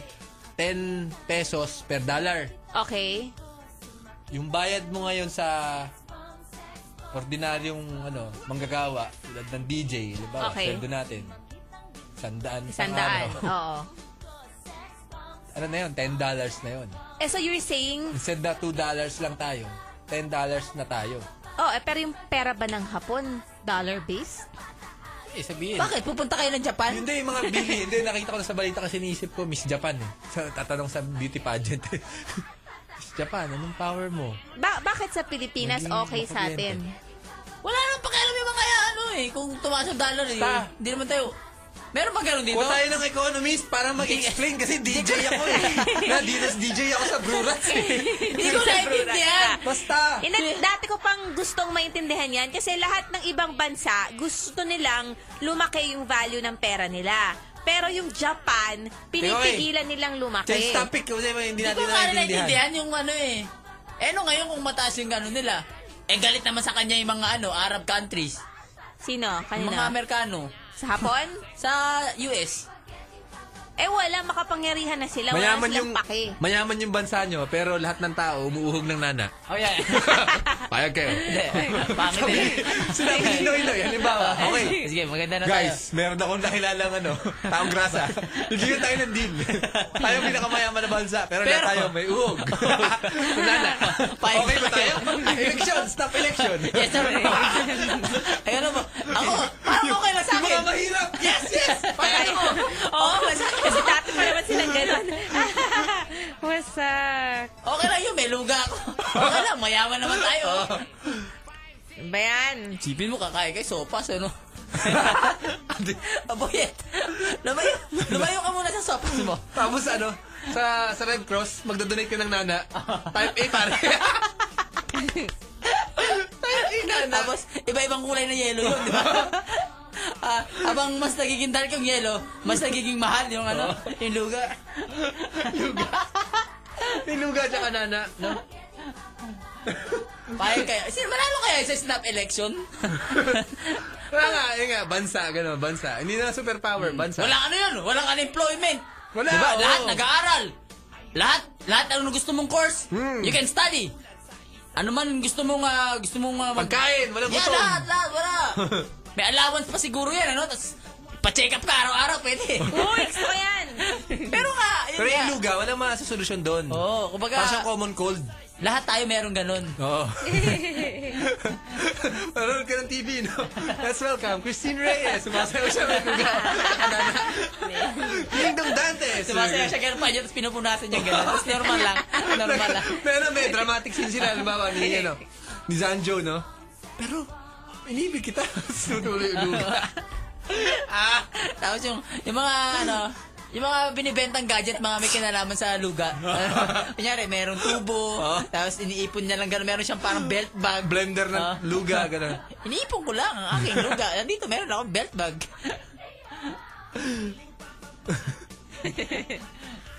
[SPEAKER 7] 10 pesos per dollar.
[SPEAKER 3] Okay.
[SPEAKER 7] Yung bayad mo ngayon sa ordinaryong ano, manggagawa, tulad ng DJ, di ba?
[SPEAKER 3] Okay.
[SPEAKER 7] Sweldo natin. Sandaan.
[SPEAKER 3] Isang daan. Oo.
[SPEAKER 7] ano na yun? $10 na yun.
[SPEAKER 3] Eh, so you're saying,
[SPEAKER 7] Instead na $2 lang tayo, $10 na tayo.
[SPEAKER 3] oh, eh, pero yung pera ba ng Hapon, dollar-based?
[SPEAKER 7] Eh, sabihin.
[SPEAKER 1] Bakit? Pupunta kayo ng Japan?
[SPEAKER 7] Yun din yung mga bili. Hindi, nakita ko na sa balita kasi iniisip ko, Miss Japan eh. *laughs* Sa, tatanong sa beauty pageant eh. *laughs* Miss Japan, anong power mo?
[SPEAKER 3] Ba- bakit sa Pilipinas
[SPEAKER 7] Naging
[SPEAKER 3] okay sa atin?
[SPEAKER 1] Wala nang pakialam yung mga kaya ano eh. Kung tumaas yung dollar eh.
[SPEAKER 7] Ta.
[SPEAKER 1] Hindi naman tayo. Meron ba ganun dito?
[SPEAKER 7] Kuha tayo ng economist para mag-explain kasi DJ ako *laughs* eh. Nadinas DJ ako sa Brurats eh.
[SPEAKER 1] Hindi ko naiintindihan.
[SPEAKER 7] Basta!
[SPEAKER 3] Hindi, Eh, dati ko pang gustong maintindihan yan kasi lahat ng ibang bansa gusto nilang lumaki yung value ng pera nila. Pero yung Japan, pinipigilan nilang
[SPEAKER 7] Change
[SPEAKER 3] lumaki.
[SPEAKER 7] topic kasi
[SPEAKER 1] Hindi
[SPEAKER 7] hindi natin
[SPEAKER 1] ko kaya
[SPEAKER 7] naiintindihan.
[SPEAKER 1] naiintindihan yung ano eh. Eh no ngayon kung mataas yung gano'n nila. Eh galit naman sa kanya yung mga ano, Arab countries.
[SPEAKER 3] Sino?
[SPEAKER 1] Yung mga
[SPEAKER 3] Kanina?
[SPEAKER 1] Amerikano.
[SPEAKER 3] Sa Hapon?
[SPEAKER 1] Sa US.
[SPEAKER 3] Eh wala, makapangyarihan na sila. Wala
[SPEAKER 7] Mayaman
[SPEAKER 3] na
[SPEAKER 7] yung,
[SPEAKER 3] silang pake. *laughs*
[SPEAKER 7] mayaman yung bansa nyo, pero lahat ng tao umuuhog ng nana.
[SPEAKER 1] Oh yeah.
[SPEAKER 7] Payag kayo. *laughs*
[SPEAKER 1] Pangit eh.
[SPEAKER 7] Sinabi ni
[SPEAKER 1] *laughs*
[SPEAKER 7] Noy Noy, halimbawa, okay,
[SPEAKER 1] Sige, maganda na tayo.
[SPEAKER 7] Guys, meron akong nakilalang ano, taong grasa. Bigyan tayo ng deal. tayo ang pinakamayaman na bansa, pero, lahat
[SPEAKER 1] Pero-
[SPEAKER 7] tayo may uhog. Kunana.
[SPEAKER 1] Payag
[SPEAKER 7] okay ba tayo?
[SPEAKER 1] tayo.
[SPEAKER 7] *laughs* election, stop election.
[SPEAKER 1] Yes, *laughs* sir. Ay, ano ba? Ako, parang okay lang sa
[SPEAKER 7] *laughs* Yung
[SPEAKER 1] akin.
[SPEAKER 7] mga mahirap. Yes, yes.
[SPEAKER 3] Ay,
[SPEAKER 1] *laughs*
[SPEAKER 3] oo, oh, kasi dati pa naman silang gano'n. Wasak.
[SPEAKER 1] Okay lang yun, may luga *laughs* ako. Okay lang, mayaman naman tayo.
[SPEAKER 7] Oh.
[SPEAKER 3] Bayan.
[SPEAKER 1] Sipin mo kakain kay sopas,
[SPEAKER 7] *laughs*
[SPEAKER 1] ano? Aboyet! Lumayo, lumayo ka muna sa sopas mo.
[SPEAKER 7] Tapos ano, sa, sa Red Cross, magdodonate ka ng nana. Type A pare.
[SPEAKER 1] Tapos, iba-ibang kulay na yelo yun,
[SPEAKER 7] *laughs*
[SPEAKER 1] di ba? Ah, abang mas nagiging dark yung yelo, mas nagiging mahal yung ano, yung luga.
[SPEAKER 7] Pinuga tsaka nana. No?
[SPEAKER 1] Payag kayo. Sino manalo kaya sa snap
[SPEAKER 7] *laughs*
[SPEAKER 1] election?
[SPEAKER 7] Wala nga, yun nga, bansa, gano'n, bansa. Hindi na superpower, bansa.
[SPEAKER 1] Walang ano yun, walang unemployment.
[SPEAKER 7] Wala,
[SPEAKER 1] Di ba?
[SPEAKER 7] oo.
[SPEAKER 1] Lahat nag-aaral. Lahat, lahat ano gusto mong course,
[SPEAKER 7] Hmm.
[SPEAKER 1] you can study. Ano man gusto mong, ah, gusto mong ah, mag-
[SPEAKER 7] Pagkain, walang
[SPEAKER 1] Yeah,
[SPEAKER 7] gutom.
[SPEAKER 1] lahat, lahat, wala. *laughs* May allowance pa siguro yan, ano? Tapos, pa-check up ka araw-araw, pwede. *laughs*
[SPEAKER 3] Uy, gusto ko yan.
[SPEAKER 1] Pero nga, yun
[SPEAKER 7] Pero yung
[SPEAKER 1] nga.
[SPEAKER 7] luga, walang masasolusyon doon.
[SPEAKER 1] Oo, kumbaga-
[SPEAKER 7] Parang siyang common cold.
[SPEAKER 1] Lahat tayo meron ganun.
[SPEAKER 7] Oo.
[SPEAKER 1] *laughs*
[SPEAKER 7] Parang ka ng TV, no? Let's welcome Christine Reyes. Sumasayaw siya may
[SPEAKER 1] *laughs*
[SPEAKER 7] luga. Kingdom Dante.
[SPEAKER 1] Sumasaya
[SPEAKER 7] *laughs*
[SPEAKER 1] siya ganun pa niya, tapos pinupunasan niya ganun. Tapos normal lang. Normal
[SPEAKER 7] *laughs*
[SPEAKER 1] ah. lang.
[SPEAKER 7] Pero may dramatic scene sila. Halimbawa, ni,
[SPEAKER 1] *laughs*
[SPEAKER 7] ano, ni Zanjo, no? Pero, inibig kita. *laughs* Tutuloy yung luga.
[SPEAKER 1] *laughs* ah, tapos yung, yung mga ano, yung mga binibentang gadget, mga may kinalaman sa luga. Ano, Kunyari, merong tubo, tapos iniipon niya lang gano'n. Meron siyang parang belt bag.
[SPEAKER 7] Blender ng
[SPEAKER 1] Ah.
[SPEAKER 7] luga, gano'n.
[SPEAKER 1] Iniipon ko lang ang aking luga. Nandito, meron akong belt bag.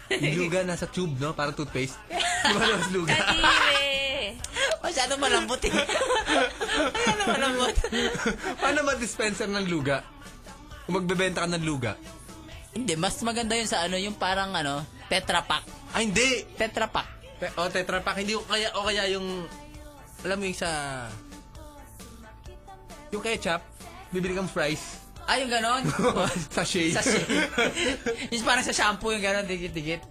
[SPEAKER 7] Yung luga nasa tube, no? Parang toothpaste. Lumalabas luga.
[SPEAKER 3] Kadiri.
[SPEAKER 1] Masyadong malambot eh. Masyadong malambot.
[SPEAKER 7] *laughs* Paano ba dispenser ng luga? Kung magbebenta ka ng luga.
[SPEAKER 1] Hindi, mas maganda yun sa ano, yung parang ano, Tetra Pak.
[SPEAKER 7] Ay, Ah, hindi!
[SPEAKER 1] Tetra Pak.
[SPEAKER 7] Te- o, tetra pack. Hindi, o kaya, o kaya yung, alam mo yung sa, yung ketchup, bibili kang fries. *laughs*
[SPEAKER 1] Ay, yung ganon.
[SPEAKER 7] Sachet.
[SPEAKER 1] sa *laughs*
[SPEAKER 7] *laughs*
[SPEAKER 1] yung parang sa shampoo yung ganon, dikit-dikit.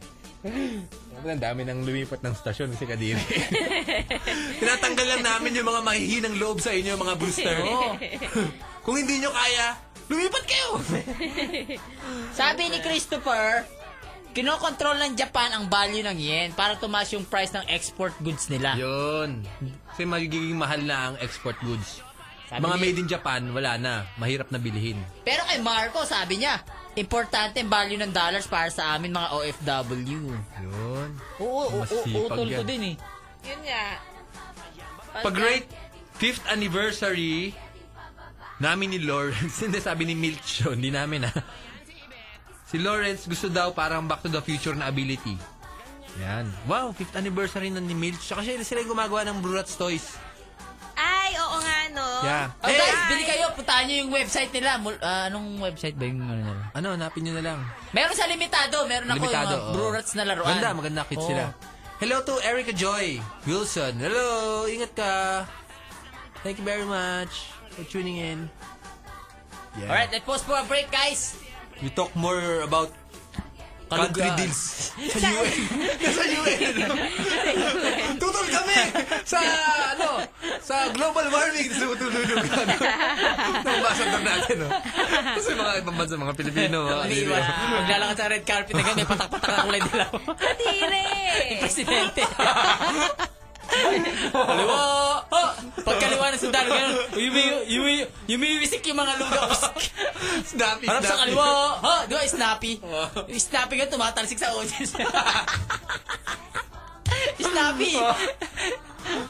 [SPEAKER 7] Ang dami nang lumipat ng stasyon kasi kadiri. *laughs* Tinatanggal lang namin yung mga mahihinang loob sa inyo, mga booster. Oh. Kung hindi nyo kaya, lumipat kayo!
[SPEAKER 1] Sabi ni Christopher, kinokontrol ng Japan ang value ng yen para tumaas yung price ng export goods nila.
[SPEAKER 7] Yun. Kasi magiging mahal na ang export goods.
[SPEAKER 1] Sabi
[SPEAKER 7] mga
[SPEAKER 1] ni-
[SPEAKER 7] made in Japan, wala na. Mahirap na bilihin.
[SPEAKER 1] Pero kay Marco, sabi niya, importante ang value ng dollars para sa amin mga OFW.
[SPEAKER 7] Yun.
[SPEAKER 1] Oo, oo, oo,
[SPEAKER 7] Masipag
[SPEAKER 1] utol ko
[SPEAKER 7] yan.
[SPEAKER 1] din eh.
[SPEAKER 3] Yun nga.
[SPEAKER 7] Pag great 5th anniversary namin ni Lawrence, *laughs* hindi sabi ni Milch yun, hindi namin ha. Si Lawrence gusto daw parang back to the future na ability. Yan. Wow, 5th anniversary na ni Milch. Tsaka sila, sila yung gumagawa ng Brurats Toys.
[SPEAKER 3] Ay, oo nga, no?
[SPEAKER 7] Yeah.
[SPEAKER 1] Oh,
[SPEAKER 7] Eh,
[SPEAKER 1] guys, bili kayo. Puntahan nyo yung website nila. Mul- ah, anong website ba yung ano nila?
[SPEAKER 7] ano, hanapin nyo na lang.
[SPEAKER 1] Meron sa limitado. Meron Ano ako
[SPEAKER 7] Limitado.
[SPEAKER 1] yung mga
[SPEAKER 7] oh.
[SPEAKER 1] brurats na laruan.
[SPEAKER 7] Maganda, maganda kit
[SPEAKER 1] Oo.
[SPEAKER 7] sila. Hello to Erica Joy Wilson. Hello, ingat ka. Thank you very much for tuning in. Yeah.
[SPEAKER 1] Alright, let's pause for a break, guys.
[SPEAKER 7] We talk more about country
[SPEAKER 1] Kalugan. *laughs*
[SPEAKER 7] deals. Sa UN. sa UN. Tutol kami sa ano, sa global warming sa tutulugan. Nabasa na natin, no? Kasi mga ibang bansa, mga Pilipino. mga
[SPEAKER 1] Umiiwan. Maglalakad sa red carpet na ganyan. May patak-patak ang kulay dilaw.
[SPEAKER 3] Kadiri.
[SPEAKER 7] *laughs*
[SPEAKER 1] Presidente. Kaliwa! Oh! Pagkaliwa ng sundalo, ganun. Yumi, yumi, yumiwisik yung mga luga.
[SPEAKER 7] Snappy,
[SPEAKER 1] Harap sa
[SPEAKER 7] snappy.
[SPEAKER 1] kaliwa. Oh, di ba, snappy?
[SPEAKER 7] Oh.
[SPEAKER 1] Yung snappy ka, tumatalsik sa audience. *laughs* snappy!
[SPEAKER 7] Oh.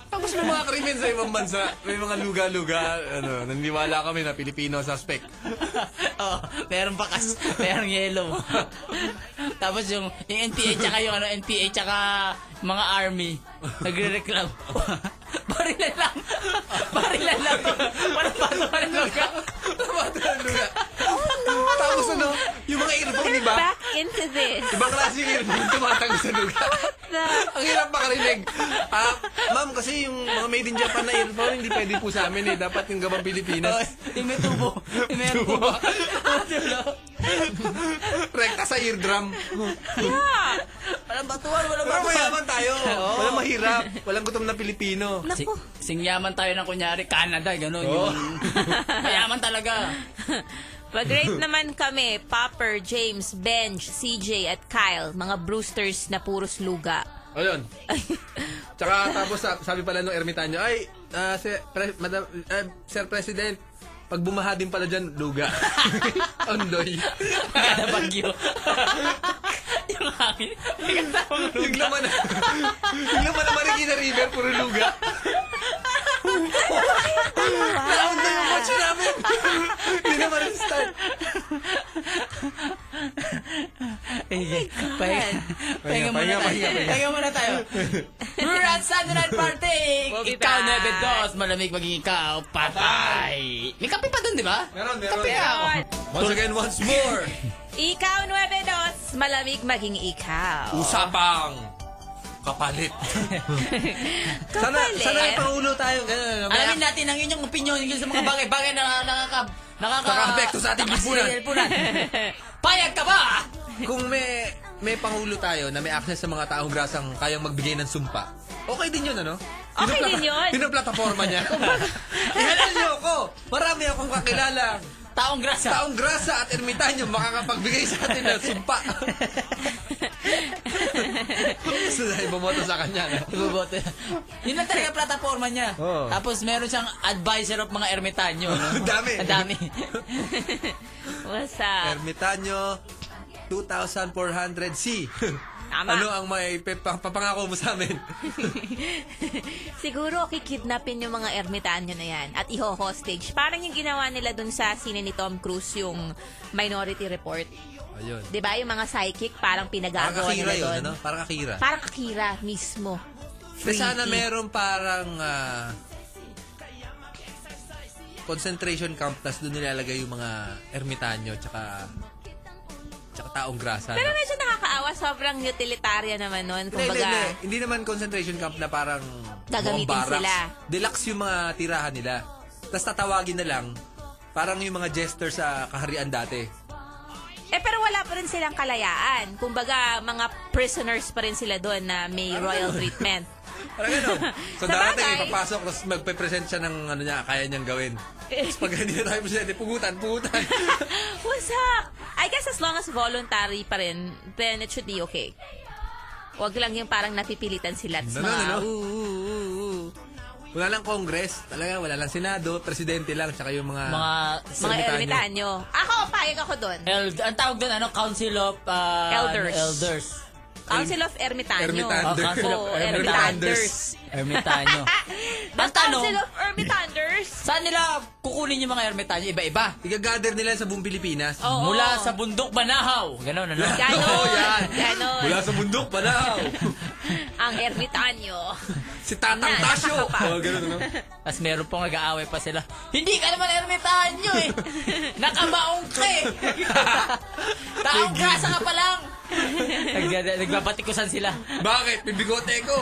[SPEAKER 7] Tapos may mga krimen sa ibang bansa. May mga luga-luga. Ano, naniniwala kami na Pilipino suspect. *laughs*
[SPEAKER 1] *laughs* oh, meron bakas, meron yellow. Tapos yung, yung NPA tsaka yung ano, NPA tsaka mga army, nagre-reclam. *laughs* Barilan lang! *laughs* Barilan lang! Walang patuhan lang ka!
[SPEAKER 7] Tumatalo luga. Tapos ano, yung mga earphone, di ba?
[SPEAKER 3] Back into this.
[SPEAKER 7] Ibang klase yung earphone tumatango sa luga. Ang hirap makarinig. Ah, ma'am, kasi yung mga made in Japan na earphone, hindi pwede po sa amin eh. Dapat yung gabang
[SPEAKER 1] Oh,
[SPEAKER 7] Pilipinas.
[SPEAKER 1] yung may tubo. Yung may tubo. *laughs*
[SPEAKER 7] Rekta sa eardrum.
[SPEAKER 1] Walang batuhan, walang
[SPEAKER 7] Pero
[SPEAKER 1] batuhan.
[SPEAKER 7] mayaman tayo. Walang mahirap. Walang gutom na Pilipino.
[SPEAKER 3] *laughs*
[SPEAKER 1] Si- singyaman tayo ng kunyari, Canada, gano'n.
[SPEAKER 7] Oo.
[SPEAKER 1] Yung, mayaman
[SPEAKER 7] *laughs*
[SPEAKER 1] talaga.
[SPEAKER 3] Mag-rate naman kami, Popper, James, Benj, CJ, at Kyle. Mga Brewsters na puros luga.
[SPEAKER 7] Ayun. *laughs* Tsaka tapos sa- sabi pala nung ermitanyo, ay, ah, si, pre- Madam- ah, Sir President, pag bumaha din pala dyan, luga. *laughs* Ondoy.
[SPEAKER 1] Kada bagyo. *laughs* yung hangin. May kasamang
[SPEAKER 7] Yung laman na, yung laman na Marikina River, puro luga. Naon na yung watch namin. Hindi na ma-restart.
[SPEAKER 1] Sige. Pahinga. Pahinga
[SPEAKER 7] Pahinga,
[SPEAKER 1] muna tayo.
[SPEAKER 7] pahinga, pahinga, pahinga.
[SPEAKER 1] Pahinga muna tayo. Rurat Sunday Night Party!
[SPEAKER 3] Bogey
[SPEAKER 1] Ikaw
[SPEAKER 3] time.
[SPEAKER 1] 9-2, malamig maging ikaw, patay! May kape pa dun, di ba?
[SPEAKER 7] Meron, meron.
[SPEAKER 1] Kape ako.
[SPEAKER 7] Oh. Once again, once more.
[SPEAKER 3] Ikaw, 9 Malamig maging ikaw.
[SPEAKER 7] Usapang kapalit. sana,
[SPEAKER 3] Kapalit.
[SPEAKER 7] sana ipaulo tayo. Ganun, may
[SPEAKER 1] Alamin natin ang inyong opinion yung sa mga bagay-bagay na nakaka... Nakaka...
[SPEAKER 7] Nakaapekto sa ating lipunan.
[SPEAKER 1] Payag ka ba?
[SPEAKER 7] kung may may pangulo tayo na may access sa mga taong grasang kayang magbigay ng sumpa, okay din yun, ano?
[SPEAKER 3] Okay din yun.
[SPEAKER 7] Yun ang plataforma
[SPEAKER 3] *laughs*
[SPEAKER 7] niya. *laughs* Ihalal niyo ako. Marami akong kakilala.
[SPEAKER 1] Taong
[SPEAKER 7] *laughs*
[SPEAKER 1] grasa.
[SPEAKER 7] Taong grasa at ermitanyo makakapagbigay sa atin ng
[SPEAKER 3] *laughs*
[SPEAKER 7] sumpa. Gusto na ibomoto sa kanya. No?
[SPEAKER 1] Iboboto. Yun lang talaga plataforma niya.
[SPEAKER 7] Oo.
[SPEAKER 1] Tapos meron siyang advisor of mga ermitanyo. No?
[SPEAKER 7] Ang *laughs* dami.
[SPEAKER 1] Ang dami.
[SPEAKER 3] What's up?
[SPEAKER 7] Ermitanyo 2400C.
[SPEAKER 3] Tama.
[SPEAKER 7] Ano ang may pe- pa- papangako mo sa
[SPEAKER 3] *laughs*
[SPEAKER 7] amin?
[SPEAKER 3] Siguro kikidnapin yung mga ermitanyo na yan at iho-hostage. Parang yung ginawa nila dun sa sine ni Tom Cruise yung Minority Report.
[SPEAKER 7] Ayun.
[SPEAKER 3] 'Di ba Yung mga psychic parang
[SPEAKER 7] Parang
[SPEAKER 3] pinagagawa
[SPEAKER 7] kakira
[SPEAKER 3] nila
[SPEAKER 7] yun,
[SPEAKER 3] dun.
[SPEAKER 7] ano? Parang kakira.
[SPEAKER 3] Parang Akira mismo.
[SPEAKER 7] Pero sana
[SPEAKER 3] Freaky.
[SPEAKER 7] meron parang ah, concentration camp tas doon nilalagay yung mga ermitanyo tsaka tsaka taong grasa.
[SPEAKER 3] Pero
[SPEAKER 7] no?
[SPEAKER 3] medyo nakakaawa, sobrang utilitarian naman nun.
[SPEAKER 7] Ano? Hindi, hindi, hindi.
[SPEAKER 3] Kumbaga,
[SPEAKER 7] Hindi naman concentration camp na parang
[SPEAKER 3] Gagamitin
[SPEAKER 7] buong barracks.
[SPEAKER 3] sila.
[SPEAKER 7] Deluxe yung mga tirahan nila. Tapos tatawagin na lang parang yung mga jester sa kaharian dati.
[SPEAKER 3] eh pero wala pa rin silang kalayaan. Kumbaga, mga prisoners pa rin sila doon na may
[SPEAKER 7] Ano
[SPEAKER 3] royal treatment.
[SPEAKER 7] Parang
[SPEAKER 3] *laughs*
[SPEAKER 7] ganun. So
[SPEAKER 3] Sa
[SPEAKER 7] darating,
[SPEAKER 3] bagay.
[SPEAKER 7] ipapasok, tapos magpe-present siya ng ano niya, kaya niyang gawin. Tapos
[SPEAKER 3] *laughs*
[SPEAKER 7] pag hindi na tayo presente, pugutan, pugutan.
[SPEAKER 3] What's up? I guess as long as voluntary pa rin, then it should be okay. Huwag lang yung parang napipilitan sila. Tas
[SPEAKER 7] Ano,
[SPEAKER 3] mga,
[SPEAKER 7] ano?
[SPEAKER 3] "Ooh, ooh, ooh, ooh."
[SPEAKER 7] Wala lang Congress, talaga wala lang Senado, presidente lang, tsaka yung
[SPEAKER 1] mga
[SPEAKER 7] mga...
[SPEAKER 3] Mga
[SPEAKER 7] Ermitanyo. Erm-
[SPEAKER 3] ermitanyo. Ako, payag ako doon.
[SPEAKER 1] eld ang tawag doon, ano, Council of ah,
[SPEAKER 3] Elders. *laughs*
[SPEAKER 1] elders.
[SPEAKER 3] Council of Ermitanyo.
[SPEAKER 7] Ermitander.
[SPEAKER 1] Oh, Council of
[SPEAKER 3] Oo,
[SPEAKER 7] Ermitanders.
[SPEAKER 3] Ermitanders.
[SPEAKER 1] Ermitanyo.
[SPEAKER 3] The
[SPEAKER 1] Ang tanong-
[SPEAKER 3] Council of Ermitanders.
[SPEAKER 1] Saan nila kukunin yung mga ermitanyo? Iba-iba.
[SPEAKER 7] Iga-gather nila sa buong Pilipinas.
[SPEAKER 3] Oo.
[SPEAKER 1] Mula sa bundok Banahaw. Oh, Ganon, ano? *laughs*
[SPEAKER 7] *laughs*
[SPEAKER 3] Ganon.
[SPEAKER 7] Oo, yan.
[SPEAKER 3] Ganon.
[SPEAKER 7] Mula sa bundok pa daw.
[SPEAKER 3] Ang
[SPEAKER 7] *laughs*
[SPEAKER 3] ermitanyo.
[SPEAKER 7] si Tatang
[SPEAKER 3] Yan,
[SPEAKER 7] Tasyo.
[SPEAKER 3] nakakapa.
[SPEAKER 7] Oh, ganun, ano?
[SPEAKER 1] Tapos meron pong nag-aaway pa sila. Hindi ka naman ermitanyo
[SPEAKER 3] *laughs*
[SPEAKER 1] eh. Nakamaong ka eh. Taong grasa ka pa
[SPEAKER 3] *laughs*
[SPEAKER 1] lang. Nag- Nagbabatikusan sila.
[SPEAKER 7] Bakit? May bigote ko.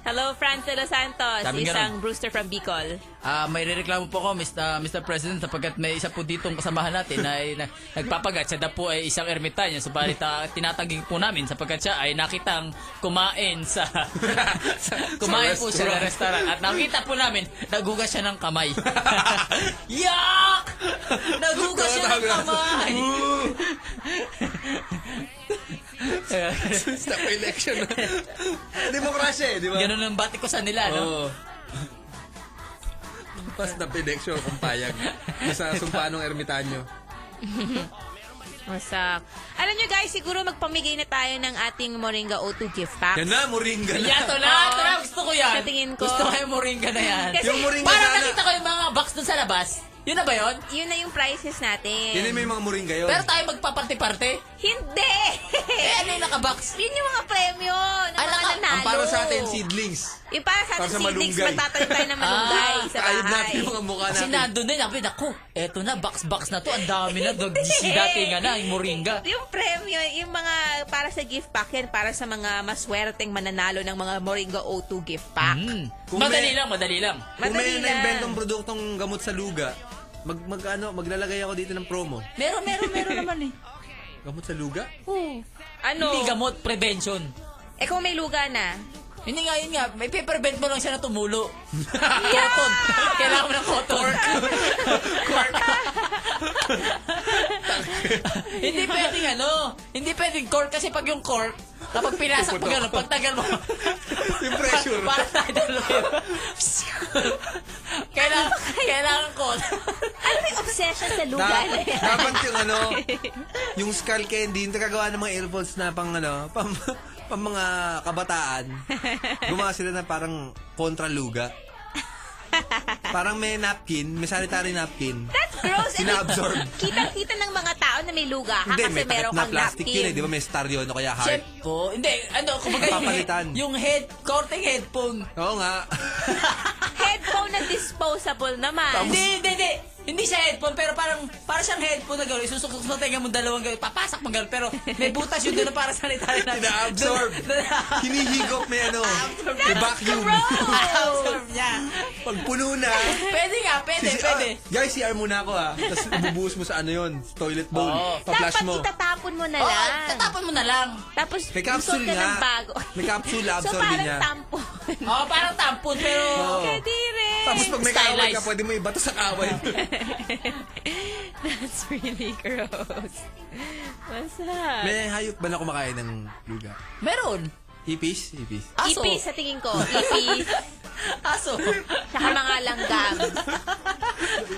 [SPEAKER 3] Hello, Franz de Los Santos.
[SPEAKER 1] Sabi nga
[SPEAKER 3] isang Brewster from Bicol.
[SPEAKER 1] Ah, may rereklamo po ako, Mr. Mr. President, sapagkat may isa po ditong kasamahan natin na, na nagpapagat. Siya daw po ay isang ermitanyo. Subalit ah, tinatanggi po namin sapagkat siya ay nakitang kumain sa... kumain po siya sa restaurant. At nakita po namin, nagugas siya ng kamay. Yak! Nagugas siya ng
[SPEAKER 7] *laughs*
[SPEAKER 1] kamay!
[SPEAKER 7] Since the election. Demokrasya eh, di ba?
[SPEAKER 1] Ganun ang batik ko sa nila, no?
[SPEAKER 7] *laughs* Oo. Pas na election kung payag. Sa sumpa ng ermitanyo.
[SPEAKER 3] What's up? Alam nyo guys, siguro magpamigay na tayo ng ating Moringa O2 gift pack.
[SPEAKER 7] Yan na, moringa na.
[SPEAKER 1] Yan, ito na,
[SPEAKER 3] Oo.
[SPEAKER 1] ito na, gusto ko yan.
[SPEAKER 3] Sa tingin ko.
[SPEAKER 1] Gusto ko yung moringa na yan.
[SPEAKER 3] Kasi
[SPEAKER 7] Yung moringa
[SPEAKER 1] Parang
[SPEAKER 7] sana.
[SPEAKER 1] nakita ko yung mga box dun sa labas. Yun na ba yun?
[SPEAKER 3] yun na yung prices natin.
[SPEAKER 7] Yan yung may mga moringa yun.
[SPEAKER 1] Pero tayo magpaparte-parte.
[SPEAKER 3] Hindi! *laughs*
[SPEAKER 1] Eh, ano yung nakabox?
[SPEAKER 3] yun yung mga premyo ng
[SPEAKER 1] Ay,
[SPEAKER 3] mga
[SPEAKER 1] naka-
[SPEAKER 3] nanalo.
[SPEAKER 7] Ang para sa atin, seedlings.
[SPEAKER 3] Yung para sa
[SPEAKER 7] Para sa
[SPEAKER 3] atin, seedlings,
[SPEAKER 7] malunggay.
[SPEAKER 3] magtatayo tayo ng malunggay
[SPEAKER 1] Ah,
[SPEAKER 3] sa
[SPEAKER 7] Kahit
[SPEAKER 3] bahay.
[SPEAKER 7] natin yung mga mukha
[SPEAKER 1] Kasi
[SPEAKER 7] natin.
[SPEAKER 1] nandun na yun. Sabi, naku, eto na, box-box na to. Ang dami na. Dati nga na, yung moringa.
[SPEAKER 3] Yung premyo, yung mga para sa gift pack yan, para sa mga maswerteng mananalo ng mga Moringa O2 gift pack.
[SPEAKER 1] Mm.
[SPEAKER 7] Kung
[SPEAKER 1] Madali
[SPEAKER 7] may-
[SPEAKER 1] lang, madali lang.
[SPEAKER 7] Kung
[SPEAKER 3] Madali
[SPEAKER 7] may
[SPEAKER 3] lang.
[SPEAKER 7] na-inventong produktong gamot sa luga, mag, mag, ano, maglalagay ako dito ng promo.
[SPEAKER 1] Meron, meron, *laughs* meron naman eh.
[SPEAKER 7] Gamot sa luga? *laughs*
[SPEAKER 3] Ano?
[SPEAKER 1] Hindi gamot, prevention.
[SPEAKER 3] Eh kung may luga na.
[SPEAKER 1] Hindi nga, yun nga. May prevent mo lang siya na tumulo. *laughs* cotton. Kailangan mo ng cotton. *laughs* Hindi pwedeng ano. Hindi pwedeng cork kasi pag yung cork, kapag pinasok pag ano, pag tagal mo. *laughs*
[SPEAKER 7] Yung pressure.
[SPEAKER 1] Para tayo *laughs* dalawa yun. kailangan, kailangan cotton.
[SPEAKER 3] Ano may obsession sa luga na
[SPEAKER 7] Dapat,
[SPEAKER 3] yan?
[SPEAKER 7] dapat yung ano, yung skull candy, yung nagagawa ng mga earphones na pang ano, pang, *laughs* pang mga kabataan. Gumawa sila na parang kontra
[SPEAKER 3] *laughs*
[SPEAKER 7] luga. Parang may napkin, may sanitary napkin.
[SPEAKER 3] *laughs* That's
[SPEAKER 7] *laughs*
[SPEAKER 3] gross. And
[SPEAKER 7] Sina-absorb.
[SPEAKER 3] Kita-kita ng mga tao na may luga ha?
[SPEAKER 7] Hindi,
[SPEAKER 3] Ah, kasi
[SPEAKER 7] may
[SPEAKER 3] meron
[SPEAKER 7] takip na
[SPEAKER 3] kang
[SPEAKER 7] plastic yun eh.
[SPEAKER 3] napkin.
[SPEAKER 7] Di ba may star yun o kaya heart?
[SPEAKER 1] Siyempo, hindi, ano, kumbaga yung,
[SPEAKER 7] Papalitan.
[SPEAKER 1] yung head, korteng *laughs* headphone.
[SPEAKER 7] Oo
[SPEAKER 3] *laughs*
[SPEAKER 7] nga. *laughs*
[SPEAKER 3] Headphone na disposable naman.
[SPEAKER 1] Hindi, hindi, hindi. Hindi siya headphone, pero parang, parang siyang headphone na gano'n. Isusukok sa tenga mo dalawang gano'n. Papasak mo gano'n, pero may butas yun doon na para sanitary na.
[SPEAKER 3] *laughs*
[SPEAKER 7] Ina-absorb.
[SPEAKER 1] *laughs* Doon- doon-
[SPEAKER 7] Hinihigop may ano, may
[SPEAKER 3] That's
[SPEAKER 7] vacuum.
[SPEAKER 3] gross!
[SPEAKER 1] absorb niya.
[SPEAKER 7] *laughs* Pag puno na.
[SPEAKER 1] Pwede nga, pwede,
[SPEAKER 7] si-
[SPEAKER 1] pwede.
[SPEAKER 7] ah, guys, CR muna ako ah. Tapos bubuhos mo sa ano yun, toilet bowl.
[SPEAKER 1] Oo.
[SPEAKER 7] Pa-flash
[SPEAKER 3] Dapat
[SPEAKER 7] mo.
[SPEAKER 3] itatapon Itapon mo na
[SPEAKER 1] Oo,
[SPEAKER 3] lang.
[SPEAKER 1] Oh, tatapon mo na lang.
[SPEAKER 3] Tapos,
[SPEAKER 7] May capsule
[SPEAKER 3] gusto ka
[SPEAKER 7] nga.
[SPEAKER 3] ng bago.
[SPEAKER 7] May
[SPEAKER 3] *laughs*
[SPEAKER 7] capsule,
[SPEAKER 3] so,
[SPEAKER 7] absorbin
[SPEAKER 3] parang
[SPEAKER 7] niya.
[SPEAKER 3] *laughs* tampon.
[SPEAKER 1] Oo, Oh, parang tampon, pero...
[SPEAKER 7] Oo.
[SPEAKER 3] Pwede rin.
[SPEAKER 7] Tapos pag may kaaway ka,
[SPEAKER 1] Stylized.
[SPEAKER 7] pwede mo ibato sa
[SPEAKER 3] *laughs*
[SPEAKER 7] kaaway.
[SPEAKER 3] That's really gross. Masak.
[SPEAKER 7] may hayop ba na kumakain ng luga?
[SPEAKER 1] Meron.
[SPEAKER 7] Ipis? Ipis.
[SPEAKER 1] Aso.
[SPEAKER 3] Ipi E sa tingin ko.
[SPEAKER 7] *laughs*
[SPEAKER 3] Ipi.
[SPEAKER 1] Aso.
[SPEAKER 3] Tsaka mga langgam.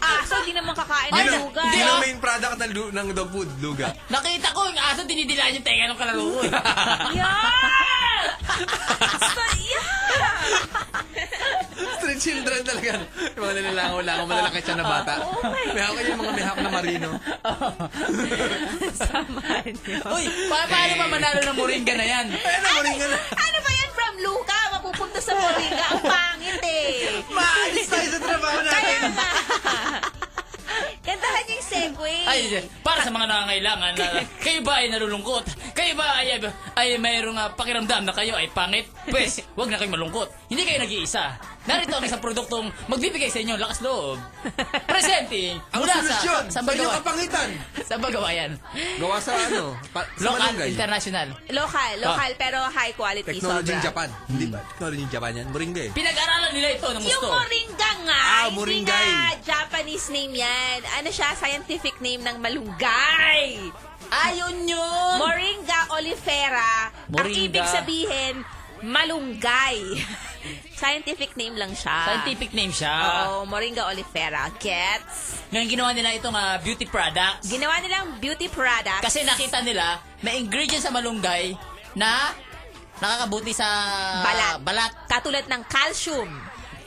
[SPEAKER 3] Aso, di naman kakain
[SPEAKER 1] Ay,
[SPEAKER 3] ng
[SPEAKER 7] Yun ang-
[SPEAKER 3] lugar.
[SPEAKER 1] Hindi,
[SPEAKER 7] yun ang
[SPEAKER 1] ah.
[SPEAKER 7] main product ng, lu- ng dog food, luga.
[SPEAKER 1] Nakita ko yung aso, dinidilaan yung tenga ng kalaro *laughs* ko. eh.
[SPEAKER 3] Yeah! Basta, yeah!
[SPEAKER 7] Street children talaga. Yung mga nilalangaw-langaw, malalaki siya na bata.
[SPEAKER 3] Oh
[SPEAKER 7] may hawak yung mga may hawak na marino.
[SPEAKER 3] Sama niyo.
[SPEAKER 1] Uy, pa paano pa manalo ng moringa na yan?
[SPEAKER 7] Ayun, na, moringa na.
[SPEAKER 3] Ano ba yan from Luca? Mapupunta sa Moringa. Ang pangit
[SPEAKER 7] *laughs*
[SPEAKER 3] eh.
[SPEAKER 7] Maalis tayo sa trabaho natin.
[SPEAKER 3] Kaya nga. Gandahan yung segue.
[SPEAKER 1] Ay, para sa mga nangangailangan, na, kayo ba ay nalulungkot? Kayo ba ay, ay mayroong ah, pakiramdam na kayo ay pangit? Pwes, wag na kayong malungkot. Hindi kayo nag-iisa. Narito ang isang produktong magbibigay sa inyo ng lakas loob. Presenting
[SPEAKER 7] Ang
[SPEAKER 1] mula sa,
[SPEAKER 7] solusyon
[SPEAKER 1] sa
[SPEAKER 7] sa inyong
[SPEAKER 1] bagawa,
[SPEAKER 7] kapangitan.
[SPEAKER 1] sa bagawayan.
[SPEAKER 7] Gawa sa ano? Pa, sa
[SPEAKER 1] Local,
[SPEAKER 7] Malunggay.
[SPEAKER 1] international.
[SPEAKER 3] Local, local, pero high quality
[SPEAKER 7] Ah. Technology
[SPEAKER 3] sobra.
[SPEAKER 7] Japan. Hindi ba? Technology Japan yan. Moringa eh.
[SPEAKER 1] Pinag-aralan nila ito ng
[SPEAKER 3] Yung
[SPEAKER 1] gusto. eh.
[SPEAKER 3] Moringa nga,
[SPEAKER 7] Ah,
[SPEAKER 3] hindi
[SPEAKER 7] Moringgay.
[SPEAKER 3] nga Japanese name yan. Ano siya? Scientific name ng malunggay.
[SPEAKER 1] Ayun yun!
[SPEAKER 3] Moringa olifera. Ang
[SPEAKER 1] Moringa.
[SPEAKER 3] ibig sabihin, malunggay. *laughs* Scientific name lang siya.
[SPEAKER 1] Scientific Ah. name siya.
[SPEAKER 3] Oo, Moringa olifera. Gets?
[SPEAKER 1] Ngayon ginawa nila itong ah, beauty products.
[SPEAKER 3] Ginawa nilang beauty product.
[SPEAKER 1] Kasi nakita nila, may ingredients sa malunggay na nakakabuti sa
[SPEAKER 3] Balat.
[SPEAKER 1] balat.
[SPEAKER 3] Katulad ng calcium. *laughs*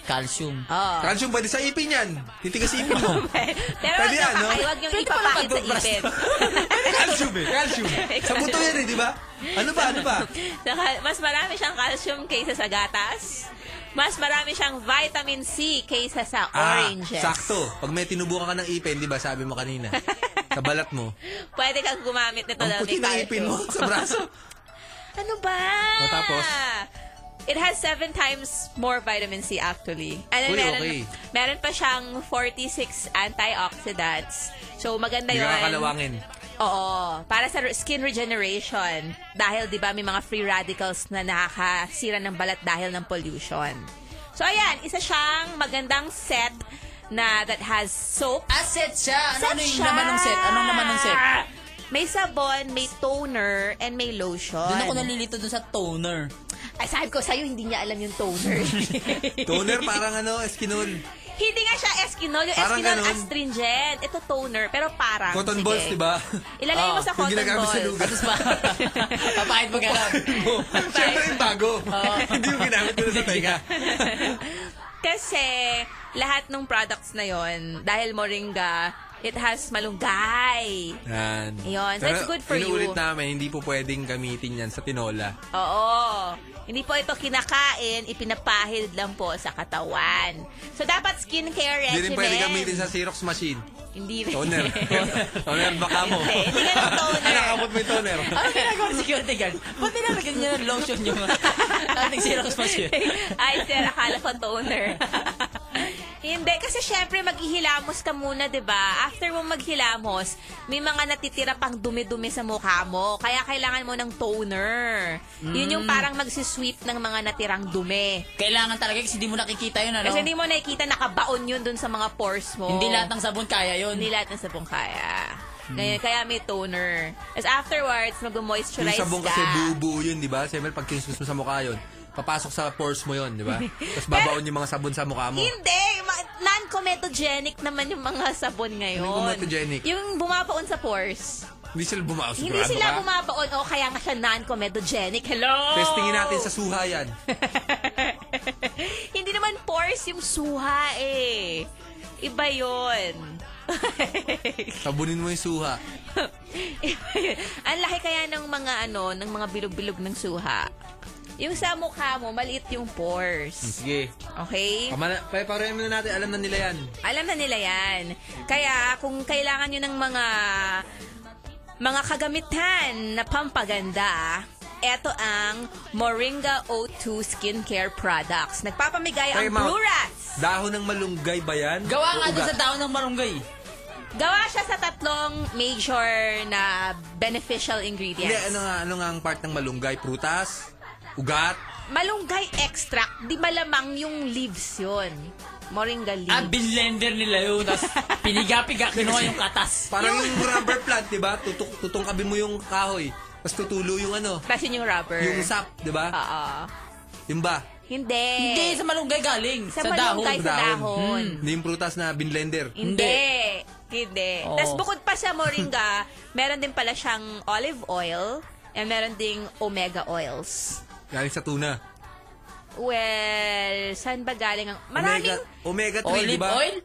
[SPEAKER 1] Calcium.
[SPEAKER 3] Oo.
[SPEAKER 7] Calcium pwede sa ipin yan. Titigas ipin mo.
[SPEAKER 3] Pero ano,
[SPEAKER 7] Pwede
[SPEAKER 3] wag
[SPEAKER 7] yan,
[SPEAKER 3] yung
[SPEAKER 7] no?
[SPEAKER 3] kakay, wag yung
[SPEAKER 1] ano? Pwede pala
[SPEAKER 3] ipapakit sa
[SPEAKER 1] mag-brush.
[SPEAKER 3] ipin.
[SPEAKER 1] *laughs*
[SPEAKER 7] calcium eh. Calcium. Sa buto yan eh, di ba? Ano ba? Ano ba?
[SPEAKER 3] *laughs* Naka- Mas marami siyang calcium kaysa sa gatas. Mas marami siyang vitamin C kaysa sa
[SPEAKER 7] Ah,
[SPEAKER 3] oranges.
[SPEAKER 7] sakto. Pag may tinubukan ka ng ipin, di ba sabi mo kanina? sa balat mo.
[SPEAKER 3] Pwede kang gumamit nito
[SPEAKER 7] Ang
[SPEAKER 3] dahil
[SPEAKER 7] puti
[SPEAKER 3] may
[SPEAKER 7] ng ipin
[SPEAKER 3] calcium.
[SPEAKER 7] mo sa
[SPEAKER 3] *laughs*
[SPEAKER 7] braso.
[SPEAKER 3] Ano ba?
[SPEAKER 7] O, tapos?
[SPEAKER 3] It has seven times more vitamin C actually. And then
[SPEAKER 7] Uy,
[SPEAKER 3] meron,
[SPEAKER 7] okay.
[SPEAKER 3] meron pa siyang 46 antioxidants. So maganda
[SPEAKER 7] Hindi
[SPEAKER 3] yun.
[SPEAKER 7] ka kalawangin.
[SPEAKER 3] Oo. Para sa re- skin regeneration. Dahil, di ba, may mga free radicals na nakakasira ng balat dahil ng pollution. So, ayan. Isa siyang magandang set na that has soap.
[SPEAKER 1] Asset siya. Ano,
[SPEAKER 3] Set
[SPEAKER 1] ano yung
[SPEAKER 3] siya! Ah.
[SPEAKER 1] laman ng set? Anong laman ng set?
[SPEAKER 3] May sabon, may toner, and may lotion.
[SPEAKER 1] Doon ako nalilito doon sa
[SPEAKER 3] *laughs*
[SPEAKER 1] toner.
[SPEAKER 3] Ay, sabi ko sa'yo, hindi niya alam yung toner.
[SPEAKER 1] *laughs*
[SPEAKER 7] Toner parang ano, eskinol.
[SPEAKER 3] hindi nga siya Eskinol. Yung
[SPEAKER 7] Parang
[SPEAKER 3] Eskinol
[SPEAKER 7] ganun.
[SPEAKER 3] astringent. Ito toner, pero parang. Ah,
[SPEAKER 7] Cotton
[SPEAKER 3] Sige.
[SPEAKER 7] balls, di
[SPEAKER 3] *laughs*
[SPEAKER 7] ba?
[SPEAKER 3] Ilalagay mo
[SPEAKER 1] Oo,
[SPEAKER 3] sa
[SPEAKER 7] yung
[SPEAKER 3] cotton
[SPEAKER 7] ginagamit
[SPEAKER 3] balls.
[SPEAKER 7] sa lugar.
[SPEAKER 1] Tapos ba? Papahit mo ka lang.
[SPEAKER 7] *laughs* Siyempre yung
[SPEAKER 3] *laughs*
[SPEAKER 7] bago. *laughs* Hindi mo ginamit ko na sa tenga.
[SPEAKER 3] Kasi lahat ng products na yon dahil moringa, it has malunggay.
[SPEAKER 7] Yan.
[SPEAKER 3] Yun. So, it's good for you.
[SPEAKER 7] inuulit namin, hindi po pwedeng gamitin yan sa tinola.
[SPEAKER 3] Oo. Hindi po ito kinakain, ipinapahid lang po sa katawan. So, dapat skincare regimen.
[SPEAKER 7] Hindi rin pwedeng gamitin sa Xerox machine.
[SPEAKER 3] Hindi rin. *laughs*
[SPEAKER 7] Toner. toner, baka mo.
[SPEAKER 3] Hindi, hindi ganun
[SPEAKER 7] *laughs*
[SPEAKER 3] toner.
[SPEAKER 7] Nakamot mo yung toner.
[SPEAKER 1] Ano ginagawa ng security guard? Ba't nilalagyan niya ng lotion yung
[SPEAKER 3] *laughs*
[SPEAKER 1] Ah, ating Xerox machine?
[SPEAKER 3] Ay, sir, akala ko
[SPEAKER 1] *laughs*
[SPEAKER 3] toner. Hindi, kasi syempre maghihilamos ka muna, di ba? After mo maghilamos, may mga natitira pang dumi-dumi sa mukha mo. Kaya kailangan mo ng toner. Yun
[SPEAKER 1] Mm.
[SPEAKER 3] yung parang magsisweep ng mga natirang dumi.
[SPEAKER 1] Kailangan talaga kasi hindi mo nakikita yun, ano?
[SPEAKER 3] Kasi hindi mo nakikita, nakabaon yun dun sa mga pores mo.
[SPEAKER 1] Hindi lahat ng Hmm. sabon kaya yun.
[SPEAKER 3] Hindi lahat ng sabong kaya. Ngayon, kaya may toner. As afterwards, mag-moisturize
[SPEAKER 7] Yung
[SPEAKER 3] ka.
[SPEAKER 7] sabon kasi bubu yun, di ba? Siyempre, pag kinsus mo sa mukha yun, papasok sa pores mo yun, di
[SPEAKER 3] *laughs*
[SPEAKER 7] ba? Tapos babaon yung mga sabon sa mukha mo.
[SPEAKER 3] Hindi! Ma- Non-comedogenic naman yung mga sabon ngayon.
[SPEAKER 7] Anong comedogenic?
[SPEAKER 3] Yung bumabaon sa pores.
[SPEAKER 7] Hindi sila bumaos.
[SPEAKER 3] Hindi sila bumabaon. O, kaya nga siya non-comedogenic. Hello!
[SPEAKER 7] Testingin natin sa suha yan.
[SPEAKER 3] *laughs* Hindi naman pores yung suha eh. Iba yun. *laughs*
[SPEAKER 7] Sabunin mo yung suha.
[SPEAKER 3] Iba yun. Ang laki kaya ng mga ano, ng mga bilog-bilog ng suha. Yung sa mukha mo, maliit yung pores.
[SPEAKER 7] Sige.
[SPEAKER 3] Okay?
[SPEAKER 7] Pamana, pa- parehin muna natin, alam na nila yan.
[SPEAKER 3] Alam na nila yan. Kaya kung kailangan nyo ng mga mga kagamitan na pampaganda, eto ang Moringa O2 Skincare Products. Nagpapamigay ang
[SPEAKER 7] Time out.
[SPEAKER 3] Blue Rats.
[SPEAKER 7] Dahon ng malunggay ba yan?
[SPEAKER 1] Gawa
[SPEAKER 7] O
[SPEAKER 1] nga
[SPEAKER 7] ugat?
[SPEAKER 1] doon sa daon ng marunggay.
[SPEAKER 3] Gawa siya sa tatlong major na beneficial ingredients.
[SPEAKER 7] Hindi, ano nga, ano nga ang part ng malunggay? Prutas? Ugat?
[SPEAKER 3] Malunggay extract, di malamang yung leaves yun. Moringa
[SPEAKER 1] Ah,
[SPEAKER 3] leaves.
[SPEAKER 1] blender nila yun.
[SPEAKER 3] *laughs*
[SPEAKER 1] Tapos piniga-piga, kinuha yung katas.
[SPEAKER 7] Parang yung rubber plant, di ba? Tutuk, tutungkabi mo yung kahoy. Tapos tutulo yung ano,
[SPEAKER 3] Tapos yun yung rubber.
[SPEAKER 7] yung sap, di ba?
[SPEAKER 3] Oo.
[SPEAKER 7] Yung ba?
[SPEAKER 3] Hindi.
[SPEAKER 1] Hindi, sa malunggay galing.
[SPEAKER 3] Eh. Sa
[SPEAKER 1] Sa, dahon.
[SPEAKER 3] malunggay. Ay, sa dahon.
[SPEAKER 7] Hmm, Hindi yung prutas na binlender.
[SPEAKER 3] Hindi. Hindi.
[SPEAKER 1] Oo.
[SPEAKER 3] Tapos bukod pa sa moringa, *laughs* meron din pala siyang olive oil and meron ding omega oils.
[SPEAKER 7] Galing sa tuna.
[SPEAKER 3] Well, saan ba galing ang... Maraming...
[SPEAKER 7] Omega, omega 3, di
[SPEAKER 1] Olive
[SPEAKER 7] ba?
[SPEAKER 1] oil?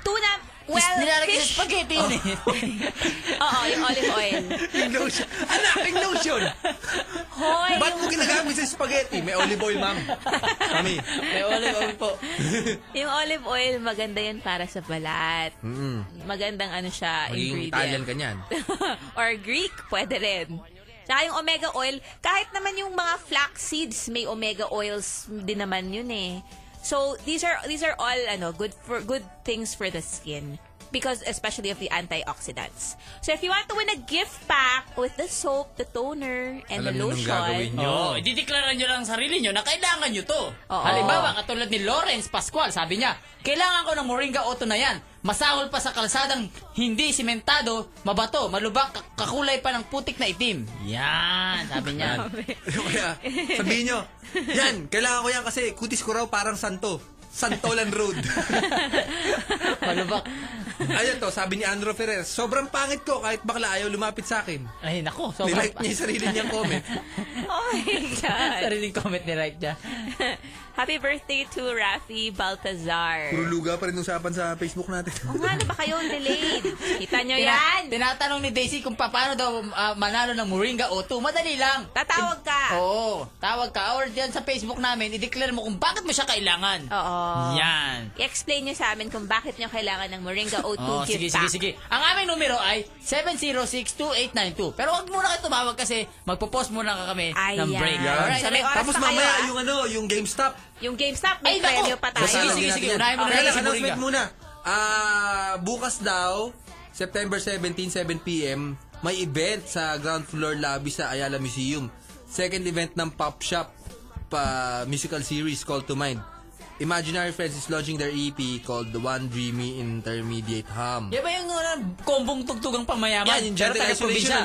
[SPEAKER 3] Tuna...
[SPEAKER 1] Well,
[SPEAKER 3] diba? Well,
[SPEAKER 1] Nilalagay sa
[SPEAKER 3] fish...
[SPEAKER 1] spaghetti yun
[SPEAKER 3] *laughs*
[SPEAKER 1] eh.
[SPEAKER 3] Oo, yung olive oil.
[SPEAKER 7] Yung lotion. *laughs* Anak, yung lotion!
[SPEAKER 3] Hoy,
[SPEAKER 7] Ba't
[SPEAKER 3] yung,
[SPEAKER 7] mo ginagamit sa spaghetti? May olive oil, ma'am.
[SPEAKER 3] *laughs*
[SPEAKER 7] Mami.
[SPEAKER 1] May olive oil po.
[SPEAKER 3] yung olive oil, maganda yan para sa balat.
[SPEAKER 7] Mm.
[SPEAKER 3] Magandang ano siya, ingredient.
[SPEAKER 7] Magiging Italian ka niyan. *laughs*
[SPEAKER 3] *laughs* Or Greek, pwede rin. Tsaka yung omega oil, kahit naman yung mga flax seeds, may omega oils din naman yun eh. So, these are these are all ano good for good things for the skin because especially of the antioxidants. So, if you want to win a gift pack with the soap, the toner, and the
[SPEAKER 7] Alam niyo nung
[SPEAKER 3] lotion,
[SPEAKER 7] gagawin niyo.
[SPEAKER 1] Oo, idideklara Oh, nyo lang ang sarili nyo na kailangan nyo to.
[SPEAKER 3] Oo.
[SPEAKER 1] Halimbawa, katulad ni Lawrence Pascual, sabi niya, kailangan ko ng Moringa Auto na yan. Masahol pa sa kalsadang hindi simentado, mabato, malubak, kak- kakulay pa ng putik na itim. Yan, sabi niya.
[SPEAKER 3] *laughs*
[SPEAKER 7] Kaya, sabihin nyo, yan, kailangan ko yan kasi kutis ko raw parang santo. Santolan *laughs* Road.
[SPEAKER 1] *laughs* malubak.
[SPEAKER 7] Ayun to, sabi ni Andrew Ferrer, sobrang pangit ko kahit bakla ayaw lumapit sa akin.
[SPEAKER 1] Ay, nako. Sobrang,
[SPEAKER 7] Nilike niya yung sarili niyang comment.
[SPEAKER 3] *laughs* oh my God.
[SPEAKER 1] *laughs* sariling comment ni Right niya.
[SPEAKER 3] *laughs* Happy birthday to Rafi Baltazar.
[SPEAKER 7] Puro luga pa rin usapan sa Facebook natin.
[SPEAKER 3] O nga, ano ba kayo delayed? Kita nyo
[SPEAKER 1] Tina-
[SPEAKER 3] yan?
[SPEAKER 1] Tinatanong ni Daisy kung pa- paano daw ah, manalo ng Moringa Auto. Madali lang.
[SPEAKER 3] Tatawag ka.
[SPEAKER 7] Oh.
[SPEAKER 1] Oo, tawag ka or diyan sa Facebook namin, i-declare mo kung bakit mo siya kailangan.
[SPEAKER 3] Oo.
[SPEAKER 1] Yan.
[SPEAKER 3] I-explain nyo sa amin kung bakit nyo kailangan ng Moringa O2
[SPEAKER 1] Oh,
[SPEAKER 3] gift
[SPEAKER 1] sige, sige,
[SPEAKER 3] pack.
[SPEAKER 1] sige. Ang aming numero ay 7062892. Pero huwag muna kayo tumawag kasi magpo-post muna ka kami ng
[SPEAKER 3] Ayan.
[SPEAKER 1] break.
[SPEAKER 7] Yan.
[SPEAKER 1] Alright,
[SPEAKER 3] Sa may
[SPEAKER 1] alright.
[SPEAKER 3] oras
[SPEAKER 7] Tapos
[SPEAKER 3] pa kayo, ah.
[SPEAKER 7] mamaya, yung ano, yung GameStop.
[SPEAKER 3] Yung GameStop,
[SPEAKER 1] Ay,
[SPEAKER 3] may
[SPEAKER 1] naku.
[SPEAKER 3] premium pa tayo.
[SPEAKER 1] Sige,
[SPEAKER 7] Basahin
[SPEAKER 1] sige,
[SPEAKER 7] natin
[SPEAKER 1] sige.
[SPEAKER 7] yan.
[SPEAKER 1] Unahin mo na
[SPEAKER 7] Kaya
[SPEAKER 1] lang
[SPEAKER 7] lang,
[SPEAKER 1] si
[SPEAKER 7] announcement
[SPEAKER 1] Moringa.
[SPEAKER 7] muna. Ah, bukas daw, September 17, 7 p.m., may event sa ground floor lobby sa Ayala Museum. Second event ng Pop Shop pa musical series Call to Mind. Imaginary Friends is launching their EP called The One Dreamy Intermediate Hum.
[SPEAKER 1] Yan ba yung uh, kombong tugtugang pamayaman?
[SPEAKER 7] Yan, yung
[SPEAKER 1] Pero
[SPEAKER 7] gender isolation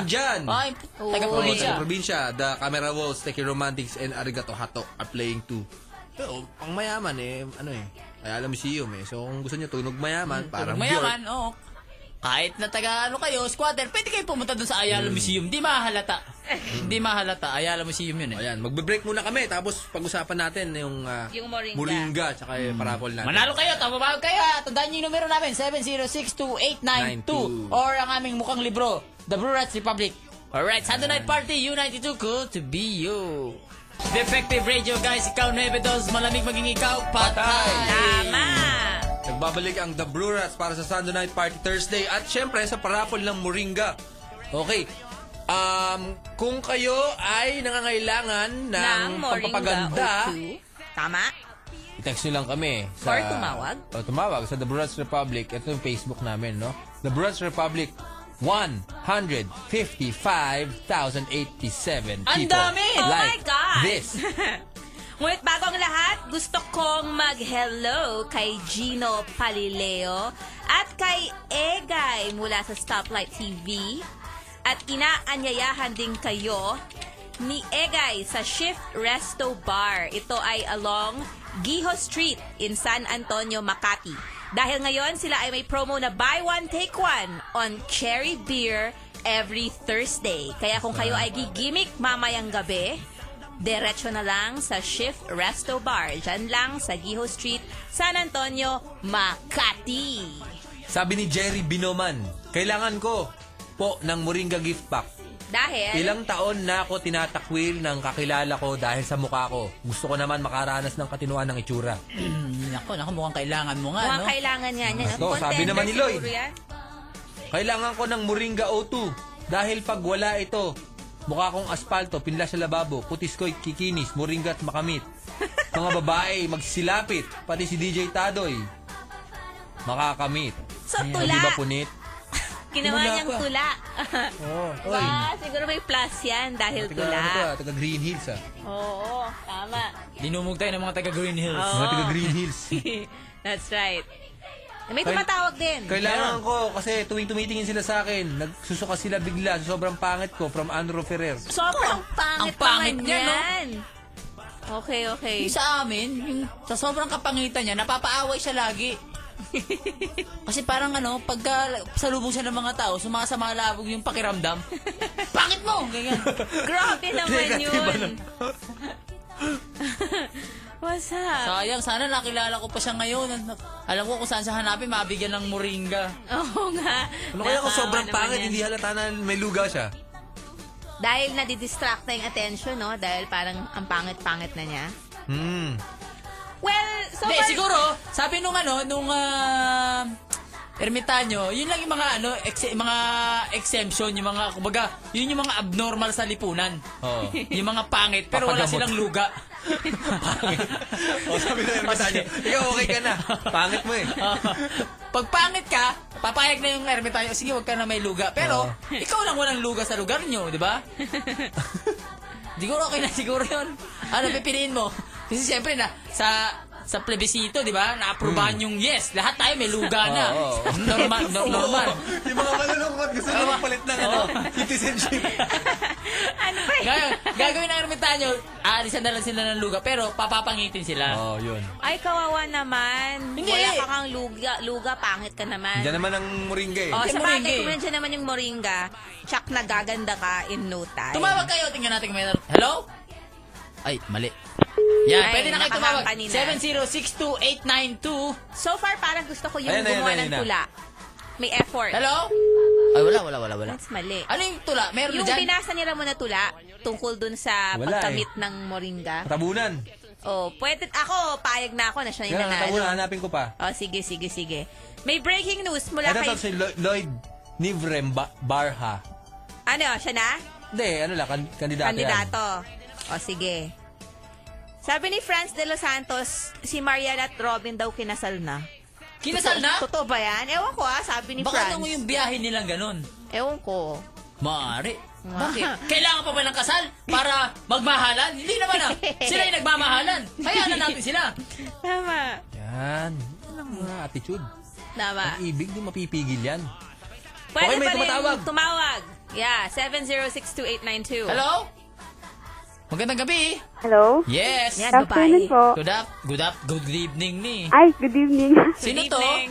[SPEAKER 1] taga-probinsya.
[SPEAKER 7] nandyan.
[SPEAKER 1] Ay,
[SPEAKER 7] Oh,
[SPEAKER 1] taga-probinsya.
[SPEAKER 7] sa probinsya, The Camera Walls, Teki Romantics, and Arigato Hato are playing too. Pero, pang mayaman eh, ano eh, Ayala Museum eh. So, kung gusto niyo tunog mayaman, parang
[SPEAKER 1] Parang Mm, mayaman, oo. Kahit na taga ano kayo, squatter, pwede kayo pumunta doon sa Ayala Museum. Di mahalata. Di mahalata. Ayala Museum yun
[SPEAKER 7] Bjork.
[SPEAKER 1] eh.
[SPEAKER 7] Ayan, magbe-break muna kami, tapos pag-usapan natin yung, ah,
[SPEAKER 3] Yung moringa.
[SPEAKER 7] moringa, tsaka eh, parapol natin.
[SPEAKER 1] Manalo kayo, tumawag kayo ha. Tandaan nyo yung numero namin, 7062892. Or ang aming mukhang libro, The Blue Rats Republic. Alright, Sunday Night Party, U92, cool to be you. Defective Radio guys, ikaw 9 dos, malamig maging ikaw, patay.
[SPEAKER 3] Tama.
[SPEAKER 7] Nagbabalik ang The Blue Rats para sa Sunday Night Party Thursday at syempre sa parapol ng Moringa. Okay. Um, kung kayo ay nangangailangan ng,
[SPEAKER 3] Ng Moringa
[SPEAKER 7] pampapaganda,
[SPEAKER 3] O2. Tama.
[SPEAKER 7] I-text nyo lang kami.
[SPEAKER 3] Or tumawag.
[SPEAKER 7] O tumawag sa The Brats Republic. Ito yung Facebook namin, no? The Brats Republic, 155,087 people.
[SPEAKER 1] Ang dami!
[SPEAKER 3] Oh my
[SPEAKER 7] like
[SPEAKER 3] God!
[SPEAKER 7] This.
[SPEAKER 3] Ngunit bago ang lahat, gusto kong mag-hello kay Gino Palileo at kay Egay mula sa Stoplight TV at inaanyayahan din kayo ni Egay sa Shift Resto Bar. Ito ay along Giho Street in San Antonio, Makati. Dahil ngayon sila ay may promo na buy one take one on cherry beer every Thursday. Kaya kung kayo ay gigimik mamayang gabi, Diretso na lang sa Shift Resto Bar. Diyan lang sa Giho Street, San Antonio, Makati.
[SPEAKER 7] Sabi ni Jerry Binoman, kailangan ko po ng Moringa gift pack.
[SPEAKER 3] Dahil,
[SPEAKER 7] Ilang taon na ako tinatakwil ng kakilala ko dahil sa mukha ko. Gusto ko naman makaranas ng katinuan ng itsura.
[SPEAKER 1] Nako, nako, Hmm, mukhang kailangan mo nga,
[SPEAKER 3] mukhang
[SPEAKER 1] no?
[SPEAKER 3] kailangan niya. Yan,
[SPEAKER 7] Ito, ano? sabi
[SPEAKER 3] Contender
[SPEAKER 7] naman ni Lloyd.
[SPEAKER 3] siguro yan.
[SPEAKER 7] Kailangan ko ng Moringa O2 dahil pag wala ito, mukha kong aspalto, pinla sa lababo, putis ko'y kikinis, Moringa at makamit. Mga babae, magsilapit, pati si DJ Tadoy, makakamit.
[SPEAKER 3] So,
[SPEAKER 7] Ay,
[SPEAKER 3] tula.
[SPEAKER 7] Di ba punit?
[SPEAKER 3] Ginawa
[SPEAKER 7] Tumula
[SPEAKER 3] niyang
[SPEAKER 7] pa.
[SPEAKER 3] tula.
[SPEAKER 7] Oo. Oy.
[SPEAKER 3] Ba, siguro may plus yan Oh. dahil
[SPEAKER 7] Taga, ano to, ah,
[SPEAKER 3] tula.
[SPEAKER 7] taga Green Hills ah.
[SPEAKER 3] Oo, tama.
[SPEAKER 1] Dinumog tayo ng mga taga Green Hills.
[SPEAKER 3] Oo.
[SPEAKER 7] Mga taga Green Hills.
[SPEAKER 3] That's right. May tumatawag din.
[SPEAKER 7] Kailangan ko kasi tuwing tumitingin sila sa akin, nagsusuka sila bigla. Sobrang pangit ko from Andrew Ferrer.
[SPEAKER 3] Sobrang
[SPEAKER 1] Ang pangit
[SPEAKER 3] pangit, pa nga
[SPEAKER 1] niya, no?
[SPEAKER 3] niyan. Okay, okay.
[SPEAKER 1] Yung sa amin, yung sa sobrang kapangitan niya, napapaaway siya lagi. *laughs* Kasi parang ano, pagka salubong siya ng mga tao, sumasama labog yung pakiramdam. Pangit mo! Ganyan.
[SPEAKER 3] Grabe
[SPEAKER 7] *laughs*
[SPEAKER 3] naman yun.
[SPEAKER 7] ano?
[SPEAKER 3] What's up?
[SPEAKER 1] Sayang, sana nakilala ko pa siya ngayon. Alam ko kung saan siya hanapin, mabigyan ng moringa.
[SPEAKER 3] *laughs* Oo nga.
[SPEAKER 7] Ano kaya kung
[SPEAKER 3] Nakakawa
[SPEAKER 7] sobrang
[SPEAKER 3] naman
[SPEAKER 7] pangit,
[SPEAKER 3] yan.
[SPEAKER 7] hindi halata na may luga siya?
[SPEAKER 3] Dahil nadidistract na yung attention, no? Dahil parang ang pangit-pangit na niya.
[SPEAKER 7] Hmm.
[SPEAKER 3] Well, so
[SPEAKER 1] Hindi,
[SPEAKER 3] far-
[SPEAKER 1] siguro, sabi nung ano, nung ah, ermitanyo, yun lang yung mga ano, ex- mga exemption, yung mga, kumbaga, yun yung mga abnormal sa lipunan.
[SPEAKER 3] *laughs*
[SPEAKER 7] Oo. *laughs*
[SPEAKER 1] yung mga pangit, pero wala
[SPEAKER 7] Papagamot.
[SPEAKER 1] silang luga. pangit.
[SPEAKER 7] *laughs* O sabi na ermitanyo, ikaw okay ka na. Pangit mo eh.
[SPEAKER 1] *laughs* Pag pangit ka, papayag na yung ermitanyo, sige, wag ka na may luga. Pero, *laughs* ikaw lang walang luga sa lugar nyo, di
[SPEAKER 7] *laughs*
[SPEAKER 1] ba? Siguro okay na siguro yun. Ano pipiliin mo? Kasi siyempre na, sa sa plebisito, di ba? Naaprubahan yung yes. Lahat tayo may luga na.
[SPEAKER 7] Hmm. Oo.
[SPEAKER 1] Normal,
[SPEAKER 7] *laughs*
[SPEAKER 1] no- normal.
[SPEAKER 7] Oo. Yung mga malulungkot, gusto nila magpalit ng ano, citizenship.
[SPEAKER 3] *laughs* ano ba yun?
[SPEAKER 1] Ngayon, gagawin ng ermitanyo, aalisan na lang sila ng luga, pero papapangitin sila.
[SPEAKER 7] Oo, oh, yun.
[SPEAKER 3] Ay, kawawa naman.
[SPEAKER 1] Hindi.
[SPEAKER 3] Wala ka kang luga, luga pangit ka naman.
[SPEAKER 7] Diyan naman ang moringa eh.
[SPEAKER 3] Oh,
[SPEAKER 1] Yung
[SPEAKER 3] sa bagay,
[SPEAKER 1] moringa eh.
[SPEAKER 3] kung nandiyan naman yung moringa, tsak na gaganda ka in no time.
[SPEAKER 1] Tumawag kayo, tingnan natin kung may... Hello? Ay, mali. Yan,
[SPEAKER 3] Ay,
[SPEAKER 1] pwede na kayo tumawag.
[SPEAKER 3] nakahang kanina.
[SPEAKER 1] 7062892.
[SPEAKER 3] So far, parang gusto ko yung
[SPEAKER 7] Ayan, ayan,
[SPEAKER 3] gumawa
[SPEAKER 7] ayan,
[SPEAKER 3] ng
[SPEAKER 7] ayan.
[SPEAKER 3] tula. May effort.
[SPEAKER 1] Hello? Ay, wala, wala, wala, wala.
[SPEAKER 3] That's mali.
[SPEAKER 1] Ano yung tula? Meron
[SPEAKER 3] Yung
[SPEAKER 1] na dyan?
[SPEAKER 3] binasa nila mo na tula, tungkol dun sa
[SPEAKER 7] Wala eh.
[SPEAKER 3] pagkamit ng moringa.
[SPEAKER 7] Tabunan.
[SPEAKER 3] Oh, pwede. Ako, payag na ako na siya yung
[SPEAKER 7] Yan, ang tabunan.
[SPEAKER 3] nanalo.
[SPEAKER 7] Hanapin ko pa.
[SPEAKER 3] Oh, sige, sige, sige. May breaking news mula
[SPEAKER 7] Ito
[SPEAKER 3] kay...
[SPEAKER 7] to si Lo- Lloyd Nivrem Ba- Barha.
[SPEAKER 3] Ano, siya na?
[SPEAKER 7] Hindi, ano lang, kan- kandidato, yan.
[SPEAKER 3] Kandidato. O, sige. Sabi ni Franz de los Santos, si Mariana at Robin daw kinasal na.
[SPEAKER 1] Kinasal na?
[SPEAKER 3] Totoo ba yan? Ewan ko ah, sabi ni Franz.
[SPEAKER 1] Baka nung yung biyahe nilang ganun.
[SPEAKER 3] Ewan ko.
[SPEAKER 1] Maaari.
[SPEAKER 3] Wow.
[SPEAKER 1] Bakit? Kailangan pa ba ng kasal para magmahalan? Hindi naman
[SPEAKER 3] *laughs*
[SPEAKER 1] ah. Sila yung nagmamahalan. Hayaan na natin sila.
[SPEAKER 3] Tama.
[SPEAKER 7] Yan. Yan ang mga attitude.
[SPEAKER 3] Tama.
[SPEAKER 7] Ang ibig, di mapipigil yan.
[SPEAKER 3] Pwede
[SPEAKER 7] Okay, may
[SPEAKER 3] pa rin
[SPEAKER 7] tumatawag.
[SPEAKER 3] tumawag. Yeah, 7062892.
[SPEAKER 1] Hello? Magandang gabi.
[SPEAKER 2] Hello?
[SPEAKER 1] Yes.
[SPEAKER 3] Yan,
[SPEAKER 2] Good afternoon
[SPEAKER 3] babae.
[SPEAKER 2] po.
[SPEAKER 1] Good up. Good up. Good evening ni.
[SPEAKER 2] Ay, good evening. *laughs*
[SPEAKER 1] Sino
[SPEAKER 3] Good
[SPEAKER 1] to?
[SPEAKER 3] evening.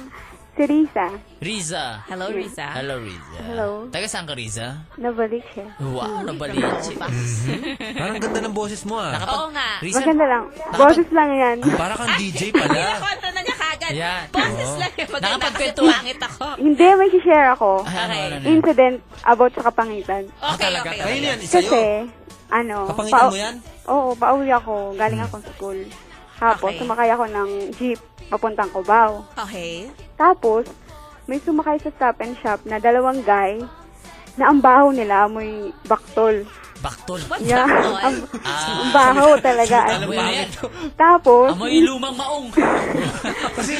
[SPEAKER 2] si Risa.
[SPEAKER 1] Riza.
[SPEAKER 3] Hello, Risa.
[SPEAKER 1] Hello, Riza.
[SPEAKER 2] Hello.
[SPEAKER 1] Taga saan ka, Riza?
[SPEAKER 2] Nabalik siya.
[SPEAKER 1] Wow, nabalichi.
[SPEAKER 7] Parang ganda ng boses mo ah.
[SPEAKER 1] Nakapag-
[SPEAKER 3] Oo nga.
[SPEAKER 1] Riza,
[SPEAKER 2] Maganda lang. Boses lang
[SPEAKER 1] *laughs*
[SPEAKER 2] yan.
[SPEAKER 7] Para kang DJ pala.
[SPEAKER 3] Pinakontra na niya kagad.
[SPEAKER 1] Yan.
[SPEAKER 3] Boses lang yung maganda kasi
[SPEAKER 1] Nakapagkwento.
[SPEAKER 3] pangit ako.
[SPEAKER 2] Hindi, may share ako.
[SPEAKER 1] Ay, ano, ano, ano.
[SPEAKER 2] Incident about sa kapangitan.
[SPEAKER 3] Okay,
[SPEAKER 1] Ah, talaga,
[SPEAKER 3] okay.
[SPEAKER 7] Ayun yan, isa yun.
[SPEAKER 2] Kasi, ano...
[SPEAKER 7] Kapangitan
[SPEAKER 2] pau-
[SPEAKER 7] mo yan?
[SPEAKER 2] Oo, pauwi ako. Galing
[SPEAKER 1] Hmm.
[SPEAKER 2] ako sa school. Tapos,
[SPEAKER 3] Okay.
[SPEAKER 2] sumakay ako ng jeep papuntang Cubao.
[SPEAKER 3] Okay.
[SPEAKER 2] Tapos, may sumakay sa stop and shop na dalawang guy na ang baho nila amoy baktol.
[SPEAKER 1] baktol.
[SPEAKER 3] What
[SPEAKER 1] *laughs*
[SPEAKER 2] Yeah.
[SPEAKER 3] the hell?
[SPEAKER 2] ang, ang baho talaga.
[SPEAKER 1] Ah. Alam mo yan?
[SPEAKER 2] Tapos,
[SPEAKER 1] Amoy lumang maong.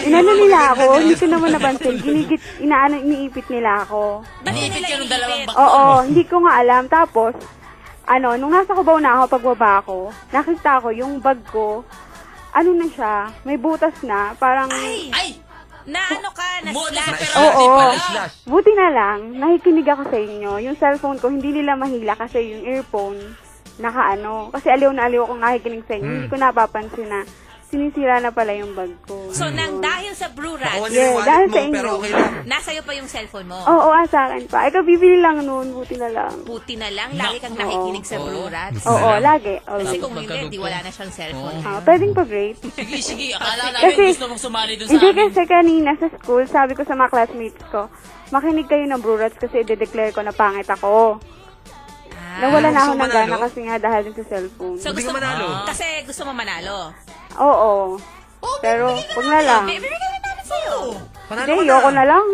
[SPEAKER 2] inano nila ako, hindi ko naman napansin. Ginigit, inaano, iniipit nila ako.
[SPEAKER 3] Ba't nila
[SPEAKER 1] Naniipit ka ng dalawang
[SPEAKER 3] iniipit?
[SPEAKER 1] baktol.
[SPEAKER 2] Oo, hindi ko nga alam. Tapos, ano, nung nasa Cubao na ako, pagbaba ko, nakita ko yung bag ko, ano na siya, may butas na, parang,
[SPEAKER 1] Ay!
[SPEAKER 3] Na ano ka, na
[SPEAKER 1] Modus
[SPEAKER 3] slash.
[SPEAKER 1] operandi
[SPEAKER 2] oo,
[SPEAKER 1] pala.
[SPEAKER 2] buti na lang, nakikinig ako sa inyo. Yung cellphone ko, hindi nila mahila kasi yung earphone, nakaano, kasi aliw na aliw ako nakikinig sa inyo, hindi
[SPEAKER 1] Hmm.
[SPEAKER 2] ko napapansin na, sinisira na pala yung bag ko. Hmm.
[SPEAKER 3] So, nang dahil sa Blue
[SPEAKER 7] Nakuha
[SPEAKER 3] Rats,
[SPEAKER 7] niya yung
[SPEAKER 2] Yeah,
[SPEAKER 7] wallet
[SPEAKER 2] dahil
[SPEAKER 7] mo,
[SPEAKER 2] sa inyo.
[SPEAKER 7] pero okay lang.
[SPEAKER 3] nasa'yo pa yung cellphone mo.
[SPEAKER 2] Oo, ah, sa akin pa. Ikaw, bibili lang noon, buti na lang.
[SPEAKER 3] Puti na lang, lagi kang
[SPEAKER 2] Nako.
[SPEAKER 3] nakikinig sa Blue Rats.
[SPEAKER 2] Oo, lagi.
[SPEAKER 3] Kasi
[SPEAKER 2] always.
[SPEAKER 3] kung hindi,
[SPEAKER 1] Magkalugtong.
[SPEAKER 3] di wala na siyang cellphone.
[SPEAKER 2] Ah, pwedeng pa-grade.
[SPEAKER 1] Sige, sige. Akala namin
[SPEAKER 2] Kasi-
[SPEAKER 1] gusto mong sumali dun sa
[SPEAKER 2] Hindi
[SPEAKER 1] amin.
[SPEAKER 2] kasi kanina sa school, sabi ko sa mga classmates ko, makinig kayo ng Blue Rats kasi i-declare ko na pangit ako.
[SPEAKER 1] Ah,
[SPEAKER 2] Nawala na ako
[SPEAKER 7] gusto mo
[SPEAKER 2] ng gana
[SPEAKER 7] manalo?
[SPEAKER 2] kasi nga dahil din sa cellphone.
[SPEAKER 3] So,
[SPEAKER 7] Hindi
[SPEAKER 3] gusto
[SPEAKER 7] ka manalo.
[SPEAKER 3] Kasi gusto mo manalo.
[SPEAKER 2] Oo. Pero, huwag na lang.
[SPEAKER 3] Bibigyan na namin sa'yo.
[SPEAKER 2] Hindi, ayoko na lang.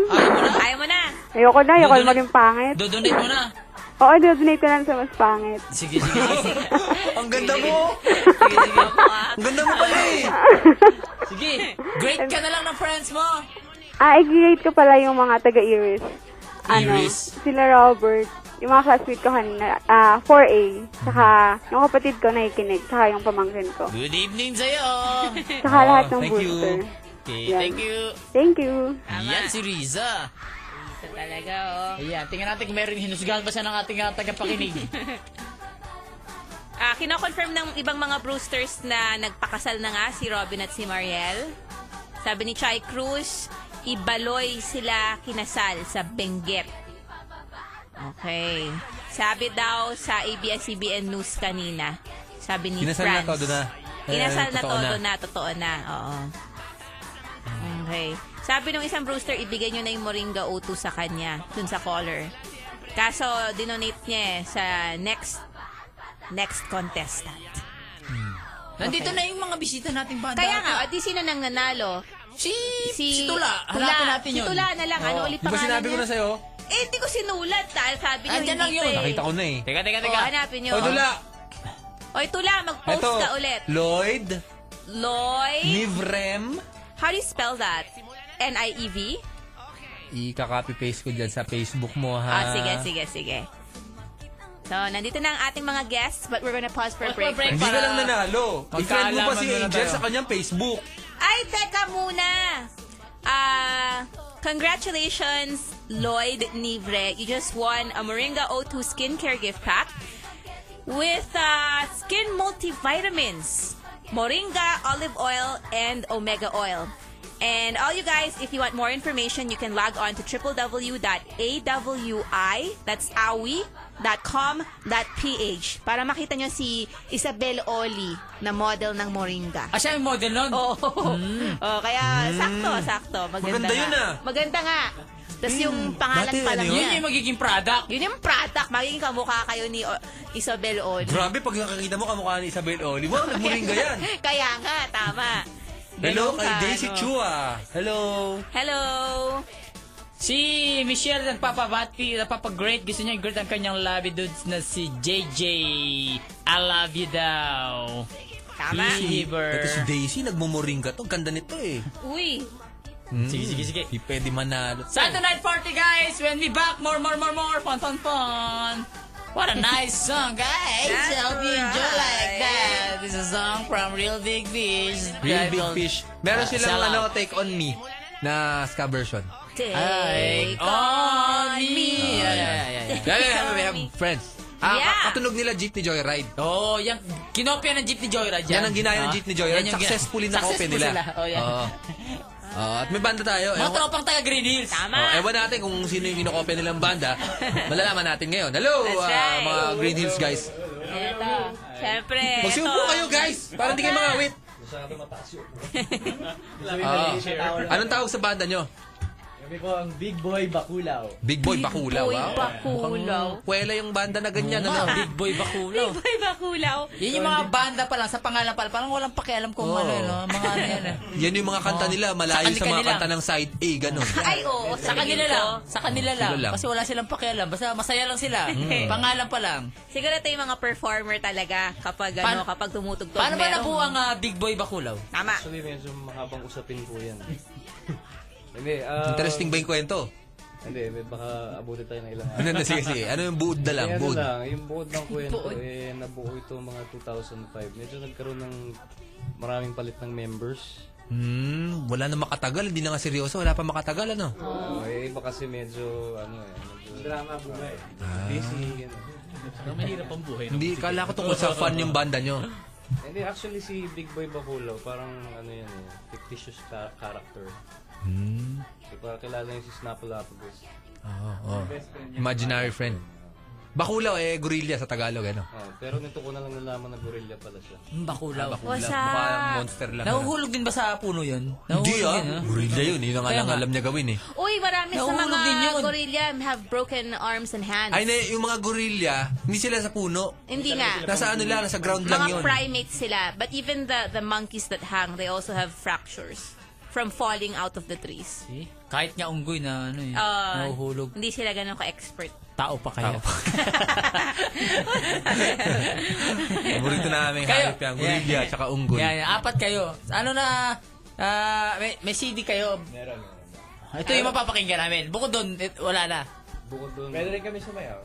[SPEAKER 3] Ayaw mo na.
[SPEAKER 2] Ayoko na, ayoko
[SPEAKER 1] Dudunay-
[SPEAKER 2] na maging pangit.
[SPEAKER 1] Dodonate mo na.
[SPEAKER 2] Oo, donate na lang sa mas pangit.
[SPEAKER 1] Sige, sige. sige.
[SPEAKER 2] *laughs*
[SPEAKER 7] Ang ganda mo.
[SPEAKER 1] Sige, sige.
[SPEAKER 7] *laughs* Ang ganda mo pala eh.
[SPEAKER 1] Sige. Great ka na lang ng friends mo.
[SPEAKER 2] Ah, i-grade ko pala yung mga taga-iris.
[SPEAKER 8] ano,
[SPEAKER 7] Iris.
[SPEAKER 8] sila Robert, yung mga classmate ko kanina, ah, 4A, saka yung kapatid ko nakikinig, saka yung pamangkin ko.
[SPEAKER 5] Good evening sa'yo.
[SPEAKER 3] *laughs*
[SPEAKER 8] Saka
[SPEAKER 7] Oh,
[SPEAKER 8] lahat ng
[SPEAKER 7] thank you.
[SPEAKER 8] booster.
[SPEAKER 5] Okay,
[SPEAKER 8] Yan.
[SPEAKER 5] thank you.
[SPEAKER 8] Thank you.
[SPEAKER 5] Yan si Riza.
[SPEAKER 3] Isa talaga, oh.
[SPEAKER 1] Ayan, tingnan natin kung meron hinusgahan ba siya ng ating uh,
[SPEAKER 3] *laughs*
[SPEAKER 1] tagapakinig.
[SPEAKER 3] Ah, kinoconfirm ng ibang mga Brewsters na nagpakasal na nga si Robin at si Mariel. Sabi ni Chai Cruz, ibaloy sila kinasal sa Benguet. Okay. Sabi daw sa ABS-CBN News kanina. Sabi ni
[SPEAKER 7] Kinasal na
[SPEAKER 3] Franz.
[SPEAKER 7] todo na. Eh,
[SPEAKER 3] Kinasal na
[SPEAKER 7] totoo
[SPEAKER 3] todo
[SPEAKER 7] na.
[SPEAKER 3] na, totoo na. Oo. Okay. Sabi nung isang Brewster, ibigay nyo na yung Moringa O2 sa kanya, dun sa caller. Kaso, dinonate niya eh sa next next contestant.
[SPEAKER 1] Nandito na yung mga bisita nating banda.
[SPEAKER 3] Kaya nga, o, di sino nang nanalo?
[SPEAKER 1] Si, si,
[SPEAKER 3] Si,
[SPEAKER 1] Tula. Hanapin natin yun.
[SPEAKER 3] Si Tula na lang.
[SPEAKER 1] Oo.
[SPEAKER 3] Ano ulit
[SPEAKER 7] Di ba
[SPEAKER 3] pangalan
[SPEAKER 7] sinabi ko
[SPEAKER 3] niya?
[SPEAKER 7] na sa'yo?
[SPEAKER 3] Eh, hindi ko sinulat. Dahil sabi niyo,
[SPEAKER 1] Andyan lang
[SPEAKER 3] hindi
[SPEAKER 1] yun.
[SPEAKER 3] pa eh.
[SPEAKER 7] Nakita ko na eh.
[SPEAKER 5] Teka, teka,
[SPEAKER 3] O,
[SPEAKER 5] teka.
[SPEAKER 3] hanapin nyo.
[SPEAKER 7] Oh, dula!
[SPEAKER 3] Oy, Tula, mag-post
[SPEAKER 7] Eto,
[SPEAKER 3] ka ulit.
[SPEAKER 7] Lloyd,
[SPEAKER 3] Loy.
[SPEAKER 7] Nivrem.
[SPEAKER 3] How do you spell that? E N-I-E-V?
[SPEAKER 7] Ika-copy-paste ko dyan sa Facebook mo,
[SPEAKER 3] Ah,
[SPEAKER 7] ha?
[SPEAKER 3] sige, sige, sige. So, nandito na ang ating mga guests, but we're gonna pause for a
[SPEAKER 5] Pause for
[SPEAKER 3] break.
[SPEAKER 5] a break.
[SPEAKER 7] Hindi ka lang nanalo. I-friend mo pa
[SPEAKER 5] Magkaalaman
[SPEAKER 7] si
[SPEAKER 5] muna
[SPEAKER 7] Angel
[SPEAKER 5] tayo.
[SPEAKER 7] sa kanyang Facebook.
[SPEAKER 3] Ay, teka muna! Ah, congratulations, Lloyd Nivre. You just won a Moringa O2 skincare gift pack with uh, skin multivitamins, Moringa olive oil, and omega oil. And all you guys, if you want more information, you can log on to www.awi, that's awi.com.ph para makita nyo si Isabel Oli na model ng Moringa.
[SPEAKER 1] Ah, siya yung model nun?
[SPEAKER 3] *laughs* Oo. Oh,
[SPEAKER 1] Hmm.
[SPEAKER 3] kaya sakto, sakto. Maganda,
[SPEAKER 7] Maganda yun,
[SPEAKER 3] nga.
[SPEAKER 7] ah.
[SPEAKER 3] Maganda nga. Tapos yung pangalan
[SPEAKER 7] Dati,
[SPEAKER 3] pa lang
[SPEAKER 7] ano
[SPEAKER 3] niya.
[SPEAKER 1] Hmm. Yun yung magiging product.
[SPEAKER 3] Yun yung product. Magiging kamukha kayo ni O- Isabel Oli.
[SPEAKER 7] Grabe, pag nakakita mo kamukha ni Isabel Olivo, ang muling yan.
[SPEAKER 3] *laughs* Kaya nga, tama.
[SPEAKER 7] Hello
[SPEAKER 3] Ganun
[SPEAKER 7] kay
[SPEAKER 3] ka,
[SPEAKER 7] Daisy
[SPEAKER 3] ano.
[SPEAKER 7] Chua. Hello.
[SPEAKER 3] Hello.
[SPEAKER 1] Si Michelle nagpapabati, nagpapag-great. Gusto niya i-great ang kanyang labi dudes na si JJ. I love you daw.
[SPEAKER 3] Tama.
[SPEAKER 1] Believer.
[SPEAKER 7] Ito si Daisy, nagmumuringa to. Ang Ganda nito eh.
[SPEAKER 3] Uy.
[SPEAKER 1] Sige, sige, sige.
[SPEAKER 7] Hindi pwede manalo.
[SPEAKER 1] Saturday night party, guys! When we back, more, more, more, more! Fun, fun, fun! What a *laughs* nice song, guys!
[SPEAKER 3] That's
[SPEAKER 1] I hope you enjoy
[SPEAKER 3] right.
[SPEAKER 1] like that! This is a song from Real Big Fish.
[SPEAKER 7] Real Big
[SPEAKER 1] titled,
[SPEAKER 7] Fish. Meron
[SPEAKER 1] uh,
[SPEAKER 7] silang
[SPEAKER 1] Sell Out.
[SPEAKER 7] ano, Take On Me na ska version.
[SPEAKER 3] Take
[SPEAKER 1] Take on me! Yeah, yeah, yeah, yeah.
[SPEAKER 7] Oh, Yeah, yeah, yeah, we have
[SPEAKER 3] on me.
[SPEAKER 7] friends. Ah,
[SPEAKER 3] Yeah.
[SPEAKER 7] ka- katunog nila Jeepney Joyride.
[SPEAKER 1] Oh, yan. Kinopia ng Jeep ni Joyride yan.
[SPEAKER 7] Yan ang ginaya ng
[SPEAKER 1] Ah,
[SPEAKER 7] Jeep ni
[SPEAKER 1] yan
[SPEAKER 7] Joyride.
[SPEAKER 1] yung gina-
[SPEAKER 7] Successfully na open
[SPEAKER 1] Successful
[SPEAKER 7] nila.
[SPEAKER 1] sila. Oh, yan.
[SPEAKER 7] Oo. Oo, at may banda tayo.
[SPEAKER 1] *laughs* Mga
[SPEAKER 7] Ewan ko-
[SPEAKER 1] tropang taga Green Hills. *laughs*
[SPEAKER 3] Tama.
[SPEAKER 7] Oh, ewan natin kung sino yung kinokopya nilang banda. Malalaman natin ngayon. Hello,
[SPEAKER 3] That's
[SPEAKER 7] ah,
[SPEAKER 3] right.
[SPEAKER 7] mga Green Hills guys.
[SPEAKER 3] Eto. Siyempre.
[SPEAKER 7] Magsiupo
[SPEAKER 3] eto.
[SPEAKER 7] kayo guys! Para hindi kayo mga wait. Ah. anong tawag sa banda nyo? Kami ko ang Big Boy Bakulaw. Big Boy Bakulaw,
[SPEAKER 1] ah.
[SPEAKER 7] wow.
[SPEAKER 3] Bakulaw.
[SPEAKER 7] Kwela yung banda na ganyan, ano?
[SPEAKER 1] Big boy bakulaw.
[SPEAKER 3] Uy, bakulaw.
[SPEAKER 1] Yan yung mga banda pa lang, sa pangalan pa lang, parang walang pakialam kung
[SPEAKER 7] Oo.
[SPEAKER 1] ano, no? mga ano yan. eh.
[SPEAKER 7] Yan yung mga kanta
[SPEAKER 1] Sa
[SPEAKER 7] nila, malayo
[SPEAKER 1] kanila
[SPEAKER 7] sa mga
[SPEAKER 1] lang.
[SPEAKER 7] kanta ng side A, ganun.
[SPEAKER 3] Ay, oo.
[SPEAKER 1] Sa kanila
[SPEAKER 3] tingin ko.
[SPEAKER 1] lang, sa kanila
[SPEAKER 7] Sila
[SPEAKER 1] lang.
[SPEAKER 7] lang. Hmm.
[SPEAKER 1] Kasi wala silang pakialam. Basta masaya lang
[SPEAKER 7] *laughs*
[SPEAKER 1] sila. Pangalan pa lang.
[SPEAKER 3] Siguro ito yung mga performer talaga kapag ano,
[SPEAKER 1] Paano-
[SPEAKER 3] kapag tumutugtog.
[SPEAKER 1] Paano ba
[SPEAKER 3] merong-
[SPEAKER 1] nabuo ang ah, Big Boy Bakulaw?
[SPEAKER 3] Tama.
[SPEAKER 9] Actually, medyo mahabang usapin
[SPEAKER 7] *laughs*
[SPEAKER 9] po yan. hindi, ah...
[SPEAKER 7] Interesting ba yung kwento?
[SPEAKER 9] Hindi, may baka abutin tayo ng ilang
[SPEAKER 7] Ano na, sige, sige. Ano yung buod na lang?
[SPEAKER 9] Eh, ano
[SPEAKER 7] Buod.
[SPEAKER 9] lang, yung buod ng kwento, eh, nabuo ito mga 2005. Medyo nagkaroon ng maraming palit ng members.
[SPEAKER 7] Hmm, wala na makatagal. Hindi na nga seryoso. Wala pa makatagal, ano?
[SPEAKER 9] Oh. eh, iba kasi medyo, ano eh, medyo... Drama buhay.
[SPEAKER 7] Ah.
[SPEAKER 9] Busy, gano'n.
[SPEAKER 7] Hindi, kala ko tungkol sa fan yung banda nyo.
[SPEAKER 9] Hindi, actually si Big Boy Bacolao, parang ano yan eh, fictitious ca- character.
[SPEAKER 7] Hmm.
[SPEAKER 9] So, para kilala yung si Snapple-Apagos.
[SPEAKER 7] Oo, oo. Imaginary friend. Bakulaw eh, gorilla sa Tagalog, ano?
[SPEAKER 9] Oh, pero nito ko na lang nalaman na gorilla pala siya.
[SPEAKER 1] Hmm, Bakulaw.
[SPEAKER 7] Ah, Bakulaw.
[SPEAKER 3] What's
[SPEAKER 7] Mukhang
[SPEAKER 3] up?
[SPEAKER 7] monster lang. ano?
[SPEAKER 1] Nahuhulog din ba sa puno yun?
[SPEAKER 7] Hindi
[SPEAKER 1] Nahuhulog
[SPEAKER 7] ah.
[SPEAKER 1] yun, ah.
[SPEAKER 7] Gorilla yun. Yun ang
[SPEAKER 1] Kaya
[SPEAKER 7] alam,
[SPEAKER 1] nga.
[SPEAKER 7] alam niya gawin eh.
[SPEAKER 3] Uy, marami sa
[SPEAKER 1] Nahuhulog
[SPEAKER 3] mga
[SPEAKER 1] din yun.
[SPEAKER 3] gorilla have broken arms and hands.
[SPEAKER 7] Ay, na, yung mga gorilla, hindi sila sa puno.
[SPEAKER 3] Ano? Hindi nga.
[SPEAKER 7] Nasa ano lang, nasa ground
[SPEAKER 3] Mga
[SPEAKER 7] lang yun.
[SPEAKER 3] primates sila. But even the the monkeys that hang, they also have fractures from falling out of the trees.
[SPEAKER 1] Eh, Kahit nga unggoy na ano eh.
[SPEAKER 3] Uh,
[SPEAKER 1] nahuhulog.
[SPEAKER 3] Hindi sila ganun ka-expert.
[SPEAKER 1] Tao pa kaya. *laughs*
[SPEAKER 7] Ah. Tao pa. Paborito namin
[SPEAKER 1] Kayo.
[SPEAKER 7] hanap yan. Gorilla, tsaka unggoy.
[SPEAKER 1] Yan, yan. Apat kayo. Ano na, ah, may, may CD kayo. Meron. Ito yung mapapakinggan namin. Bukod doon, wala na.
[SPEAKER 9] bukod doon.
[SPEAKER 10] Pwede rin kami sumayaw.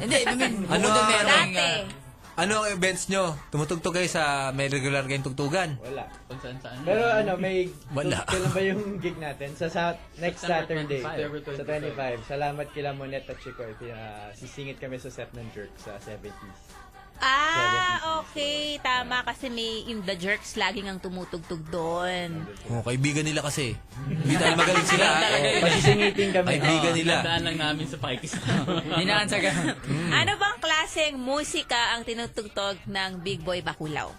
[SPEAKER 1] Hindi, I mean,
[SPEAKER 7] Ano
[SPEAKER 1] bukod doon
[SPEAKER 7] ang-
[SPEAKER 1] meron.
[SPEAKER 3] Dati.
[SPEAKER 7] Ano ang events nyo? Tumutugtog kayo sa may regular kayong tugtugan?
[SPEAKER 10] Wala.
[SPEAKER 5] Kung saan saan.
[SPEAKER 10] Pero ano, may... *laughs*
[SPEAKER 7] Wala.
[SPEAKER 10] Kailan ba yung gig natin? Sa, sa next
[SPEAKER 5] September
[SPEAKER 10] Saturday.
[SPEAKER 5] 25.
[SPEAKER 10] Sa 25. Salamat kila Monet at Chico. Uh, sisingit kami sa set ng Jerk sa 70s.
[SPEAKER 3] Ah, okay. Tama kasi may in the jerks laging ang tumutugtog doon.
[SPEAKER 7] Oh, kaibigan nila kasi. Hindi talaga magaling sila. ha?
[SPEAKER 10] Pasisingitin kami.
[SPEAKER 7] Kaibigan nila.
[SPEAKER 5] Daan lang namin sa
[SPEAKER 7] *laughs*
[SPEAKER 5] Pakistan.
[SPEAKER 1] Hinaan sa ganun.
[SPEAKER 3] Ano bang klaseng musika ang tinutugtog ng Big Boy Bakulaw?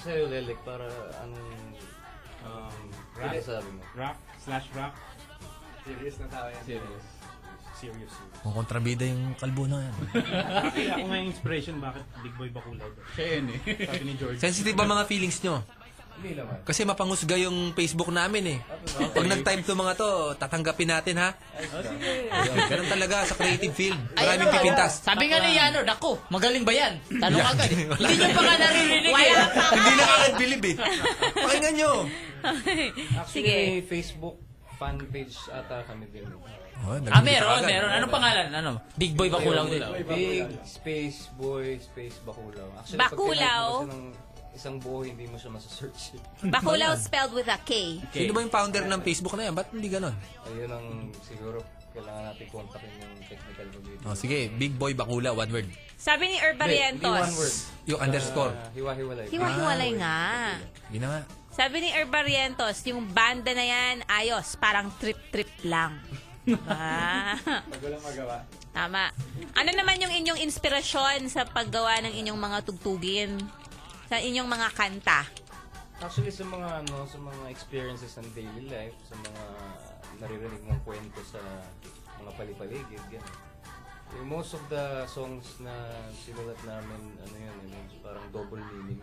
[SPEAKER 9] Sa iyo, Lelik, para anong... Um,
[SPEAKER 10] rap.
[SPEAKER 9] sabi mo?
[SPEAKER 10] Rock slash rock. Serious na tao yan. Serious. *laughs* Serious.
[SPEAKER 7] Ang Oh, kontrabida yung kalbo na yan.
[SPEAKER 10] Ako nga yung inspiration bakit Big Boy Bakulaw.
[SPEAKER 5] Siya yun eh.
[SPEAKER 10] Sabi ni George.
[SPEAKER 7] Sensitive ba mga feelings nyo?
[SPEAKER 10] Hindi naman.
[SPEAKER 7] Kasi mapangusga yung Facebook namin eh. Pag nag-time to mga to, tatanggapin natin ha. Ayun, Ganun talaga sa creative field. Maraming pipintas.
[SPEAKER 1] Sabi nga ni Yano, naku, magaling ba yan? Tanong agad.
[SPEAKER 7] *laughs*
[SPEAKER 1] eh. Hindi nyo pa nga naririnig eh.
[SPEAKER 3] Wala pa
[SPEAKER 7] Hindi na kagad believe eh. Pakinggan nyo.
[SPEAKER 3] Sige.
[SPEAKER 9] Actually, Facebook fan page ata kami din.
[SPEAKER 1] Ah, meron, meron. Anong pangalan? Ano? Big Boy Bakulaw din.
[SPEAKER 9] Big Space Boy Space Bakulaw. Actually, pag
[SPEAKER 3] Bakulaw?
[SPEAKER 9] tinake mo kasi ng isang buo, hindi mo siya masasearch.
[SPEAKER 3] Bakulaw spelled with a K.
[SPEAKER 7] Sino ba yung founder ng Facebook na yan? Ba't hindi ganun?
[SPEAKER 9] Ayun ang siguro kailangan natin kontakin yung technical community.
[SPEAKER 7] Oh, sige, Big Boy Bakula, one word.
[SPEAKER 3] Sabi ni
[SPEAKER 9] one
[SPEAKER 3] Herbarientos.
[SPEAKER 9] word.
[SPEAKER 7] Yung underscore.
[SPEAKER 9] Ah, hiwa-hiwalay.
[SPEAKER 3] Hiwa-hiwalay
[SPEAKER 1] Ah,
[SPEAKER 3] nga.
[SPEAKER 7] Hindi na nga.
[SPEAKER 3] Sabi ni Herbarientos, yung banda na yan, ayos, parang trip-trip lang. Ah,
[SPEAKER 10] Pag walang magawa.
[SPEAKER 3] tama. Ano naman yung inyong inspirasyon sa paggawa ng inyong mga tugtugin? Sa inyong mga kanta?
[SPEAKER 9] Actually, sa mga ano, sa mga experiences ng daily life, sa mga naririnig mong kwento sa mga palipaligid, gano'n. Yung Eh, most of the songs na sinulat namin, ano yun, I mean, parang double meaning.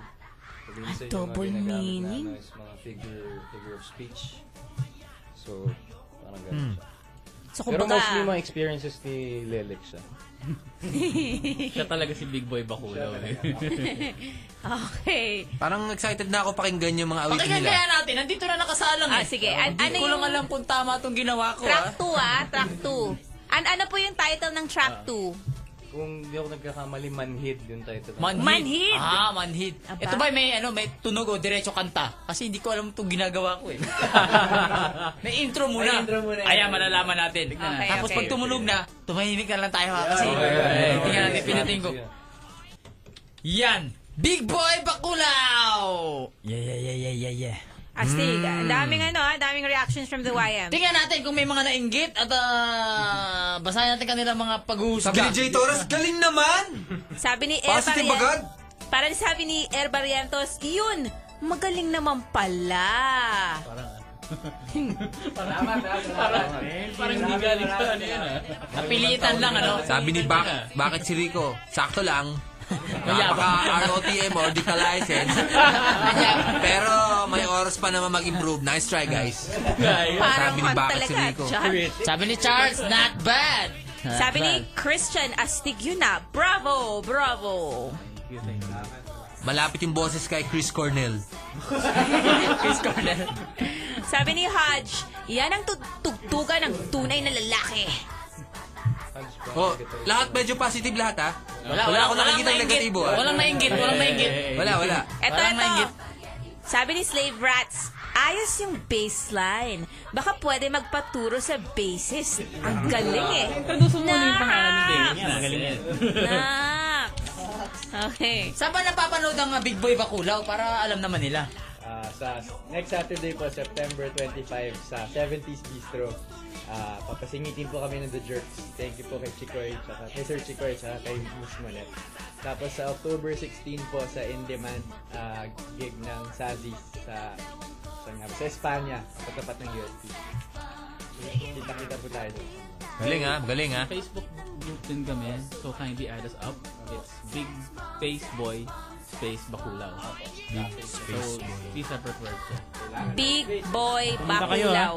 [SPEAKER 9] So, minsan yung mga
[SPEAKER 3] Ah, double
[SPEAKER 9] ginagamit na
[SPEAKER 3] meaning?
[SPEAKER 9] Ano, is mga figure, figure of speech. So, parang
[SPEAKER 3] Hmm.
[SPEAKER 9] gano'n siya.
[SPEAKER 3] So,
[SPEAKER 9] Pero
[SPEAKER 3] kumbaga,
[SPEAKER 9] mostly mga experiences ni Lelek siya.
[SPEAKER 5] Siya talaga si Big Boy Bakulaw.
[SPEAKER 1] eh.
[SPEAKER 3] okay.
[SPEAKER 7] Parang excited na ako pakinggan yung mga awitin
[SPEAKER 1] Pakinggan
[SPEAKER 7] nila.
[SPEAKER 1] kaya natin, nandito na nakasalang eh.
[SPEAKER 3] Ah, sige. An- ano
[SPEAKER 1] Hindi ko lang
[SPEAKER 3] yung-
[SPEAKER 1] alam kung tama itong ginawa ko ah.
[SPEAKER 3] Track 2 ah, track 2. An ano po yung title ng track
[SPEAKER 1] Ah.
[SPEAKER 3] 2?
[SPEAKER 9] Kung di ako nagkakamali, Manhid yung title.
[SPEAKER 1] Manhid.
[SPEAKER 3] Manhid.
[SPEAKER 1] Ah, manhid.
[SPEAKER 3] Aba.
[SPEAKER 1] Ito ba may ano, may tunog o diretso kanta? Kasi hindi ko alam itong ginagawa
[SPEAKER 3] *laughs*
[SPEAKER 1] ko eh. may intro muna.
[SPEAKER 10] May intro muna.
[SPEAKER 1] Ayan, malalaman natin. Ah,
[SPEAKER 3] Okay,
[SPEAKER 1] Tapos
[SPEAKER 3] okay.
[SPEAKER 1] pag tumunog na, tumahimik na lang tayo ha. Kasi,
[SPEAKER 10] okay, okay,
[SPEAKER 1] eh,
[SPEAKER 10] okay.
[SPEAKER 1] tingnan natin, pinutin ko. Yan. Big Boy Bakulaw! Yeah, yeah, yeah, yeah, yeah, yeah.
[SPEAKER 3] Astig.
[SPEAKER 1] Hmm.
[SPEAKER 3] Ah, Ang daming ano, ah, daming reactions from the YM.
[SPEAKER 1] Tingnan natin kung may mga nainggit at ah, basahin natin kanilang mga pag-uhusga.
[SPEAKER 7] Sabi ni Jay Torres, galing naman!
[SPEAKER 3] Sabi
[SPEAKER 1] Eh,
[SPEAKER 3] ni Air
[SPEAKER 7] Positive agad!
[SPEAKER 3] Para sabi ni Air Barrientos, yun, magaling naman pala.
[SPEAKER 5] Parang hindi galing sa ano yun ah.
[SPEAKER 1] Napilitan lang, ano?
[SPEAKER 7] Sabi ni Bak, bakit si Rico? Sakto
[SPEAKER 1] *laughs*
[SPEAKER 7] lang. Napaka ROTM or di ka license. Pero may oras pa naman mag-improve. Nice try, guys.
[SPEAKER 3] Parang
[SPEAKER 7] Sabi ni
[SPEAKER 3] man
[SPEAKER 7] Bakit si
[SPEAKER 3] talaga,
[SPEAKER 7] Rico.
[SPEAKER 3] John.
[SPEAKER 1] Sabi ni Charles, not bad. Not
[SPEAKER 3] Sabi ni
[SPEAKER 1] *laughs* bad.
[SPEAKER 3] Christian, astig yun na. Bravo, bravo.
[SPEAKER 7] Malapit yung boses kay Chris Cornell.
[SPEAKER 1] Chris Cornell.
[SPEAKER 3] Sabi ni Hodge, yan ang tug- tugtugan ng tunay na lalaki.
[SPEAKER 7] Oh, lahat medyo positive lahat, ha? Wala, ako
[SPEAKER 1] walang
[SPEAKER 7] nakikita
[SPEAKER 1] nainggit.
[SPEAKER 7] negatibo, ah. ha?
[SPEAKER 1] Walang nainggit, walang nainggit.
[SPEAKER 7] Wala, wala.
[SPEAKER 3] Eto,
[SPEAKER 1] Parang
[SPEAKER 3] eto.
[SPEAKER 1] nainggit.
[SPEAKER 3] Sabi ni Slave Rats, ayos yung baseline. Baka pwede magpaturo sa basis. Ang galing eh. Traduso mo yung
[SPEAKER 5] Ah. Magaling yan.
[SPEAKER 3] Okay.
[SPEAKER 1] Saan ba napapanood ang uh, Big Boy Bakulaw para alam naman nila?
[SPEAKER 10] Ah, sa next Saturday po, September 25, sa 70s Bistro. Ah, papasingitin po kami ng The Jerks. Thank you po kay Chikoy, tsaka kay Sir Chikoy, tsaka kay Miss Monet. Tapos sa October 16 po, sa in-demand ah, gig ng Sazis sa sa, nga ba? sa Espanya, pagkapat ng UST. Kita-kita po tayo doon.
[SPEAKER 7] Galing, ha? Galing, ah. ha?
[SPEAKER 5] Facebook group din kami. So kindly add us up. It's Big Space Boy Space Bakulaw. Big Space so, Boy. Three separate words. yan.
[SPEAKER 3] Big Boy
[SPEAKER 5] Pumunta kayo,
[SPEAKER 3] Bakulaw.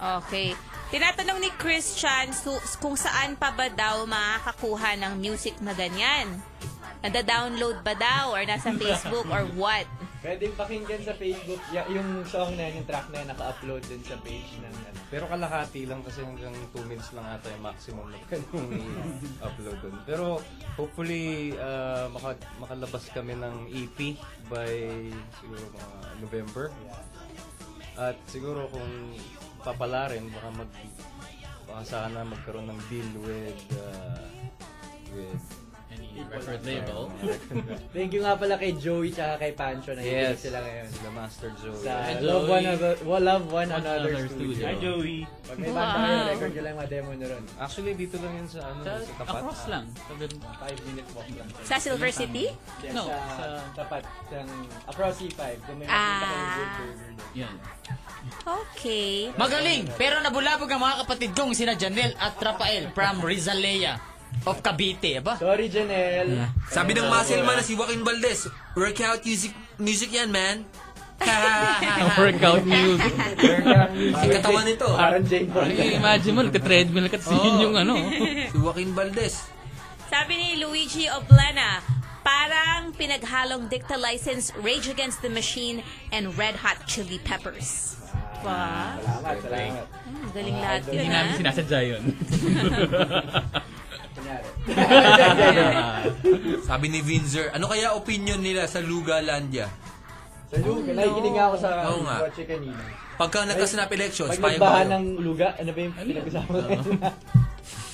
[SPEAKER 3] Okay. Tinatanong ni Christian su- kung saan pa ba daw makakakuha ng music na ganyan. Nada-download ba daw or nasa Facebook or what?
[SPEAKER 10] Pwede pakinggan sa Facebook. Ya, yung song na yun, yung track na yun, naka-upload din sa page ng ano.
[SPEAKER 9] Pero kalahati lang kasi hanggang 2 minutes lang ata yung maximum na *laughs* ganung i-upload dun. Pero hopefully ah, maka- makalabas kami ng EP by siguro mga November. At siguro kung papala rin, baka mag baka sana magkaroon ng deal with ah, with
[SPEAKER 11] Any record label.
[SPEAKER 1] Oh.
[SPEAKER 9] *laughs*
[SPEAKER 10] Thank you nga pala kay Joey tsaka kay Pancho na yes.
[SPEAKER 9] Yes,
[SPEAKER 10] sila ngayon.
[SPEAKER 9] Sila Master Joe.
[SPEAKER 10] Sa
[SPEAKER 11] Hi,
[SPEAKER 10] Love
[SPEAKER 11] Joey.
[SPEAKER 10] One Another, well, Love One
[SPEAKER 11] One
[SPEAKER 10] Another,
[SPEAKER 11] Another
[SPEAKER 10] Studio.
[SPEAKER 11] Studio. Hi,
[SPEAKER 10] Joey. Pag may banda
[SPEAKER 3] Wow.
[SPEAKER 10] kayo, record nyo lang yung mga demo na ron.
[SPEAKER 9] Actually, dito lang yun sa ano,
[SPEAKER 11] Sa,
[SPEAKER 9] sa tapat.
[SPEAKER 11] across lang. Tagal-
[SPEAKER 10] 5 minute walk lang.
[SPEAKER 3] Sa Silver City?
[SPEAKER 10] Yan,
[SPEAKER 11] No,
[SPEAKER 10] sa,
[SPEAKER 11] sa-
[SPEAKER 10] tapat ng across C5. Kung may
[SPEAKER 3] Ah.
[SPEAKER 10] makita kayong good burger doon.
[SPEAKER 11] Yan.
[SPEAKER 3] Okay. *laughs*
[SPEAKER 1] Magaling, pero nabulabog ang mga kapatid kong sina Janel at Rafael from Rizalea of Cavite. Aba?
[SPEAKER 10] Sorry, Janelle.
[SPEAKER 7] Sabi ng muscle man na si Joaquin Valdez, workout music music yan,
[SPEAKER 11] *laughs*
[SPEAKER 7] man.
[SPEAKER 11] Workout music.
[SPEAKER 7] Ang katawan nito.
[SPEAKER 10] Parang Jane Bond.
[SPEAKER 11] Imagine mo, nagka-treadmill ka, tapos yun yung ano.
[SPEAKER 1] Oh.
[SPEAKER 7] Si Joaquin Valdez.
[SPEAKER 3] Sabi ni Luigi Oplena, parang pinaghalong dicta license Rage Against the Machine and Red Hot Chili Peppers. Wow.
[SPEAKER 10] Salamat, salamat.
[SPEAKER 3] Ang galing lahat yun, ah.
[SPEAKER 11] Hindi
[SPEAKER 3] ha?
[SPEAKER 11] namin sinasadya yun.
[SPEAKER 10] Kunyari.
[SPEAKER 7] Sabi ni Vinzer, ano kaya opinion nila sa Lugalandia?
[SPEAKER 10] Sa Luga, nakikinig nga ako sa
[SPEAKER 7] Oo nga.
[SPEAKER 10] kotse kanina.
[SPEAKER 7] Pagka nagkasinap elections,
[SPEAKER 10] Pag
[SPEAKER 7] payo
[SPEAKER 10] nagbaha
[SPEAKER 7] kayo.
[SPEAKER 10] ng luga, ano ba yung pinag-usapan natin?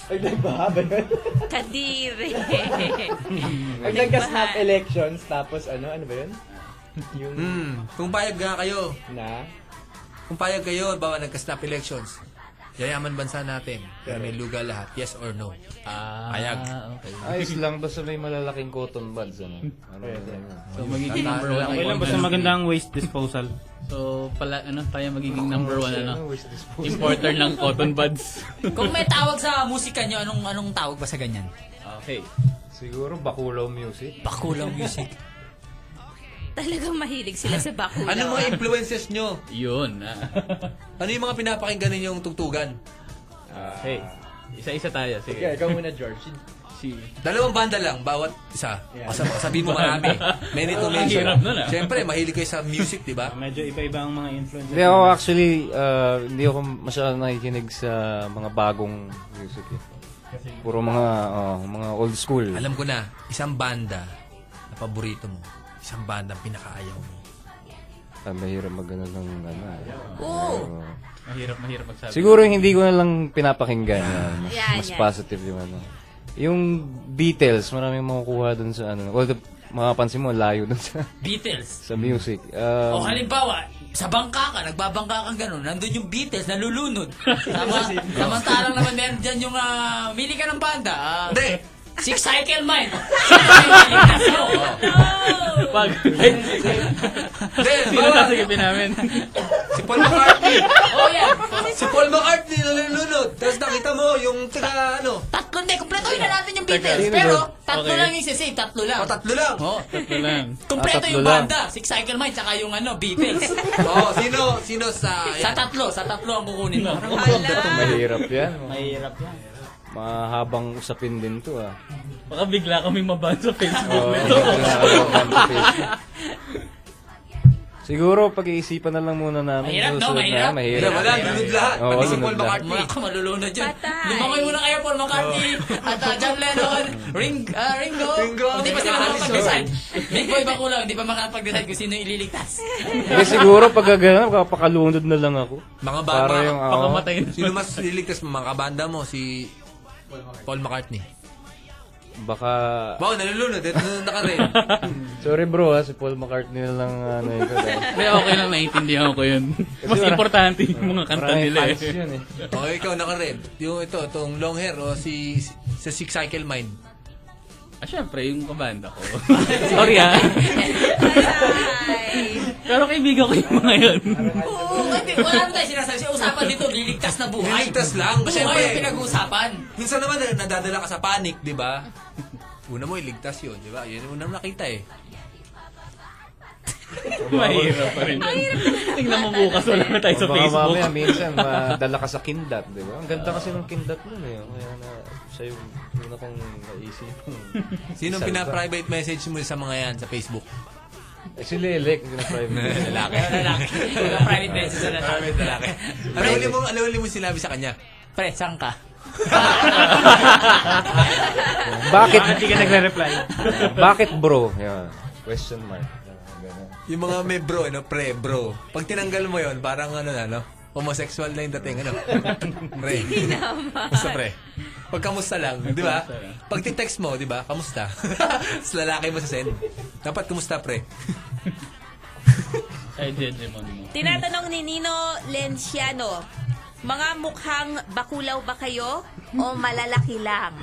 [SPEAKER 10] Pag nagbaha ba yun?
[SPEAKER 3] Kadiri. *laughs*
[SPEAKER 10] Pag nagka-snap elections, tapos ano, ano ba yun? Yung
[SPEAKER 7] Hmm, kung payag nga kayo,
[SPEAKER 10] na,
[SPEAKER 7] kung payag kayo, bawa nagkasinap elections, yayaman bansa natin. Kaya may luga lahat, yes or no.
[SPEAKER 11] Ah,
[SPEAKER 7] Ayag.
[SPEAKER 11] okay.
[SPEAKER 9] Ayos lang, basta may malalaking cotton buds. Ano? ano
[SPEAKER 11] So, magiging number one.
[SPEAKER 7] Okay lang,
[SPEAKER 11] basta maganda
[SPEAKER 9] ang waste disposal.
[SPEAKER 11] So, pala, ano, tayo magiging number one, ano?
[SPEAKER 9] waste disposal.
[SPEAKER 11] Importer ng cotton buds.
[SPEAKER 1] Kung may tawag sa musika nyo, anong anong tawag ba sa ganyan?
[SPEAKER 11] Okay.
[SPEAKER 9] Siguro bakulaw music.
[SPEAKER 1] Bakulaw music.
[SPEAKER 3] Talagang mahilig sila sa bakulaw.
[SPEAKER 7] Ano mga influences nyo?
[SPEAKER 11] Yun. ah.
[SPEAKER 7] Ano yung mga pinapakinggan ninyong tugtugan?
[SPEAKER 11] Okay. Isa-isa tayo. Sige.
[SPEAKER 10] okay, ikaw muna, George.
[SPEAKER 11] Si
[SPEAKER 7] Dalawang banda lang, bawat isa.
[SPEAKER 10] Yeah.
[SPEAKER 7] Kasi sabihin
[SPEAKER 11] *laughs*
[SPEAKER 7] mo marami. Many to mention.
[SPEAKER 11] hirap nun, ah.
[SPEAKER 7] Siyempre, mahilig kayo sa music, di ba?
[SPEAKER 11] Medyo iba-iba ang mga influences.
[SPEAKER 9] Hindi ako actually, ah, hindi ako masyadong nakikinig sa mga bagong music. Eh. Puro mga oh, mga old school.
[SPEAKER 7] Alam ko na, isang banda na paborito mo. Isang banda ang pinakaayaw mo.
[SPEAKER 9] Ang Ah, mahirap magano ng ano.
[SPEAKER 3] Oo.
[SPEAKER 9] ah.
[SPEAKER 11] Mahirap, mahirap magsabi.
[SPEAKER 9] Siguro yung hindi ko na lang pinapakinggan. ah, mas,
[SPEAKER 3] Yan,
[SPEAKER 9] mas
[SPEAKER 3] yan.
[SPEAKER 9] positive yung ano. Yung details, maraming makukuha dun sa ano. Well, the, makapansin mo, layo dun sa, *laughs*
[SPEAKER 1] Beatles.
[SPEAKER 9] sa music. Um,
[SPEAKER 1] O halimbawa, sa bangka ka, nagbabangka kang ganun, nandun yung Beatles, nalulunod. Tama, samantalang naman meron dyan yung, ah, mili ka ng banda. ah,
[SPEAKER 7] Hindi!
[SPEAKER 1] Six Cycle Mind. Six Cycle Mind. So,
[SPEAKER 11] Pag...
[SPEAKER 7] Hindi!
[SPEAKER 11] *laughs* Sino
[SPEAKER 7] bawa-
[SPEAKER 11] sasagipin namin?
[SPEAKER 7] Si Paul McCartney!
[SPEAKER 1] oh yan.
[SPEAKER 7] si Paul McCartney nalulunod! Tapos nakita mo yung taga ano,
[SPEAKER 1] Tatlo, hindi, kumpletohin na natin yung Beatles. Pero, tatlo
[SPEAKER 11] Okay.
[SPEAKER 1] lang yung sisig, tatlo lang.
[SPEAKER 7] o tatlo lang!
[SPEAKER 1] Oh,
[SPEAKER 11] Tatlo lang.
[SPEAKER 1] *laughs* kumpleto
[SPEAKER 9] tatlo
[SPEAKER 1] yung
[SPEAKER 9] lang.
[SPEAKER 1] banda. Six Cycle Mind, tsaka yung ano, Beatles.
[SPEAKER 7] Oh, sino, sino sa...
[SPEAKER 1] sa tatlo, sa tatlo ang kukunin mo.
[SPEAKER 11] Ah.
[SPEAKER 9] mahirap yan.
[SPEAKER 11] Mahirap yan.
[SPEAKER 9] Mahabang usapin din to
[SPEAKER 11] *laughs*
[SPEAKER 9] ah.
[SPEAKER 11] Baka bigla kami maban sa
[SPEAKER 10] *laughs*
[SPEAKER 11] Facebook
[SPEAKER 9] Oo,
[SPEAKER 11] nito.
[SPEAKER 9] mahabang usapin. Siguro, pag-iisipan na lang muna namin.
[SPEAKER 1] Mahirap, no?
[SPEAKER 9] Susunod
[SPEAKER 1] Mahirap?
[SPEAKER 9] na,
[SPEAKER 7] Wala,
[SPEAKER 9] mahirap.
[SPEAKER 7] wala, lunod lahat.
[SPEAKER 9] Oo,
[SPEAKER 7] Pati si
[SPEAKER 9] lunod
[SPEAKER 7] Paul
[SPEAKER 9] lahat.
[SPEAKER 7] McCartney.
[SPEAKER 1] Wala ka malulunod dyan.
[SPEAKER 3] Patay.
[SPEAKER 1] Lumangoy muna kayo, Paul McCartney, at uh, John Lennon, Ring, ah, Ringo.
[SPEAKER 7] Oh. Ringo.
[SPEAKER 1] Hindi pa sila makapag-decide. Big Boy Bakulaw, hindi pa makapag-decide kung sino yung ililigtas.
[SPEAKER 9] Hindi, siguro, pag ganun, kapakalunod na lang ako.
[SPEAKER 7] Mga bata.
[SPEAKER 9] Para yung, ah, oo.
[SPEAKER 11] Baka matay na.
[SPEAKER 7] Sino mas liligtas mo? Mga kabanda mo, si... Paul McCartney.
[SPEAKER 9] Baka...
[SPEAKER 7] Wow, nalulunod. Ito na ka rin.
[SPEAKER 9] Sorry bro ha, si Paul McCartney na lang ano yun.
[SPEAKER 11] Hindi, okay lang. Naiintindihan ko yun. Mas
[SPEAKER 9] wala-
[SPEAKER 11] importante yung mga kanta
[SPEAKER 9] Maraming
[SPEAKER 11] nila
[SPEAKER 9] fans
[SPEAKER 11] eh.
[SPEAKER 9] yun eh.
[SPEAKER 7] O, Oh, ikaw naka red. Yung ito, itong long hair, o si, si sa Six Cycle Mind.
[SPEAKER 11] Ah, syempre, yung kabanda ko. Sorry ah.
[SPEAKER 3] Ay.
[SPEAKER 11] Pero kaibigan ko yung mga yun.
[SPEAKER 1] Oo, hindi, wala naman tayo sinasabi. Sa usapan dito, liligtas na buhay.
[SPEAKER 7] Liligtas lang.
[SPEAKER 1] Buhay
[SPEAKER 7] Siyempre.
[SPEAKER 1] ang pinag-uusapan.
[SPEAKER 7] Minsan naman, eh, nadadala ka sa panic, di ba? Una mo, iligtas yun, di ba? Yun yung unang nakita eh.
[SPEAKER 11] Mahirap pa rin. Tingnan mo bukas, wala na tayo sa
[SPEAKER 9] Baka
[SPEAKER 11] Facebook.
[SPEAKER 9] mamaya minsan, madala ka sa kindat, di ba? Ang ganda kasi ng kindat nun eh. Kaya na, siya yung una kong naisip.
[SPEAKER 7] *laughs* Sino ang pina-private message mo sa mga yan sa Facebook?
[SPEAKER 9] Eh, si Lelek, hindi
[SPEAKER 7] *laughs*
[SPEAKER 9] na private.
[SPEAKER 7] Lalaki.
[SPEAKER 1] Lalaki. Private message na lang.
[SPEAKER 7] Private
[SPEAKER 1] *laughs*
[SPEAKER 7] lalaki. Ano ulit mo, ano ulit mo sinabi sa kanya?
[SPEAKER 1] Pre, saan ka?
[SPEAKER 9] Bakit?
[SPEAKER 7] Bakit di ka nagre-reply?
[SPEAKER 9] *laughs* Bakit bro? Yan. Question
[SPEAKER 7] *laughs*
[SPEAKER 9] mark. Ganun.
[SPEAKER 7] Yung mga may bro, ano, pre, bro. Pag tinanggal mo yon parang ano na, ano, homosexual na yung dating,
[SPEAKER 3] *laughs*
[SPEAKER 7] ano. Pre.
[SPEAKER 3] Hindi naman.
[SPEAKER 7] Basta pre. Pag kamusta lang, di ba? Pag titext mo, di ba? Kamusta? *laughs* Sa lalaki mo sa send. Dapat kumusta, pre.
[SPEAKER 12] Ay, di, di, mo, di mo.
[SPEAKER 3] Tinatanong ni Nino Lenciano, mga mukhang bakulaw ba kayo o malalaki lang?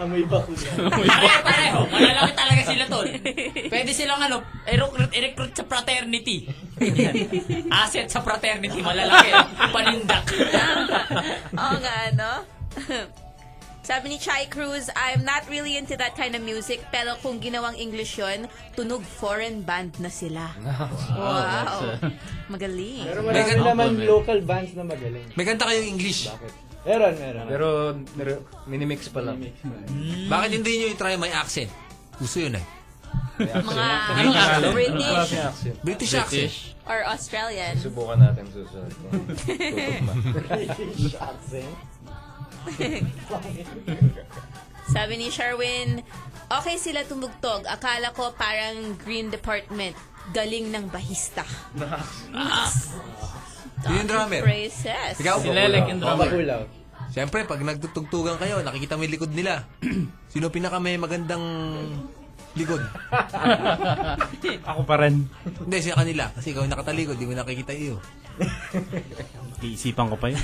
[SPEAKER 10] Amoy bakula.
[SPEAKER 1] Pareho, oh, malalaki talaga sila tol. Pwede silang ano, i-recruit, i-recruit sa fraternity. Asset sa fraternity, malalaki. oh. Panindak.
[SPEAKER 3] Oo nga, no? *laughs* Sabi ni Chai Cruz, I'm not really into that kind of music, pero kung ginawang English yon, tunog foreign band na sila. Wow. Magaling.
[SPEAKER 10] Pero marami naman local bands na magaling.
[SPEAKER 7] May kanta kayong English.
[SPEAKER 10] Meron, *laughs* meron.
[SPEAKER 9] Pero nire- minimix pa lang.
[SPEAKER 7] Bakit hindi nyo i-try may accent? Gusto yun eh.
[SPEAKER 3] Mga
[SPEAKER 7] Anong accent?
[SPEAKER 3] British
[SPEAKER 7] British accent.
[SPEAKER 3] or Australian.
[SPEAKER 9] Subukan natin
[SPEAKER 7] *laughs*
[SPEAKER 9] susunod.
[SPEAKER 10] British accent.
[SPEAKER 3] Sabi ni Sherwin, okay sila tumugtog. Akala ko parang green department. Galing ng bahista.
[SPEAKER 7] Yun yung drummer.
[SPEAKER 3] Praises.
[SPEAKER 7] Ikaw,
[SPEAKER 12] Si Lelek yung drummer.
[SPEAKER 10] Bakulaw.
[SPEAKER 7] Siyempre, pag nagtutugtugan kayo, nakikita mo yung likod nila. *clears throat* Sino pinaka may magandang likod?
[SPEAKER 9] Ako pa rin.
[SPEAKER 7] Hindi, sa kanila. Kasi ikaw yung nakatalikod, di mo nakikita iyo.
[SPEAKER 9] Iisipan ko pa yun.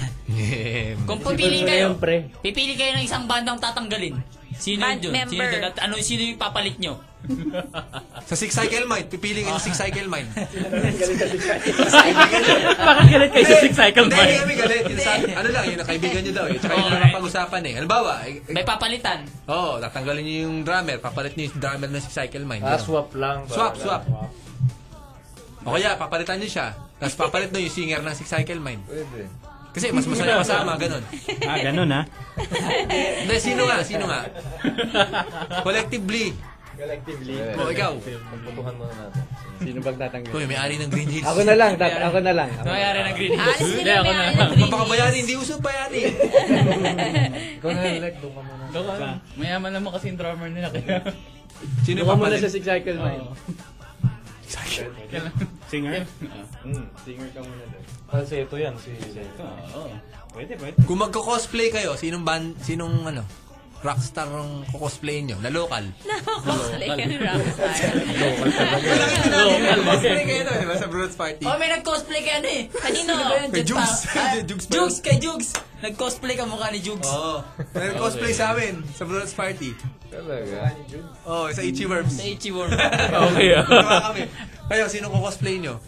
[SPEAKER 1] Kung pipili kayo,
[SPEAKER 10] Ayun, pre.
[SPEAKER 1] pipili kayo ng isang bandang tatanggalin. Sino
[SPEAKER 3] Band
[SPEAKER 1] yun? dun? Sino
[SPEAKER 3] member.
[SPEAKER 1] yun? At ano, sino yung papalit nyo?
[SPEAKER 7] Sa Six Cycle Mind, pipili kayo sa Six Cycle
[SPEAKER 12] *laughs*
[SPEAKER 7] Mind.
[SPEAKER 12] Bakit galit kayo sa six cycle
[SPEAKER 7] Hindi,
[SPEAKER 12] mind?
[SPEAKER 7] hindi kami galit. Yun sa- Ano lang, yun ang kaibigan nyo daw eh. Tsaka yun ang
[SPEAKER 1] Alright.
[SPEAKER 7] pag-usapan eh. Halimbawa, eh, eh,
[SPEAKER 1] May papalitan.
[SPEAKER 7] oo, tatanggalin nyo yung drummer, papalit nyo yung drummer na Six Cycle Mind.
[SPEAKER 9] Ah,
[SPEAKER 7] Yun.
[SPEAKER 9] swap lang.
[SPEAKER 7] Swap, swap. O kaya, papalitan nyo siya. Tapos papalit nyo yung singer ng Six Cycle Mind.
[SPEAKER 9] Pwede.
[SPEAKER 7] Kasi mas masaya kasama, ganun.
[SPEAKER 12] Ah, ganun ha?
[SPEAKER 7] Hindi, sino nga, sino
[SPEAKER 12] *laughs*
[SPEAKER 7] nga? Collectively.
[SPEAKER 10] Collectively.
[SPEAKER 7] O, ikaw.
[SPEAKER 9] Pagputuhan muna natin.
[SPEAKER 10] Sino bang tatanggal?
[SPEAKER 7] Uy, may-ari ng Green Hills.
[SPEAKER 10] Ako na lang, tat ako na lang. Ako na
[SPEAKER 1] Nangyari
[SPEAKER 10] lang.
[SPEAKER 1] na green hills.
[SPEAKER 3] Alis nila
[SPEAKER 12] ako
[SPEAKER 3] may
[SPEAKER 12] na.
[SPEAKER 3] ari ng green
[SPEAKER 7] Mapakabayari, Ano hindi uso bayari.
[SPEAKER 9] Ikaw na lang, Lek. Doon ka muna.
[SPEAKER 12] Doon, mayaman naman kasi yung drummer nila kaya. *laughs*
[SPEAKER 7] Sino
[SPEAKER 10] Doon ka muna sa Six Cycle Mind.
[SPEAKER 12] Singer?
[SPEAKER 7] Hmm.
[SPEAKER 10] Mm, singer ka muna doon.
[SPEAKER 9] Ah, si ito yan. Si
[SPEAKER 12] Oo.
[SPEAKER 10] Pwede, pwede.
[SPEAKER 7] Kung magko-cosplay kayo, sinong band, sinong ano, rockstar ang kukosplay nyo, na local.
[SPEAKER 3] Cosplay
[SPEAKER 1] ano
[SPEAKER 3] yung
[SPEAKER 1] *laughs*
[SPEAKER 3] rockstar.
[SPEAKER 7] Local Cosplay kayo doon, di ba, sa Brutes Party.
[SPEAKER 1] Oh, may nag-cosplay kay ano eh.
[SPEAKER 3] Kanino?
[SPEAKER 1] Sino ba yun?
[SPEAKER 7] Kay
[SPEAKER 1] Jugpa?
[SPEAKER 7] Jugs.
[SPEAKER 1] Ah,
[SPEAKER 7] Kay Jugs ba yun?
[SPEAKER 1] Jugs, *laughs* kay Jugs. Nag-cosplay ka mukha ni Jugs.
[SPEAKER 7] Oo. May cosplay sa amin, sa Brutes Party.
[SPEAKER 9] Talaga.
[SPEAKER 7] Oo, sa Ichi Worms.
[SPEAKER 1] Sa Ichiworm. *laughs*
[SPEAKER 12] Okay ah.
[SPEAKER 7] Tama kami. Kayo, sinong kukosplay nyo?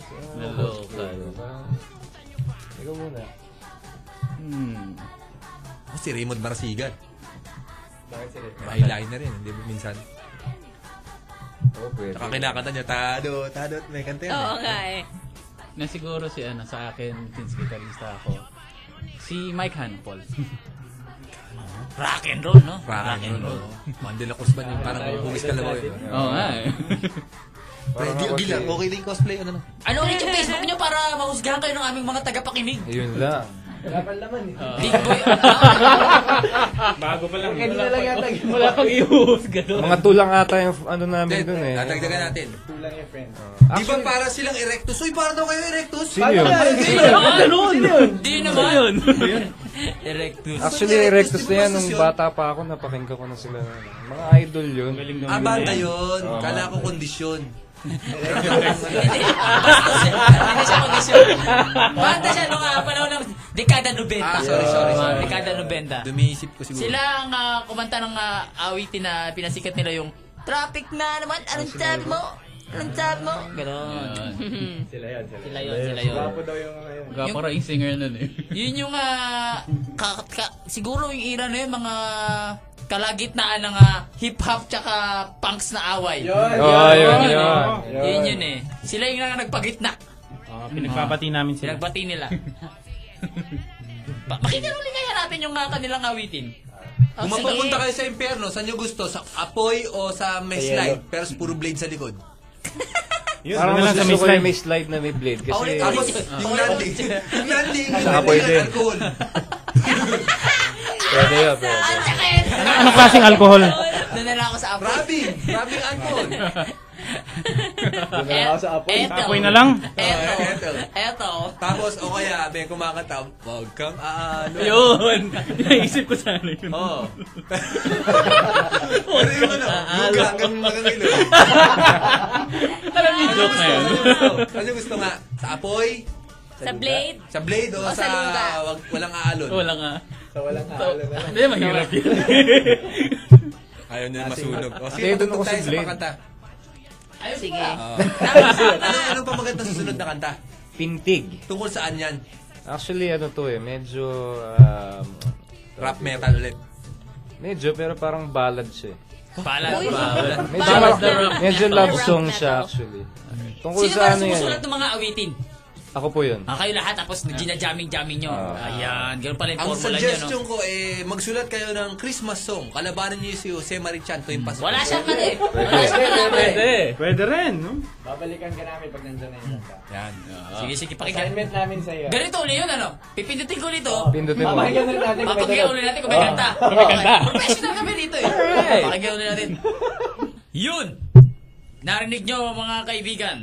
[SPEAKER 9] Ikaw muna.
[SPEAKER 12] Hmm.
[SPEAKER 7] Ako Oh, si Raymond Marasigan.
[SPEAKER 10] Bakit sila?
[SPEAKER 7] May eyeliner rin, hindi ba minsan?
[SPEAKER 9] Oo, pwede.
[SPEAKER 7] Tsaka kinakanta niya, Tado, Tado, may kanta yan.
[SPEAKER 3] Oo nga eh.
[SPEAKER 12] Na siguro si ano, sa akin, since guitarista ako, si Mike Hanpol.
[SPEAKER 1] *laughs* Rock and roll, no?
[SPEAKER 7] Rock and roll. Mandela Cosban yun, parang bugis ka lang eh.
[SPEAKER 1] Ah,
[SPEAKER 12] Oo nga eh.
[SPEAKER 9] Parang
[SPEAKER 7] Ready,
[SPEAKER 9] ako
[SPEAKER 7] Gila,
[SPEAKER 9] si-
[SPEAKER 7] okay din cosplay, ano na?
[SPEAKER 1] *laughs* Ano ulit yung Facebook nyo para mahusgahan kayo ng aming mga tagapakinig?
[SPEAKER 9] Ayun lang.
[SPEAKER 10] Wala pang laman eh.
[SPEAKER 12] Ah.
[SPEAKER 1] Big
[SPEAKER 12] *laughs*
[SPEAKER 1] boy. Ah,
[SPEAKER 12] Bago pa lang.
[SPEAKER 10] Kanina lang yata ginawa.
[SPEAKER 12] Wala pang i-husga doon.
[SPEAKER 9] Mga tulang ata yung ano namin
[SPEAKER 7] Then,
[SPEAKER 9] dun eh.
[SPEAKER 7] tatagdagan natin.
[SPEAKER 10] Tulang yung friend.
[SPEAKER 7] Di ba para silang erectus? Uy, para daw kayo erectus?
[SPEAKER 9] Ah. Sino yun?
[SPEAKER 12] Ganun!
[SPEAKER 1] Hindi naman.
[SPEAKER 12] Ano Yun!
[SPEAKER 1] Erectus.
[SPEAKER 9] Actually, erectus na yan. Nung bata pa ako, napakinggan ko na sila. Mga idol yun.
[SPEAKER 7] Ah, banda yun. Kala ko *laughs* kondisyon.
[SPEAKER 1] Hindi siya kondisyon. Banda siya nung ah, panahon ng dekada 90.
[SPEAKER 7] Ah, sorry, sorry,
[SPEAKER 1] Mga
[SPEAKER 7] sorry.
[SPEAKER 1] Dekada 90.
[SPEAKER 7] Dumiisip ko siguro.
[SPEAKER 1] Sila ang ah, kumanta ng ah, awitin na pinasikat nila yung Traffic na naman, anong sabi mo? Anong sabi mo? Ganon.
[SPEAKER 10] Sila yun, sila
[SPEAKER 1] Sila yun, sila yun.
[SPEAKER 10] Gwapo daw yung mga yun.
[SPEAKER 12] Gapo rin yung singer nun eh.
[SPEAKER 1] Yun yung, ah, ka- ka- siguro yung era na yun, mga kalagitnaan ng ah, hip-hop tsaka punks na away.
[SPEAKER 9] Oh, yun, yun.
[SPEAKER 1] Yun yun eh. Sila yung nga nagpagitna.
[SPEAKER 12] Uh, pinagpapati namin
[SPEAKER 1] Pinagbati
[SPEAKER 11] *laughs*
[SPEAKER 1] nila. Pa- Pakikinuloy kaya natin yung nga kanilang awitin.
[SPEAKER 7] Kung
[SPEAKER 1] sige.
[SPEAKER 7] mapupunta kayo sa impyerno, saan nyo gusto? Sa apoy o sa may slide? Pero puro blade sa likod.
[SPEAKER 9] Yun,
[SPEAKER 10] Parang
[SPEAKER 9] parang gusto
[SPEAKER 10] nasa
[SPEAKER 9] ko
[SPEAKER 10] may
[SPEAKER 9] yung
[SPEAKER 10] slide.
[SPEAKER 9] may slide na may blade. Kasi...
[SPEAKER 10] Paulit, paulit. Yung landing.
[SPEAKER 7] *laughs* Yung landing.
[SPEAKER 9] Saka pwede. Pwede yun, pwede.
[SPEAKER 13] Ano- anong klaseng alcohol?
[SPEAKER 1] Doon na lang ako sa apoy.
[SPEAKER 7] Rubbing! Rubbing
[SPEAKER 11] *laughs*
[SPEAKER 7] alcohol!
[SPEAKER 10] Doon na lang ako sa apoy.
[SPEAKER 1] Eto.
[SPEAKER 13] Apoy na lang?
[SPEAKER 1] Eto.
[SPEAKER 7] Eto.
[SPEAKER 1] Eto.
[SPEAKER 7] Tapos, o kaya, may kumakanta, huwag kang aano.
[SPEAKER 11] Yun! *laughs* Naisip ko sana yun.
[SPEAKER 7] Oo.
[SPEAKER 11] *laughs*
[SPEAKER 7] Pero yung Oh. ano, yung gagang mga ngilo.
[SPEAKER 11] Alam niyo yung joke na yun.
[SPEAKER 7] Ano gusto nga? Sa apoy?
[SPEAKER 3] Sa blade?
[SPEAKER 7] Sa blade o,
[SPEAKER 3] O sa
[SPEAKER 7] sa,
[SPEAKER 3] luga?
[SPEAKER 7] wag, walang aalon?
[SPEAKER 11] Wala nga.
[SPEAKER 10] Sa walang halo na lang.
[SPEAKER 11] Hindi, mahirap
[SPEAKER 9] *laughs*
[SPEAKER 11] yun.
[SPEAKER 7] Ayaw niya masunog. O,
[SPEAKER 9] Ayaw
[SPEAKER 7] Ah, sige,
[SPEAKER 9] ko
[SPEAKER 7] tunog
[SPEAKER 9] sa
[SPEAKER 7] tayo sa
[SPEAKER 9] blade.
[SPEAKER 7] mga kanta.
[SPEAKER 3] Sige.
[SPEAKER 7] Oo. ano, ano pa maganda susunod na kanta?
[SPEAKER 9] Pintig.
[SPEAKER 7] Tungkol saan yan?
[SPEAKER 9] Actually, ano to eh, medyo... Um,
[SPEAKER 7] Rap metal ulit.
[SPEAKER 9] Medyo, pero parang ballad siya eh.
[SPEAKER 11] Pala.
[SPEAKER 3] Uy.
[SPEAKER 9] Medyo,
[SPEAKER 11] Ballad na rap.
[SPEAKER 9] medyo love
[SPEAKER 3] Rap
[SPEAKER 9] song siya
[SPEAKER 3] metal.
[SPEAKER 9] actually. Tungkol
[SPEAKER 1] Sino
[SPEAKER 9] sa
[SPEAKER 1] ba
[SPEAKER 9] ano
[SPEAKER 1] sumusulat
[SPEAKER 9] yan?
[SPEAKER 1] ng mga awitin?
[SPEAKER 9] Ako po yun.
[SPEAKER 1] Ah, kayo lahat tapos ginajamming-jamming nyo.
[SPEAKER 9] Ah.
[SPEAKER 1] Ayan, ganun pala yung
[SPEAKER 7] Ang
[SPEAKER 1] formula nyo, no?
[SPEAKER 7] suggestion ko eh, magsulat kayo ng Christmas song. Kalabanin niyo si Jose Marichanto yung paso.
[SPEAKER 1] Wala siyang ano eh. Wala
[SPEAKER 9] Pwede.
[SPEAKER 1] siyang ano eh.
[SPEAKER 11] Pwede.
[SPEAKER 13] Pwede rin, no?
[SPEAKER 10] Babalikan ka namin pag nandyan na yung kanta.
[SPEAKER 7] Yan.
[SPEAKER 1] ah. Sige, sige, Hmm. pakinggan.
[SPEAKER 10] Assignment namin sa iyo.
[SPEAKER 1] Ganito ulit yun, ano? Pipindutin ko ulit, oh.
[SPEAKER 9] Pindutin mo.
[SPEAKER 10] Babalikan ulit natin Oh. kung may
[SPEAKER 1] Papakinggan
[SPEAKER 10] dalaw.
[SPEAKER 1] ulit natin kung may
[SPEAKER 10] *laughs*
[SPEAKER 1] kanta. *laughs* Kung may kanta. Professional kami dito, eh. Papakinggan ulit natin. Yun! Narinig nyo, mga kaibigan.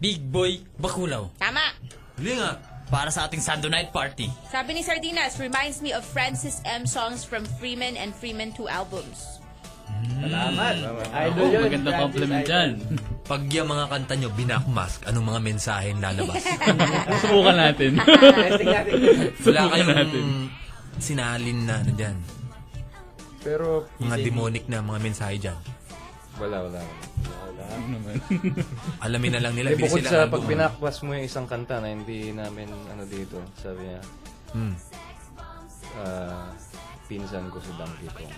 [SPEAKER 1] Big Boy Bakulaw.
[SPEAKER 3] Tama.
[SPEAKER 7] Huli nga.
[SPEAKER 1] Para sa ating Sunday night party.
[SPEAKER 3] Sabi ni Sardinas, reminds me of Francis M. songs from Freeman and Freeman 2 albums.
[SPEAKER 10] Salamat. Idol
[SPEAKER 11] Oh,
[SPEAKER 10] yun.
[SPEAKER 11] magandang
[SPEAKER 10] Francis
[SPEAKER 11] compliment
[SPEAKER 10] Idol.
[SPEAKER 11] dyan.
[SPEAKER 7] Pag yung mga kanta nyo, binakmask, anong mga mensaheng
[SPEAKER 1] *laughs*
[SPEAKER 7] lalabas?
[SPEAKER 11] Subukan natin.
[SPEAKER 10] Testing natin.
[SPEAKER 7] Wala
[SPEAKER 11] Subukan natin.
[SPEAKER 7] kayong sinalin na ano dyan.
[SPEAKER 9] Pero,
[SPEAKER 7] Mga demonic na mga mensahe dyan.
[SPEAKER 9] wala, wala.
[SPEAKER 7] Alamin na lang nila.
[SPEAKER 9] Eh,
[SPEAKER 7] bili
[SPEAKER 9] bukod
[SPEAKER 7] sila
[SPEAKER 9] sa
[SPEAKER 7] ng
[SPEAKER 9] pag
[SPEAKER 7] album.
[SPEAKER 9] pinakwas mo yung isang kanta na hindi namin ano dito, sabi niya,
[SPEAKER 7] Hmm.
[SPEAKER 9] ah, pinsan ko sa Donkey Kong.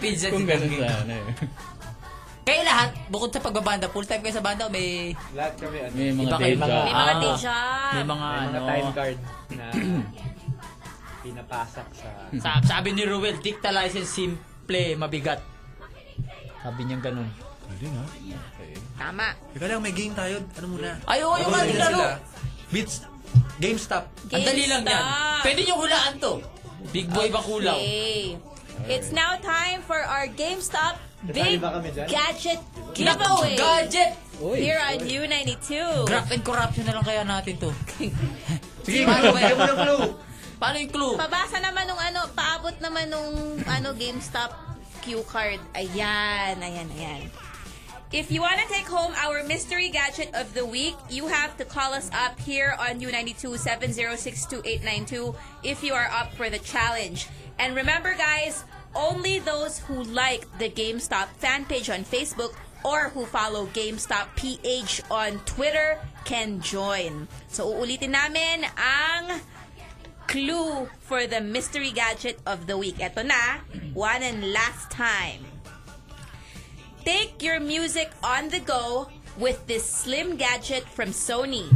[SPEAKER 1] Pinsan
[SPEAKER 11] Kung
[SPEAKER 1] si
[SPEAKER 11] ganun
[SPEAKER 1] Tanging.
[SPEAKER 11] sana eh.
[SPEAKER 1] Kayo lahat, bukod sa pagbabanda, full time kayo sa banda o may...
[SPEAKER 10] Lahat kami ano.
[SPEAKER 11] May mga
[SPEAKER 1] Iba kayo,
[SPEAKER 11] day
[SPEAKER 1] mga-
[SPEAKER 11] job.
[SPEAKER 3] May mga
[SPEAKER 1] Ah.
[SPEAKER 3] day job.
[SPEAKER 1] May mga
[SPEAKER 10] May
[SPEAKER 1] ano...
[SPEAKER 10] mga time *laughs* card na *clears throat* pinapasak sa...
[SPEAKER 1] Sa, sabi ni Ruel, dicta license simple, mabigat. Sabi niya ganun.
[SPEAKER 3] Tama.
[SPEAKER 7] Teka lang, may game tayo. Ano muna?
[SPEAKER 1] Ay, oo, yung ating
[SPEAKER 7] Sila.
[SPEAKER 1] laro.
[SPEAKER 7] Beats. GameStop.
[SPEAKER 1] Ang dali lang yan.
[SPEAKER 3] GameStop.
[SPEAKER 1] Pwede niyo hulaan to. Big boy bakulaw.
[SPEAKER 3] Okay. It's now time for our GameStop Big
[SPEAKER 10] iba kami dyan?
[SPEAKER 3] Gadget
[SPEAKER 1] Nako,
[SPEAKER 3] Giveaway.
[SPEAKER 1] gadget!
[SPEAKER 3] Here on U92.
[SPEAKER 1] Graft and corruption na lang kaya natin
[SPEAKER 3] *laughs*
[SPEAKER 1] to.
[SPEAKER 7] Sige, Flo, bigyan mo ng clue.
[SPEAKER 1] Paano yung clue?
[SPEAKER 3] Pabasa naman nung ano, paabot naman nung ano GameStop cue card. Ayan, ayan, ayan. If you want to take home our mystery gadget of the week, you have to call us up here on U92 7062892 if you are up for the challenge. And remember guys, only those who like the GameStop fan page on Facebook or who follow GameStop PH on Twitter can join. So uulitin namin ang clue for the mystery gadget of the week. Ito na, one and last time. Take your music on the go with this slim gadget from Sony.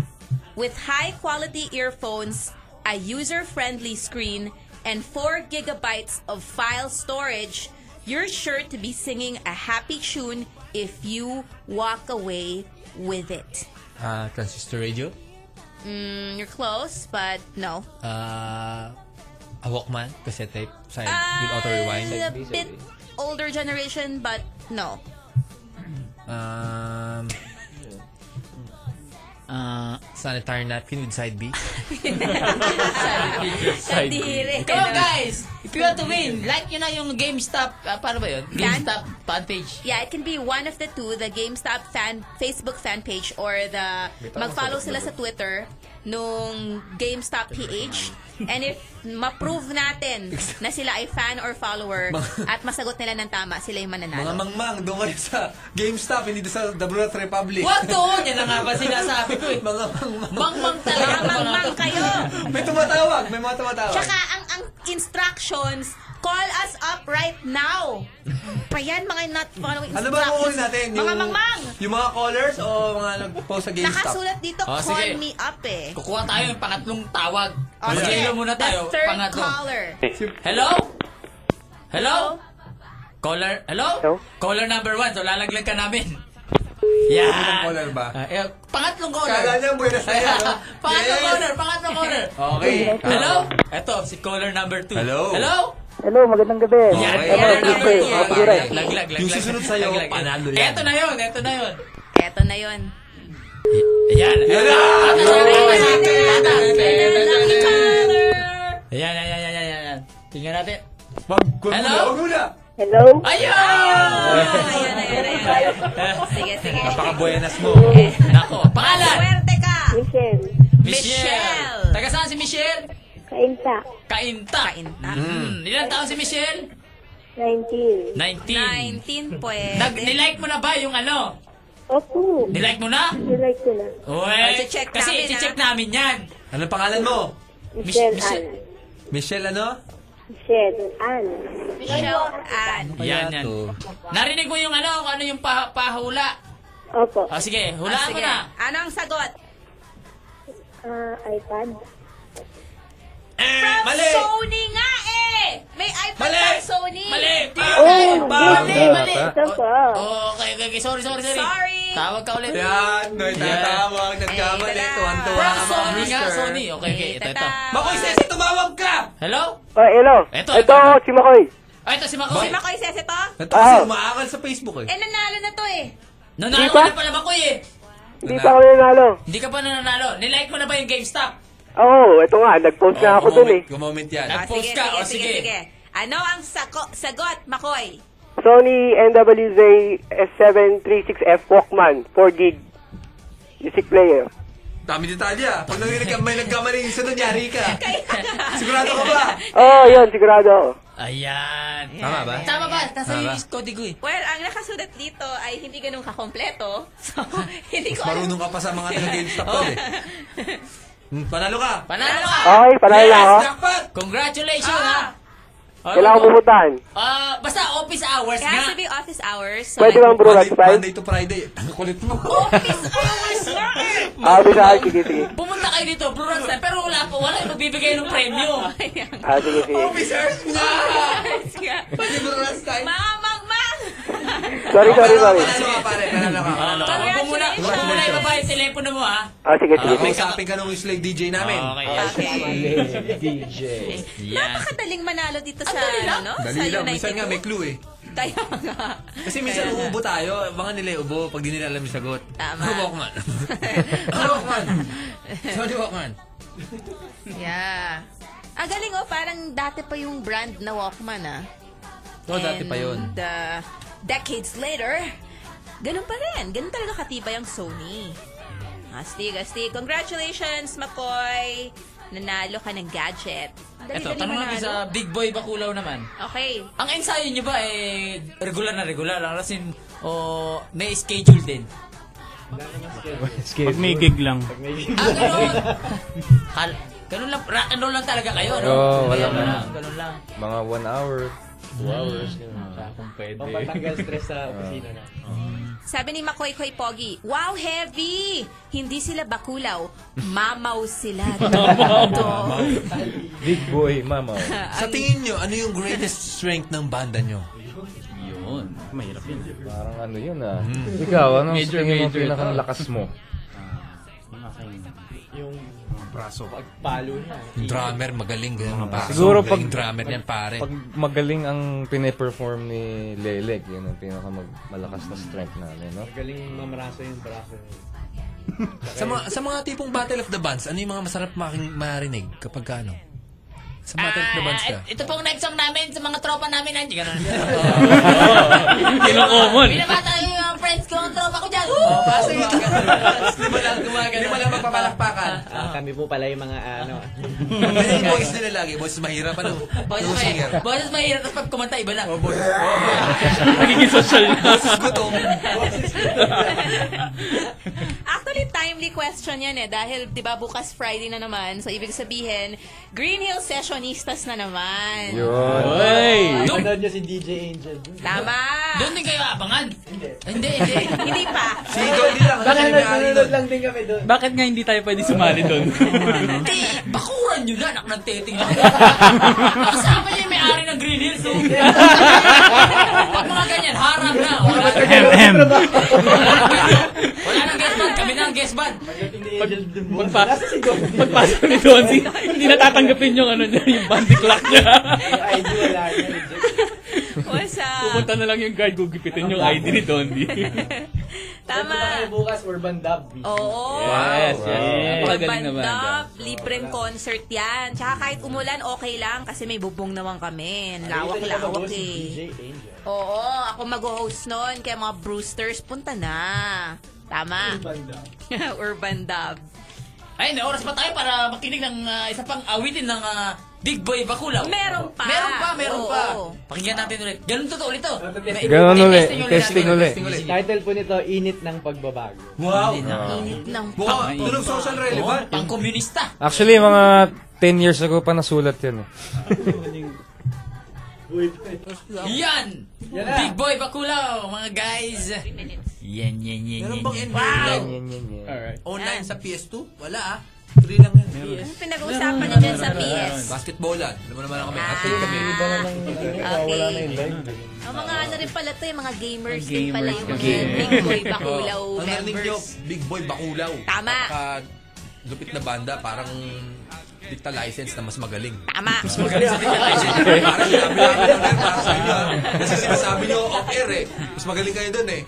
[SPEAKER 3] With high quality earphones, a user friendly screen, and 4 gigabytes of file storage, you're sure to be singing a happy tune if you walk away with it.
[SPEAKER 7] Ah, transistor radio.
[SPEAKER 3] Mm, you're close, but no.
[SPEAKER 7] Ah, a Walkman, cassette tape, side,
[SPEAKER 3] Ah,
[SPEAKER 7] with auto rewind.
[SPEAKER 3] A bit older generation, but no.
[SPEAKER 7] Um, uh, sanitary napkin with side B.
[SPEAKER 3] Kadiri.
[SPEAKER 1] Come on guys! If you want to win, like nyo na yung GameStop. Ah, paano ba yun?
[SPEAKER 3] Fan-
[SPEAKER 1] GameStop fan page.
[SPEAKER 3] Yeah, it can be one of the two, the GameStop fan Facebook fan page or the mag-follow sila sa Twitter nung GameStop PH. And if ma-prove natin na sila ay fan or follower at masagot nila ng tama, sila yung
[SPEAKER 7] *laughs* Mga
[SPEAKER 3] mananalo.
[SPEAKER 7] mangmang, doon kayo sa GameStop, hindi doon sa Dabulat Republic.
[SPEAKER 1] What to? Yan na nga ba sinasabi ko eh.
[SPEAKER 7] *laughs* Mga mangmang.
[SPEAKER 1] Mangmang talaga.
[SPEAKER 3] Mga mangmang kayo!
[SPEAKER 7] May tumatawag, may mga tumatawag.
[SPEAKER 3] Tsaka ang, ang instructions, call us up right now! Pa yan, mga not following
[SPEAKER 7] ano
[SPEAKER 3] instructions.
[SPEAKER 7] ba kukunin natin?
[SPEAKER 3] Mga mangmang!
[SPEAKER 7] Yung mga callers o mga nag-post sa GameStop?
[SPEAKER 3] Nakasulat dito,
[SPEAKER 1] Oh,
[SPEAKER 3] call
[SPEAKER 1] sige.
[SPEAKER 3] me up eh.
[SPEAKER 1] Kukuha tayo yung pangatlong tawag.
[SPEAKER 3] Oh, sige.
[SPEAKER 1] Mag-hello muna tayo.
[SPEAKER 3] The third
[SPEAKER 1] Pangatlo.
[SPEAKER 3] caller.
[SPEAKER 1] Hello? Hello? Caller, hello?
[SPEAKER 4] Hello?
[SPEAKER 1] Caller number one, so lalaglag ka namin.
[SPEAKER 7] Yan. Unang caller ba?
[SPEAKER 1] Ah, eh, Pangatlong caller.
[SPEAKER 7] Kala niya, buenas na yan, no?
[SPEAKER 1] *laughs* Pangatlong
[SPEAKER 7] Yes.
[SPEAKER 1] caller, pangatlong caller.
[SPEAKER 7] *laughs* Okay.
[SPEAKER 1] Hello? Eto, si caller number two.
[SPEAKER 7] Hello?
[SPEAKER 1] Hello?
[SPEAKER 4] Hello, magandang gabi.
[SPEAKER 1] Yan,
[SPEAKER 4] Hello,
[SPEAKER 1] yan,
[SPEAKER 4] teacher.
[SPEAKER 1] yan, yan.
[SPEAKER 4] Kapira.
[SPEAKER 1] Laglag, laglag.
[SPEAKER 7] Yung susunod sa'yo,
[SPEAKER 1] Laglag.
[SPEAKER 7] panalo yan.
[SPEAKER 1] Eto na yun, eto na yun.
[SPEAKER 3] Eto na yun.
[SPEAKER 1] Ayan. Ayan. Ayan. Ayan, ayan, ayan, ayan, ayan. Tingnan natin. Hello?
[SPEAKER 4] Hello?
[SPEAKER 1] Ayun!
[SPEAKER 3] Sige, sige.
[SPEAKER 7] Napaka-buenas mo.
[SPEAKER 1] Nako, pangalan!
[SPEAKER 3] Swerte ka!
[SPEAKER 4] Michelle.
[SPEAKER 1] Michelle! Taga saan si Michelle?
[SPEAKER 4] Kainta.
[SPEAKER 1] Kainta. Kainta. Mm. Ilan taon si Michelle?
[SPEAKER 4] 19.
[SPEAKER 1] 19.
[SPEAKER 3] 19 pwede.
[SPEAKER 1] Nag, nilike mo na ba yung ano?
[SPEAKER 4] Opo.
[SPEAKER 1] Nilike mo na?
[SPEAKER 4] Nilike ko na.
[SPEAKER 1] Uy,
[SPEAKER 3] check
[SPEAKER 1] kasi
[SPEAKER 3] namin,
[SPEAKER 1] i-check namin yan.
[SPEAKER 7] Anong Ano pangalan mo?
[SPEAKER 4] Michelle
[SPEAKER 1] Michelle-
[SPEAKER 4] Ann.
[SPEAKER 7] Michelle ano?
[SPEAKER 4] Michelle Ann.
[SPEAKER 3] Michelle Ann.
[SPEAKER 1] Yan, yan. Narinig mo yung ano, kung ano yung pa, pahula.
[SPEAKER 4] Opo.
[SPEAKER 1] O sige,
[SPEAKER 3] Ah,
[SPEAKER 1] hulaan mo
[SPEAKER 3] sige.
[SPEAKER 1] na.
[SPEAKER 3] Ano ang sagot?
[SPEAKER 4] Ah, iPad.
[SPEAKER 3] From
[SPEAKER 1] mali.
[SPEAKER 3] Sony nga eh! May iPad
[SPEAKER 1] Mali.
[SPEAKER 3] from Sony!
[SPEAKER 1] Mali!
[SPEAKER 4] Oh,
[SPEAKER 1] Mali!
[SPEAKER 4] yes,
[SPEAKER 1] Mali!
[SPEAKER 4] yes, opo.
[SPEAKER 1] Oh, okay, okay, okay. Sorry, sorry, sorry.
[SPEAKER 3] Sorry!
[SPEAKER 1] Tawag ka ulit.
[SPEAKER 7] Yan, no, itatawag. Nagkamali. Tuwan-tuwa
[SPEAKER 1] From
[SPEAKER 7] ka mga
[SPEAKER 1] Sony nga,
[SPEAKER 7] rooster.
[SPEAKER 1] Sony. Okay, okay. Ito, ito.
[SPEAKER 7] Makoy Sese, tumawag ka!
[SPEAKER 1] Hello?
[SPEAKER 4] Ah, hello.
[SPEAKER 1] Eto,
[SPEAKER 4] Ito, si Makoy.
[SPEAKER 1] Ah, ito si Makoy.
[SPEAKER 3] Si Makoy Sese to?
[SPEAKER 7] Ito
[SPEAKER 4] Ah.
[SPEAKER 7] kasi umaakal sa Facebook eh.
[SPEAKER 3] Eh, nanalo na to eh.
[SPEAKER 1] Nanalo
[SPEAKER 4] Di pa?
[SPEAKER 1] ka na pala, Makoy eh.
[SPEAKER 4] Hindi pa ako nanalo.
[SPEAKER 1] Hindi ka pa nananalo. Nilike mo na ba yung GameStop?
[SPEAKER 4] Oo, oh, ito nga. Nag-post na ako dun eh.
[SPEAKER 7] Gumoment yan.
[SPEAKER 3] Ah,
[SPEAKER 1] Nag-post ka. O sige.
[SPEAKER 3] Ano ang sako- sagot, Makoy?
[SPEAKER 4] Sony NWZ S736F Walkman 4 gig music player.
[SPEAKER 7] Dami detalye ah. Pag narinig ka, may nagkamali yung sunod, yari
[SPEAKER 4] *laughs*
[SPEAKER 7] ka. Sigurado ka ba?
[SPEAKER 4] Oh, yun, sigurado ako.
[SPEAKER 1] Ayan.
[SPEAKER 7] Tama ba?
[SPEAKER 1] Tama ba? Nasa
[SPEAKER 7] Tama ba?
[SPEAKER 1] yung kodi ko eh.
[SPEAKER 3] Well, ang nakasulat dito ay hindi ganun kakompleto. *laughs* So, hindi
[SPEAKER 7] Mas
[SPEAKER 3] ko alam.
[SPEAKER 7] marunong ka pa sa mga taga-GameStop to eh.
[SPEAKER 4] Oh.
[SPEAKER 7] Hmm, Panalo ka!
[SPEAKER 1] Panalo ka!
[SPEAKER 4] Okay, panalo na ako.
[SPEAKER 7] Jackpot!
[SPEAKER 1] Congratulations ha! Ano
[SPEAKER 4] Kailangan ko
[SPEAKER 1] ba?
[SPEAKER 4] pupuntahan.
[SPEAKER 1] Ah, basta office hours
[SPEAKER 3] It has to
[SPEAKER 1] nga.
[SPEAKER 3] be office hours. So,
[SPEAKER 4] Pwede bang
[SPEAKER 7] Monday,
[SPEAKER 4] brurats five?
[SPEAKER 7] Monday to Friday. *laughs* Ang kulit mo.
[SPEAKER 3] Office hours nga eh!
[SPEAKER 4] Ah, bisa ka. Sige, sige.
[SPEAKER 1] Pumunta kayo dito, Blue Rocks na, pero wala po, wala yung magbibigay ng premyo.
[SPEAKER 4] Ah, sige, sige.
[SPEAKER 7] Officers
[SPEAKER 4] *laughs*
[SPEAKER 7] nga!
[SPEAKER 3] Hours nga.
[SPEAKER 7] Pwede brurats tayo.
[SPEAKER 3] Mamangmang!
[SPEAKER 4] Sorry, sorry, sorry.
[SPEAKER 7] Panalo ka pare, panalo ka, panalo ka.
[SPEAKER 1] Ah, Huwag mo muna, huwag mo muna ibaba yung telepono mo ha.
[SPEAKER 4] Ah, sige, sige.
[SPEAKER 7] May kausapin ka nung slave DJ namin.
[SPEAKER 1] Okay,
[SPEAKER 3] Okay.
[SPEAKER 10] DJ.
[SPEAKER 1] Yan.
[SPEAKER 3] Napakadaling manalo dito sa, ano, sa
[SPEAKER 7] Dali lang,
[SPEAKER 3] United
[SPEAKER 7] minsan nga may
[SPEAKER 3] Group.
[SPEAKER 7] clue eh.
[SPEAKER 3] Kaya nga.
[SPEAKER 7] Kasi minsan uubo tayo, mga nila ubo pag di nila alam yung sagot.
[SPEAKER 3] Tama.
[SPEAKER 7] Ano Walkman? Ano Walkman? Sorry Walkman.
[SPEAKER 3] Yeah. Ang galing oh, parang dati pa yung brand na Walkman ah.
[SPEAKER 7] Oo, dati pa yun.
[SPEAKER 3] And uh, decades later, ganun pa rin. Ganun talaga katibay ang Sony. Astig, astig. Congratulations, McCoy! Nanalo ka ng gadget. Ang
[SPEAKER 1] Ito,
[SPEAKER 3] Dali-dali
[SPEAKER 1] tanong natin sa
[SPEAKER 3] manalo.
[SPEAKER 1] Big Boy Bakulaw naman.
[SPEAKER 3] Okay.
[SPEAKER 1] Ang ensayo nyo ba eh, regular na regular? Ang rasin, o may schedule din?
[SPEAKER 14] Pag may gig lang.
[SPEAKER 1] Ah, ganun! Hal, ganun lang, rock and roll lang talaga kayo, no?
[SPEAKER 9] Oo, wala
[SPEAKER 1] Ganun
[SPEAKER 9] na.
[SPEAKER 1] lang, Ganun
[SPEAKER 9] *laughs*
[SPEAKER 1] lang.
[SPEAKER 9] Mga one hour, two hours.
[SPEAKER 15] Wala Kung pwede.
[SPEAKER 10] Pampatanggal stress sa opisina na.
[SPEAKER 3] *laughs* Sabi ni Makoy Koy Pogi, Wow, heavy! Hindi sila bakulaw. Mamaw sila. Mamaw.
[SPEAKER 9] Big boy, mama.
[SPEAKER 7] Sa tingin nyo, ano yung greatest strength ng banda nyo?
[SPEAKER 15] Yun. Mahirap yun.
[SPEAKER 9] Parang ano yun ah. Ikaw, ano sa
[SPEAKER 15] Major,
[SPEAKER 9] tingin mo
[SPEAKER 15] major
[SPEAKER 9] pinakalakas
[SPEAKER 7] *laughs*
[SPEAKER 9] mo?
[SPEAKER 15] Yung aking...
[SPEAKER 10] Yung pagpalo niya.
[SPEAKER 7] Yung drummer, magaling. Ganun, mga
[SPEAKER 9] Siguro pag-
[SPEAKER 7] magaling drummer niyan, pare.
[SPEAKER 9] Pag magaling ang pine-perform ni Lelek, yun ang pinakamalakas na strength namin, no?
[SPEAKER 10] Galing mamaraso yung braso niya.
[SPEAKER 7] sa, mga, sa mga tipong Battle of the Bands, ano yung mga masarap making marinig kapag ka ano? Sa Battle of the Bands ka?
[SPEAKER 1] Ah, ito pong next song namin sa mga tropa namin nandiyan. Ganun.
[SPEAKER 15] Kinukomon.
[SPEAKER 1] Pinabata yung mga friends ko, ang tropa ko dyan.
[SPEAKER 7] Oh, pasok yung Lima lang gumagano. Lima lang magpapalakpakan.
[SPEAKER 10] Ah, kami po pala yung mga ano.
[SPEAKER 1] *laughs*
[SPEAKER 7] Kasi yung voice nila lagi, voice mahirap. Ano?
[SPEAKER 1] Boses
[SPEAKER 7] Yung singer.
[SPEAKER 1] mahirap. Boses mahirap. Tapos pag kumanta, iba na.
[SPEAKER 7] Oh, boy. Oh,
[SPEAKER 15] Nagiging social na.
[SPEAKER 9] *laughs*
[SPEAKER 7] gutom.
[SPEAKER 3] Actually, timely question yan eh. Dahil, di ba, bukas Friday na naman. So, ibig sabihin, Green Hill Sessionistas na naman.
[SPEAKER 9] Yun.
[SPEAKER 15] Uy!
[SPEAKER 10] Nanood niyo si DJ Angel.
[SPEAKER 3] Tama!
[SPEAKER 1] Doon din kayo abangan. Hindi, hindi.
[SPEAKER 3] Hindi pa.
[SPEAKER 7] Sigaw nila. Kasi may ari
[SPEAKER 10] Nanood
[SPEAKER 7] nun.
[SPEAKER 10] lang din kami doon.
[SPEAKER 15] Bakit nga hindi tayo pwede sumali doon?
[SPEAKER 1] *laughs* Hindi. Bakuran nyo na, anak ng teting ako. Kasama niya yung may-ari ng Green Hills. oh. Pag mga ganyan, harang na. Wala.
[SPEAKER 14] MM.
[SPEAKER 1] guest band.
[SPEAKER 16] Pagpa- pagpasok ni Donzi, hindi natatanggapin yung ano niya, yung bandy clock niya.
[SPEAKER 10] ID wala na.
[SPEAKER 3] What's up?
[SPEAKER 16] Pupunta na lang yung guard, gugipitin yung ID ni Donzi.
[SPEAKER 3] Tama.
[SPEAKER 10] bukas, Urban Dub.
[SPEAKER 3] Oo.
[SPEAKER 16] Yes, yes. Napakagaling naman.
[SPEAKER 3] Bandop, libreng concert yan. Tsaka kahit umulan, okay lang kasi may bubong naman kami. Ang Lawak-lawak eh. Oo, ako mag-host nun. Kaya mga Brewsters, punta na. Tama.
[SPEAKER 17] Urban
[SPEAKER 3] *laughs* Urban Dub.
[SPEAKER 1] Ay, may oras pa tayo para makinig ng ah, isa pang awitin ng ah, Big Boy Bakulaw.
[SPEAKER 3] Meron pa.
[SPEAKER 1] Meron pa, meron
[SPEAKER 3] Oo.
[SPEAKER 1] pa. Pakinggan natin ulit. Ganun totoo ulit to.
[SPEAKER 10] Ganun
[SPEAKER 1] May-
[SPEAKER 10] uli,
[SPEAKER 1] testing
[SPEAKER 10] testing
[SPEAKER 1] natin.
[SPEAKER 10] uli.
[SPEAKER 1] Testing
[SPEAKER 10] Title po nito, Init ng Pagbabago.
[SPEAKER 1] Wow.
[SPEAKER 9] Ah.
[SPEAKER 3] Init ng
[SPEAKER 1] Wow, tunog social relevant. Pang komunista.
[SPEAKER 9] Actually, mga 10 years ago pa nasulat yun eh.
[SPEAKER 1] Yan! Big Boy Bakulaw, mga guys. Yan, yan, yan,
[SPEAKER 7] Meron bang NBA
[SPEAKER 1] Wow!
[SPEAKER 7] Live?
[SPEAKER 1] Alright.
[SPEAKER 7] Online sa PS2? Wala ah. Free lang yan.
[SPEAKER 3] Ano pinag-uusapan niyo dyan sa PS?
[SPEAKER 7] Basketballan. Alam mo naman kami. Athlete kami. ano? Iba
[SPEAKER 3] Ah.
[SPEAKER 7] na lang.
[SPEAKER 3] Wala na yung live. Ang mga ano rin pala to, yung mga gamers,
[SPEAKER 7] Gamers
[SPEAKER 3] din pala yung mga
[SPEAKER 7] kasi.
[SPEAKER 3] Big Boy Bakulaw
[SPEAKER 7] Oh, Ang narinig niyo,
[SPEAKER 3] members.
[SPEAKER 7] Big Boy Bakulaw.
[SPEAKER 3] Tama.
[SPEAKER 7] Napaka lupit na banda, parang dicta license na mas
[SPEAKER 3] *laughs*
[SPEAKER 7] magaling.
[SPEAKER 3] Tama.
[SPEAKER 7] Mas magaling sa dicta license. parang sinabi namin doon, eh, parang sa inyo. ah. Kasi sinasabi niyo off-air eh. Mas magaling kayo doon eh.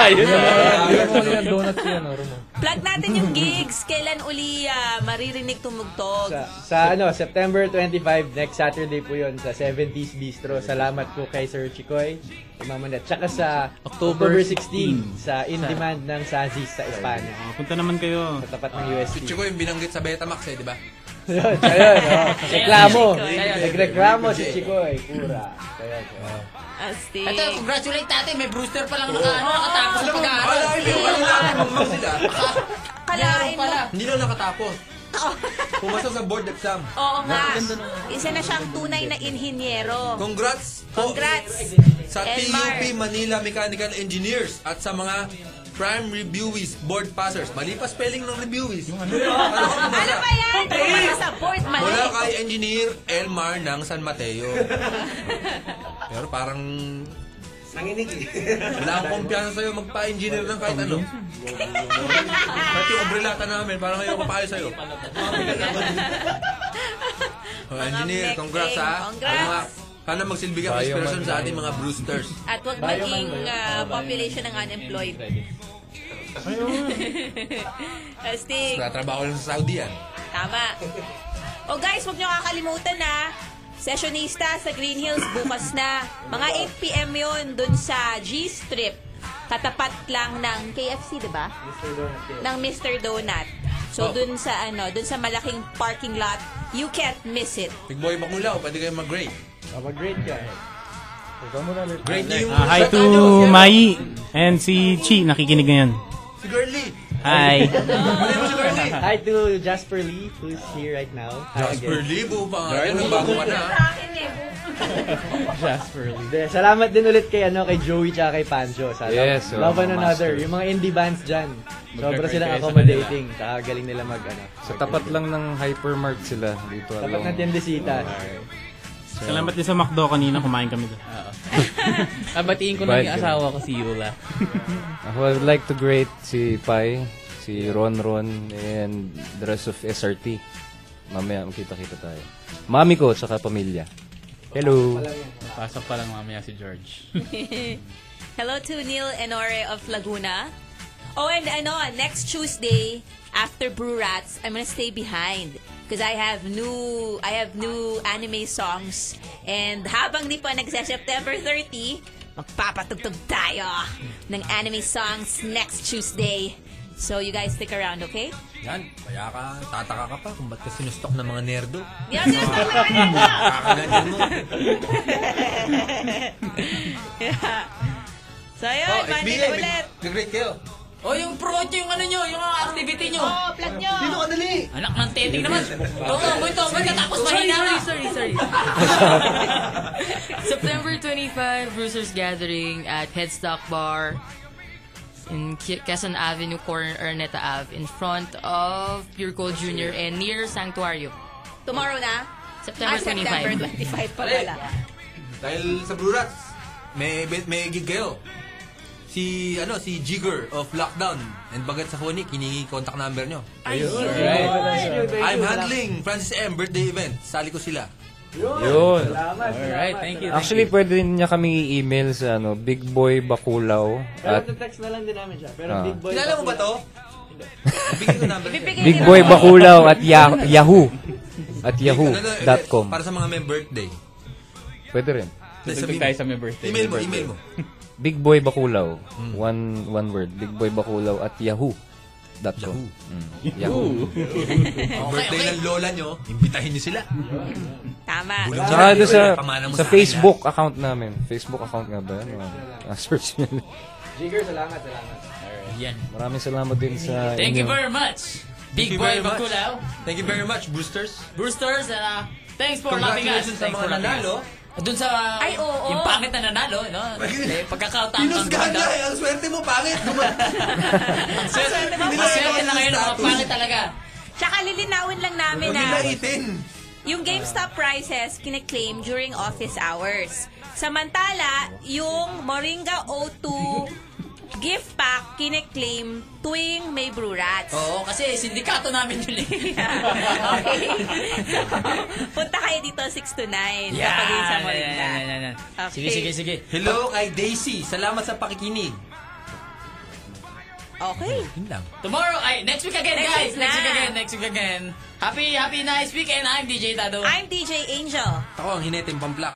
[SPEAKER 16] Ayun na.
[SPEAKER 7] *laughs* Ayun na.
[SPEAKER 9] Donuts yan, oh, oro mo.
[SPEAKER 3] Plug natin yung gigs. Kailan uli ah, maririnig tumugtog?
[SPEAKER 10] Sa, sa ano, September 25, next Saturday po yun sa 70s Bistro. Salamat po kay Sir Chicoy, Imamanda. Tsaka sa
[SPEAKER 16] October
[SPEAKER 10] October 16 sa In
[SPEAKER 16] Sa-
[SPEAKER 10] Demand ng Sazis sa Espanya.
[SPEAKER 16] Punta naman kayo.
[SPEAKER 10] Sa tapat ng UST.
[SPEAKER 7] Si
[SPEAKER 10] *laughs*
[SPEAKER 7] Chico yung binanggit sa Betamax eh, di ba? eh,
[SPEAKER 10] Ayun, ayun, oh. Reklamo.
[SPEAKER 7] Ayun.
[SPEAKER 10] Nagreklamo si Chicoy. Pura. Ayun, ayun.
[SPEAKER 3] Astig.
[SPEAKER 1] Ito, congratulate natin. May Brewster pa lang naka, ano, nakatapos
[SPEAKER 7] Alam mo,
[SPEAKER 1] pag-aaral. oh,
[SPEAKER 7] wala, hindi, wala
[SPEAKER 3] *laughs*
[SPEAKER 7] natin, mamang sila.
[SPEAKER 3] Kalain mo.
[SPEAKER 7] Hindi na nakatapos. Pumasa sa board exam.
[SPEAKER 3] Oo nga. Isa na siyang tunay na inhinyero.
[SPEAKER 7] Congrats po
[SPEAKER 3] Congrats.
[SPEAKER 7] sa
[SPEAKER 3] Elmar.
[SPEAKER 7] TUP Manila Mechanical Engineers at sa mga prime reviewees, board passers. Mali pa spelling ng reviewees.
[SPEAKER 3] ano ba yan? Pumasa sa board, mali.
[SPEAKER 7] Mula kay Engineer Elmar ng San
[SPEAKER 3] *laughs*
[SPEAKER 7] Mateo. Pero parang... Nanginig Wala akong kumpiyansa sa'yo magpa-engineer ng kahit ano. Kahit yung obrelata namin, parang ayaw ko payo sa'yo. Oh, engineer,
[SPEAKER 3] Mga
[SPEAKER 7] congrats ha.
[SPEAKER 3] Congrats.
[SPEAKER 7] Ano nga, Sana magsilbi ka ng inspirasyon sa ating mga Brewsters.
[SPEAKER 3] At wag
[SPEAKER 7] Bayo man
[SPEAKER 3] maging
[SPEAKER 7] ba yun?
[SPEAKER 3] ah,
[SPEAKER 7] Oh, bayo
[SPEAKER 3] population ng unemployed. *laughs* Astig.
[SPEAKER 7] Sa trabaho lang sa Saudi yan.
[SPEAKER 3] Tama. O guys, huwag niyo kakalimutan na Sessionista sa Green Hills bukas na. Mga 8pm yon dun sa G-Strip. Katapat lang ng KFC, di ba? Ng Mr. Donut. So
[SPEAKER 7] Oh.
[SPEAKER 3] dun sa ano, dun sa malaking parking lot, you can't miss it.
[SPEAKER 7] Big boy Bakulaw, pwede kayo mag-grade.
[SPEAKER 10] mag-grade Oh, ka.
[SPEAKER 7] Grade niyo yung...
[SPEAKER 18] Ah, hi to Mai and si Chi, nakikinig ngayon.
[SPEAKER 7] Si Girlie.
[SPEAKER 18] Hi.
[SPEAKER 10] Hi to Jasper Lee, who's here right now. Hi
[SPEAKER 7] Jasper
[SPEAKER 10] again.
[SPEAKER 7] Lee, buo pa nga. Yan, ang bago ka na. ha?
[SPEAKER 10] Jasper Lee. De, salamat din ulit kay ano kay Joey tsaka kay Panjo. Sa
[SPEAKER 9] Yes, oh,
[SPEAKER 10] Love One
[SPEAKER 9] mga
[SPEAKER 10] Another.
[SPEAKER 9] masters.
[SPEAKER 10] Yung mga indie bands dyan. Sobra
[SPEAKER 9] Magka-cry
[SPEAKER 10] silang
[SPEAKER 9] kayo sa
[SPEAKER 10] accommodating. Tsaka galing nila mag ano.
[SPEAKER 9] Sa tapat lang ng hypermart sila. Dito
[SPEAKER 10] Tapat
[SPEAKER 9] along.
[SPEAKER 10] ng Tiendesitas.
[SPEAKER 18] Salamat din sa McDo kanina, kumain kami doon.
[SPEAKER 19] Abatiin Ah, ko lang
[SPEAKER 9] Bad
[SPEAKER 19] yung
[SPEAKER 9] yun.
[SPEAKER 19] asawa ko si Yula.
[SPEAKER 9] Ah, I would like to greet si Pai, si Ron Ron, and the rest of SRT. Mamaya magkita-kita tayo. Mami ko, tsaka pamilya. Hello.
[SPEAKER 19] Pasok pa lang mamaya si
[SPEAKER 1] *laughs*
[SPEAKER 19] George.
[SPEAKER 3] *laughs* Hello to Neil Enore of Laguna. Oh, and ano, next Tuesday, after Brew Rats, I'm gonna stay behind. Because I have new, I have new anime songs. And habang di pa nagsa September 30, magpapatugtog tayo ng anime songs next Tuesday. So you guys stick around, okay?
[SPEAKER 7] Yan, kaya ka, tataka ka pa kung ba't ka sinustok ng mga nerdo.
[SPEAKER 3] Di ako sinustok ng mga nerdo!
[SPEAKER 7] Kakaganyan mo.
[SPEAKER 3] yeah. *laughs* So ayun,
[SPEAKER 7] Oh,
[SPEAKER 3] Monday
[SPEAKER 7] SBA,
[SPEAKER 3] na ulit.
[SPEAKER 7] nag-great kayo.
[SPEAKER 1] O yung promote nyo, yung ano nyo, yung mga activity Oh, nyo. Oo,
[SPEAKER 3] plug nyo. Dito
[SPEAKER 7] ka dali.
[SPEAKER 1] Anak ng tending naman. Totomboy, tomboy, katapos mahina na.
[SPEAKER 20] Sorry,
[SPEAKER 3] *laughs*
[SPEAKER 20] sorry, sorry. September 25, Bruisers Gathering at Headstock Bar in Qui- Quezon Avenue, corner Erneta Ave, in front of Pure Gold Jr. and near Sanctuario.
[SPEAKER 3] Tomorrow na?
[SPEAKER 20] September
[SPEAKER 3] Ah, September 25 pa pala.
[SPEAKER 7] Dahil sa Blue Rats, may, may gig kayo. si ano si Jigger of Lockdown and Bagat sa Kunik, hiningi contact number nyo.
[SPEAKER 4] Ayun.
[SPEAKER 7] Alright.
[SPEAKER 4] Ayun.
[SPEAKER 7] I'm handling Francis M. birthday event. Sali ko sila.
[SPEAKER 9] Yun.
[SPEAKER 4] Salamat,
[SPEAKER 21] Alright, thank you. thank
[SPEAKER 9] Actually, pwede rin niya kami i-email sa ano, bigboybakulaw at
[SPEAKER 10] text na lang din namin siya. Pero
[SPEAKER 9] Ah.
[SPEAKER 10] big boy.
[SPEAKER 4] Kilala mo ba to?
[SPEAKER 9] bigboybakulaw at ya- yahoo at yahoo.com.
[SPEAKER 7] Ano, Para sa mga may birthday.
[SPEAKER 9] Pwede rin.
[SPEAKER 7] Sabihin mo.
[SPEAKER 21] tayo sa may birthday.
[SPEAKER 7] Email mo, email mo.
[SPEAKER 9] Big Boy Bakulaw. One one word. Big Boy Bakulaw at Yahoo. Dot com. Mm. Yahoo.
[SPEAKER 7] Ang birthday ng lola nyo, imbitahin nyo sila.
[SPEAKER 3] Tama.
[SPEAKER 9] Tsaka doon Ah, sa,
[SPEAKER 7] Pamana mo sa
[SPEAKER 9] sa Facebook account namin. Facebook account nga ba? Ano? Ah, search nyo. lang.
[SPEAKER 10] Jigger, salamat, salamat.
[SPEAKER 21] Yan.
[SPEAKER 9] Maraming salamat din sa
[SPEAKER 1] Thank you
[SPEAKER 9] inyo.
[SPEAKER 1] very much. Big
[SPEAKER 7] Thank you
[SPEAKER 1] Boy
[SPEAKER 7] very much.
[SPEAKER 1] Bakulaw.
[SPEAKER 7] Thank you very much, Brewsters.
[SPEAKER 1] Brewsters, and uh, thanks for loving us.
[SPEAKER 7] Congratulations sa
[SPEAKER 1] Thanks
[SPEAKER 7] mga
[SPEAKER 1] for loving
[SPEAKER 7] nanalo. *laughs*
[SPEAKER 1] us. Doon sa Ay, oo. yung pangit na nanalo, no? Eh, Pagkakautang
[SPEAKER 7] Pinusgahan niya eh. Ang swerte mo, *laughs* pangit.
[SPEAKER 1] Swerte Swerte
[SPEAKER 3] mo,
[SPEAKER 1] na ngayon, mga
[SPEAKER 3] status.
[SPEAKER 1] pangit talaga.
[SPEAKER 3] Tsaka lilinawin lang namin
[SPEAKER 1] Huwag
[SPEAKER 3] na
[SPEAKER 1] nilaitin.
[SPEAKER 3] yung GameStop prices kine-claim during office hours. Samantala, yung Moringa O2 gift pack kine-claim tuwing may brew rats. *laughs*
[SPEAKER 1] Oo, kasi sindikato namin yun eh.
[SPEAKER 3] Punta kayo dito 6 to
[SPEAKER 1] Yan,
[SPEAKER 3] 9 sa Pagay sa
[SPEAKER 1] yan,
[SPEAKER 3] Moringa.
[SPEAKER 1] yan, yan, yan. Sige, sige, sige.
[SPEAKER 7] Hello kay Daisy. Salamat sa pakikinig.
[SPEAKER 3] Okay.
[SPEAKER 7] Yun lang.
[SPEAKER 1] Tomorrow, ay, next week again,
[SPEAKER 3] Next
[SPEAKER 1] guys. next
[SPEAKER 3] week na.
[SPEAKER 1] week again, next week again. Happy, happy, nice weekend. I'm DJ Tado.
[SPEAKER 3] I'm DJ Angel.
[SPEAKER 7] Ako ang hinetim pamplak.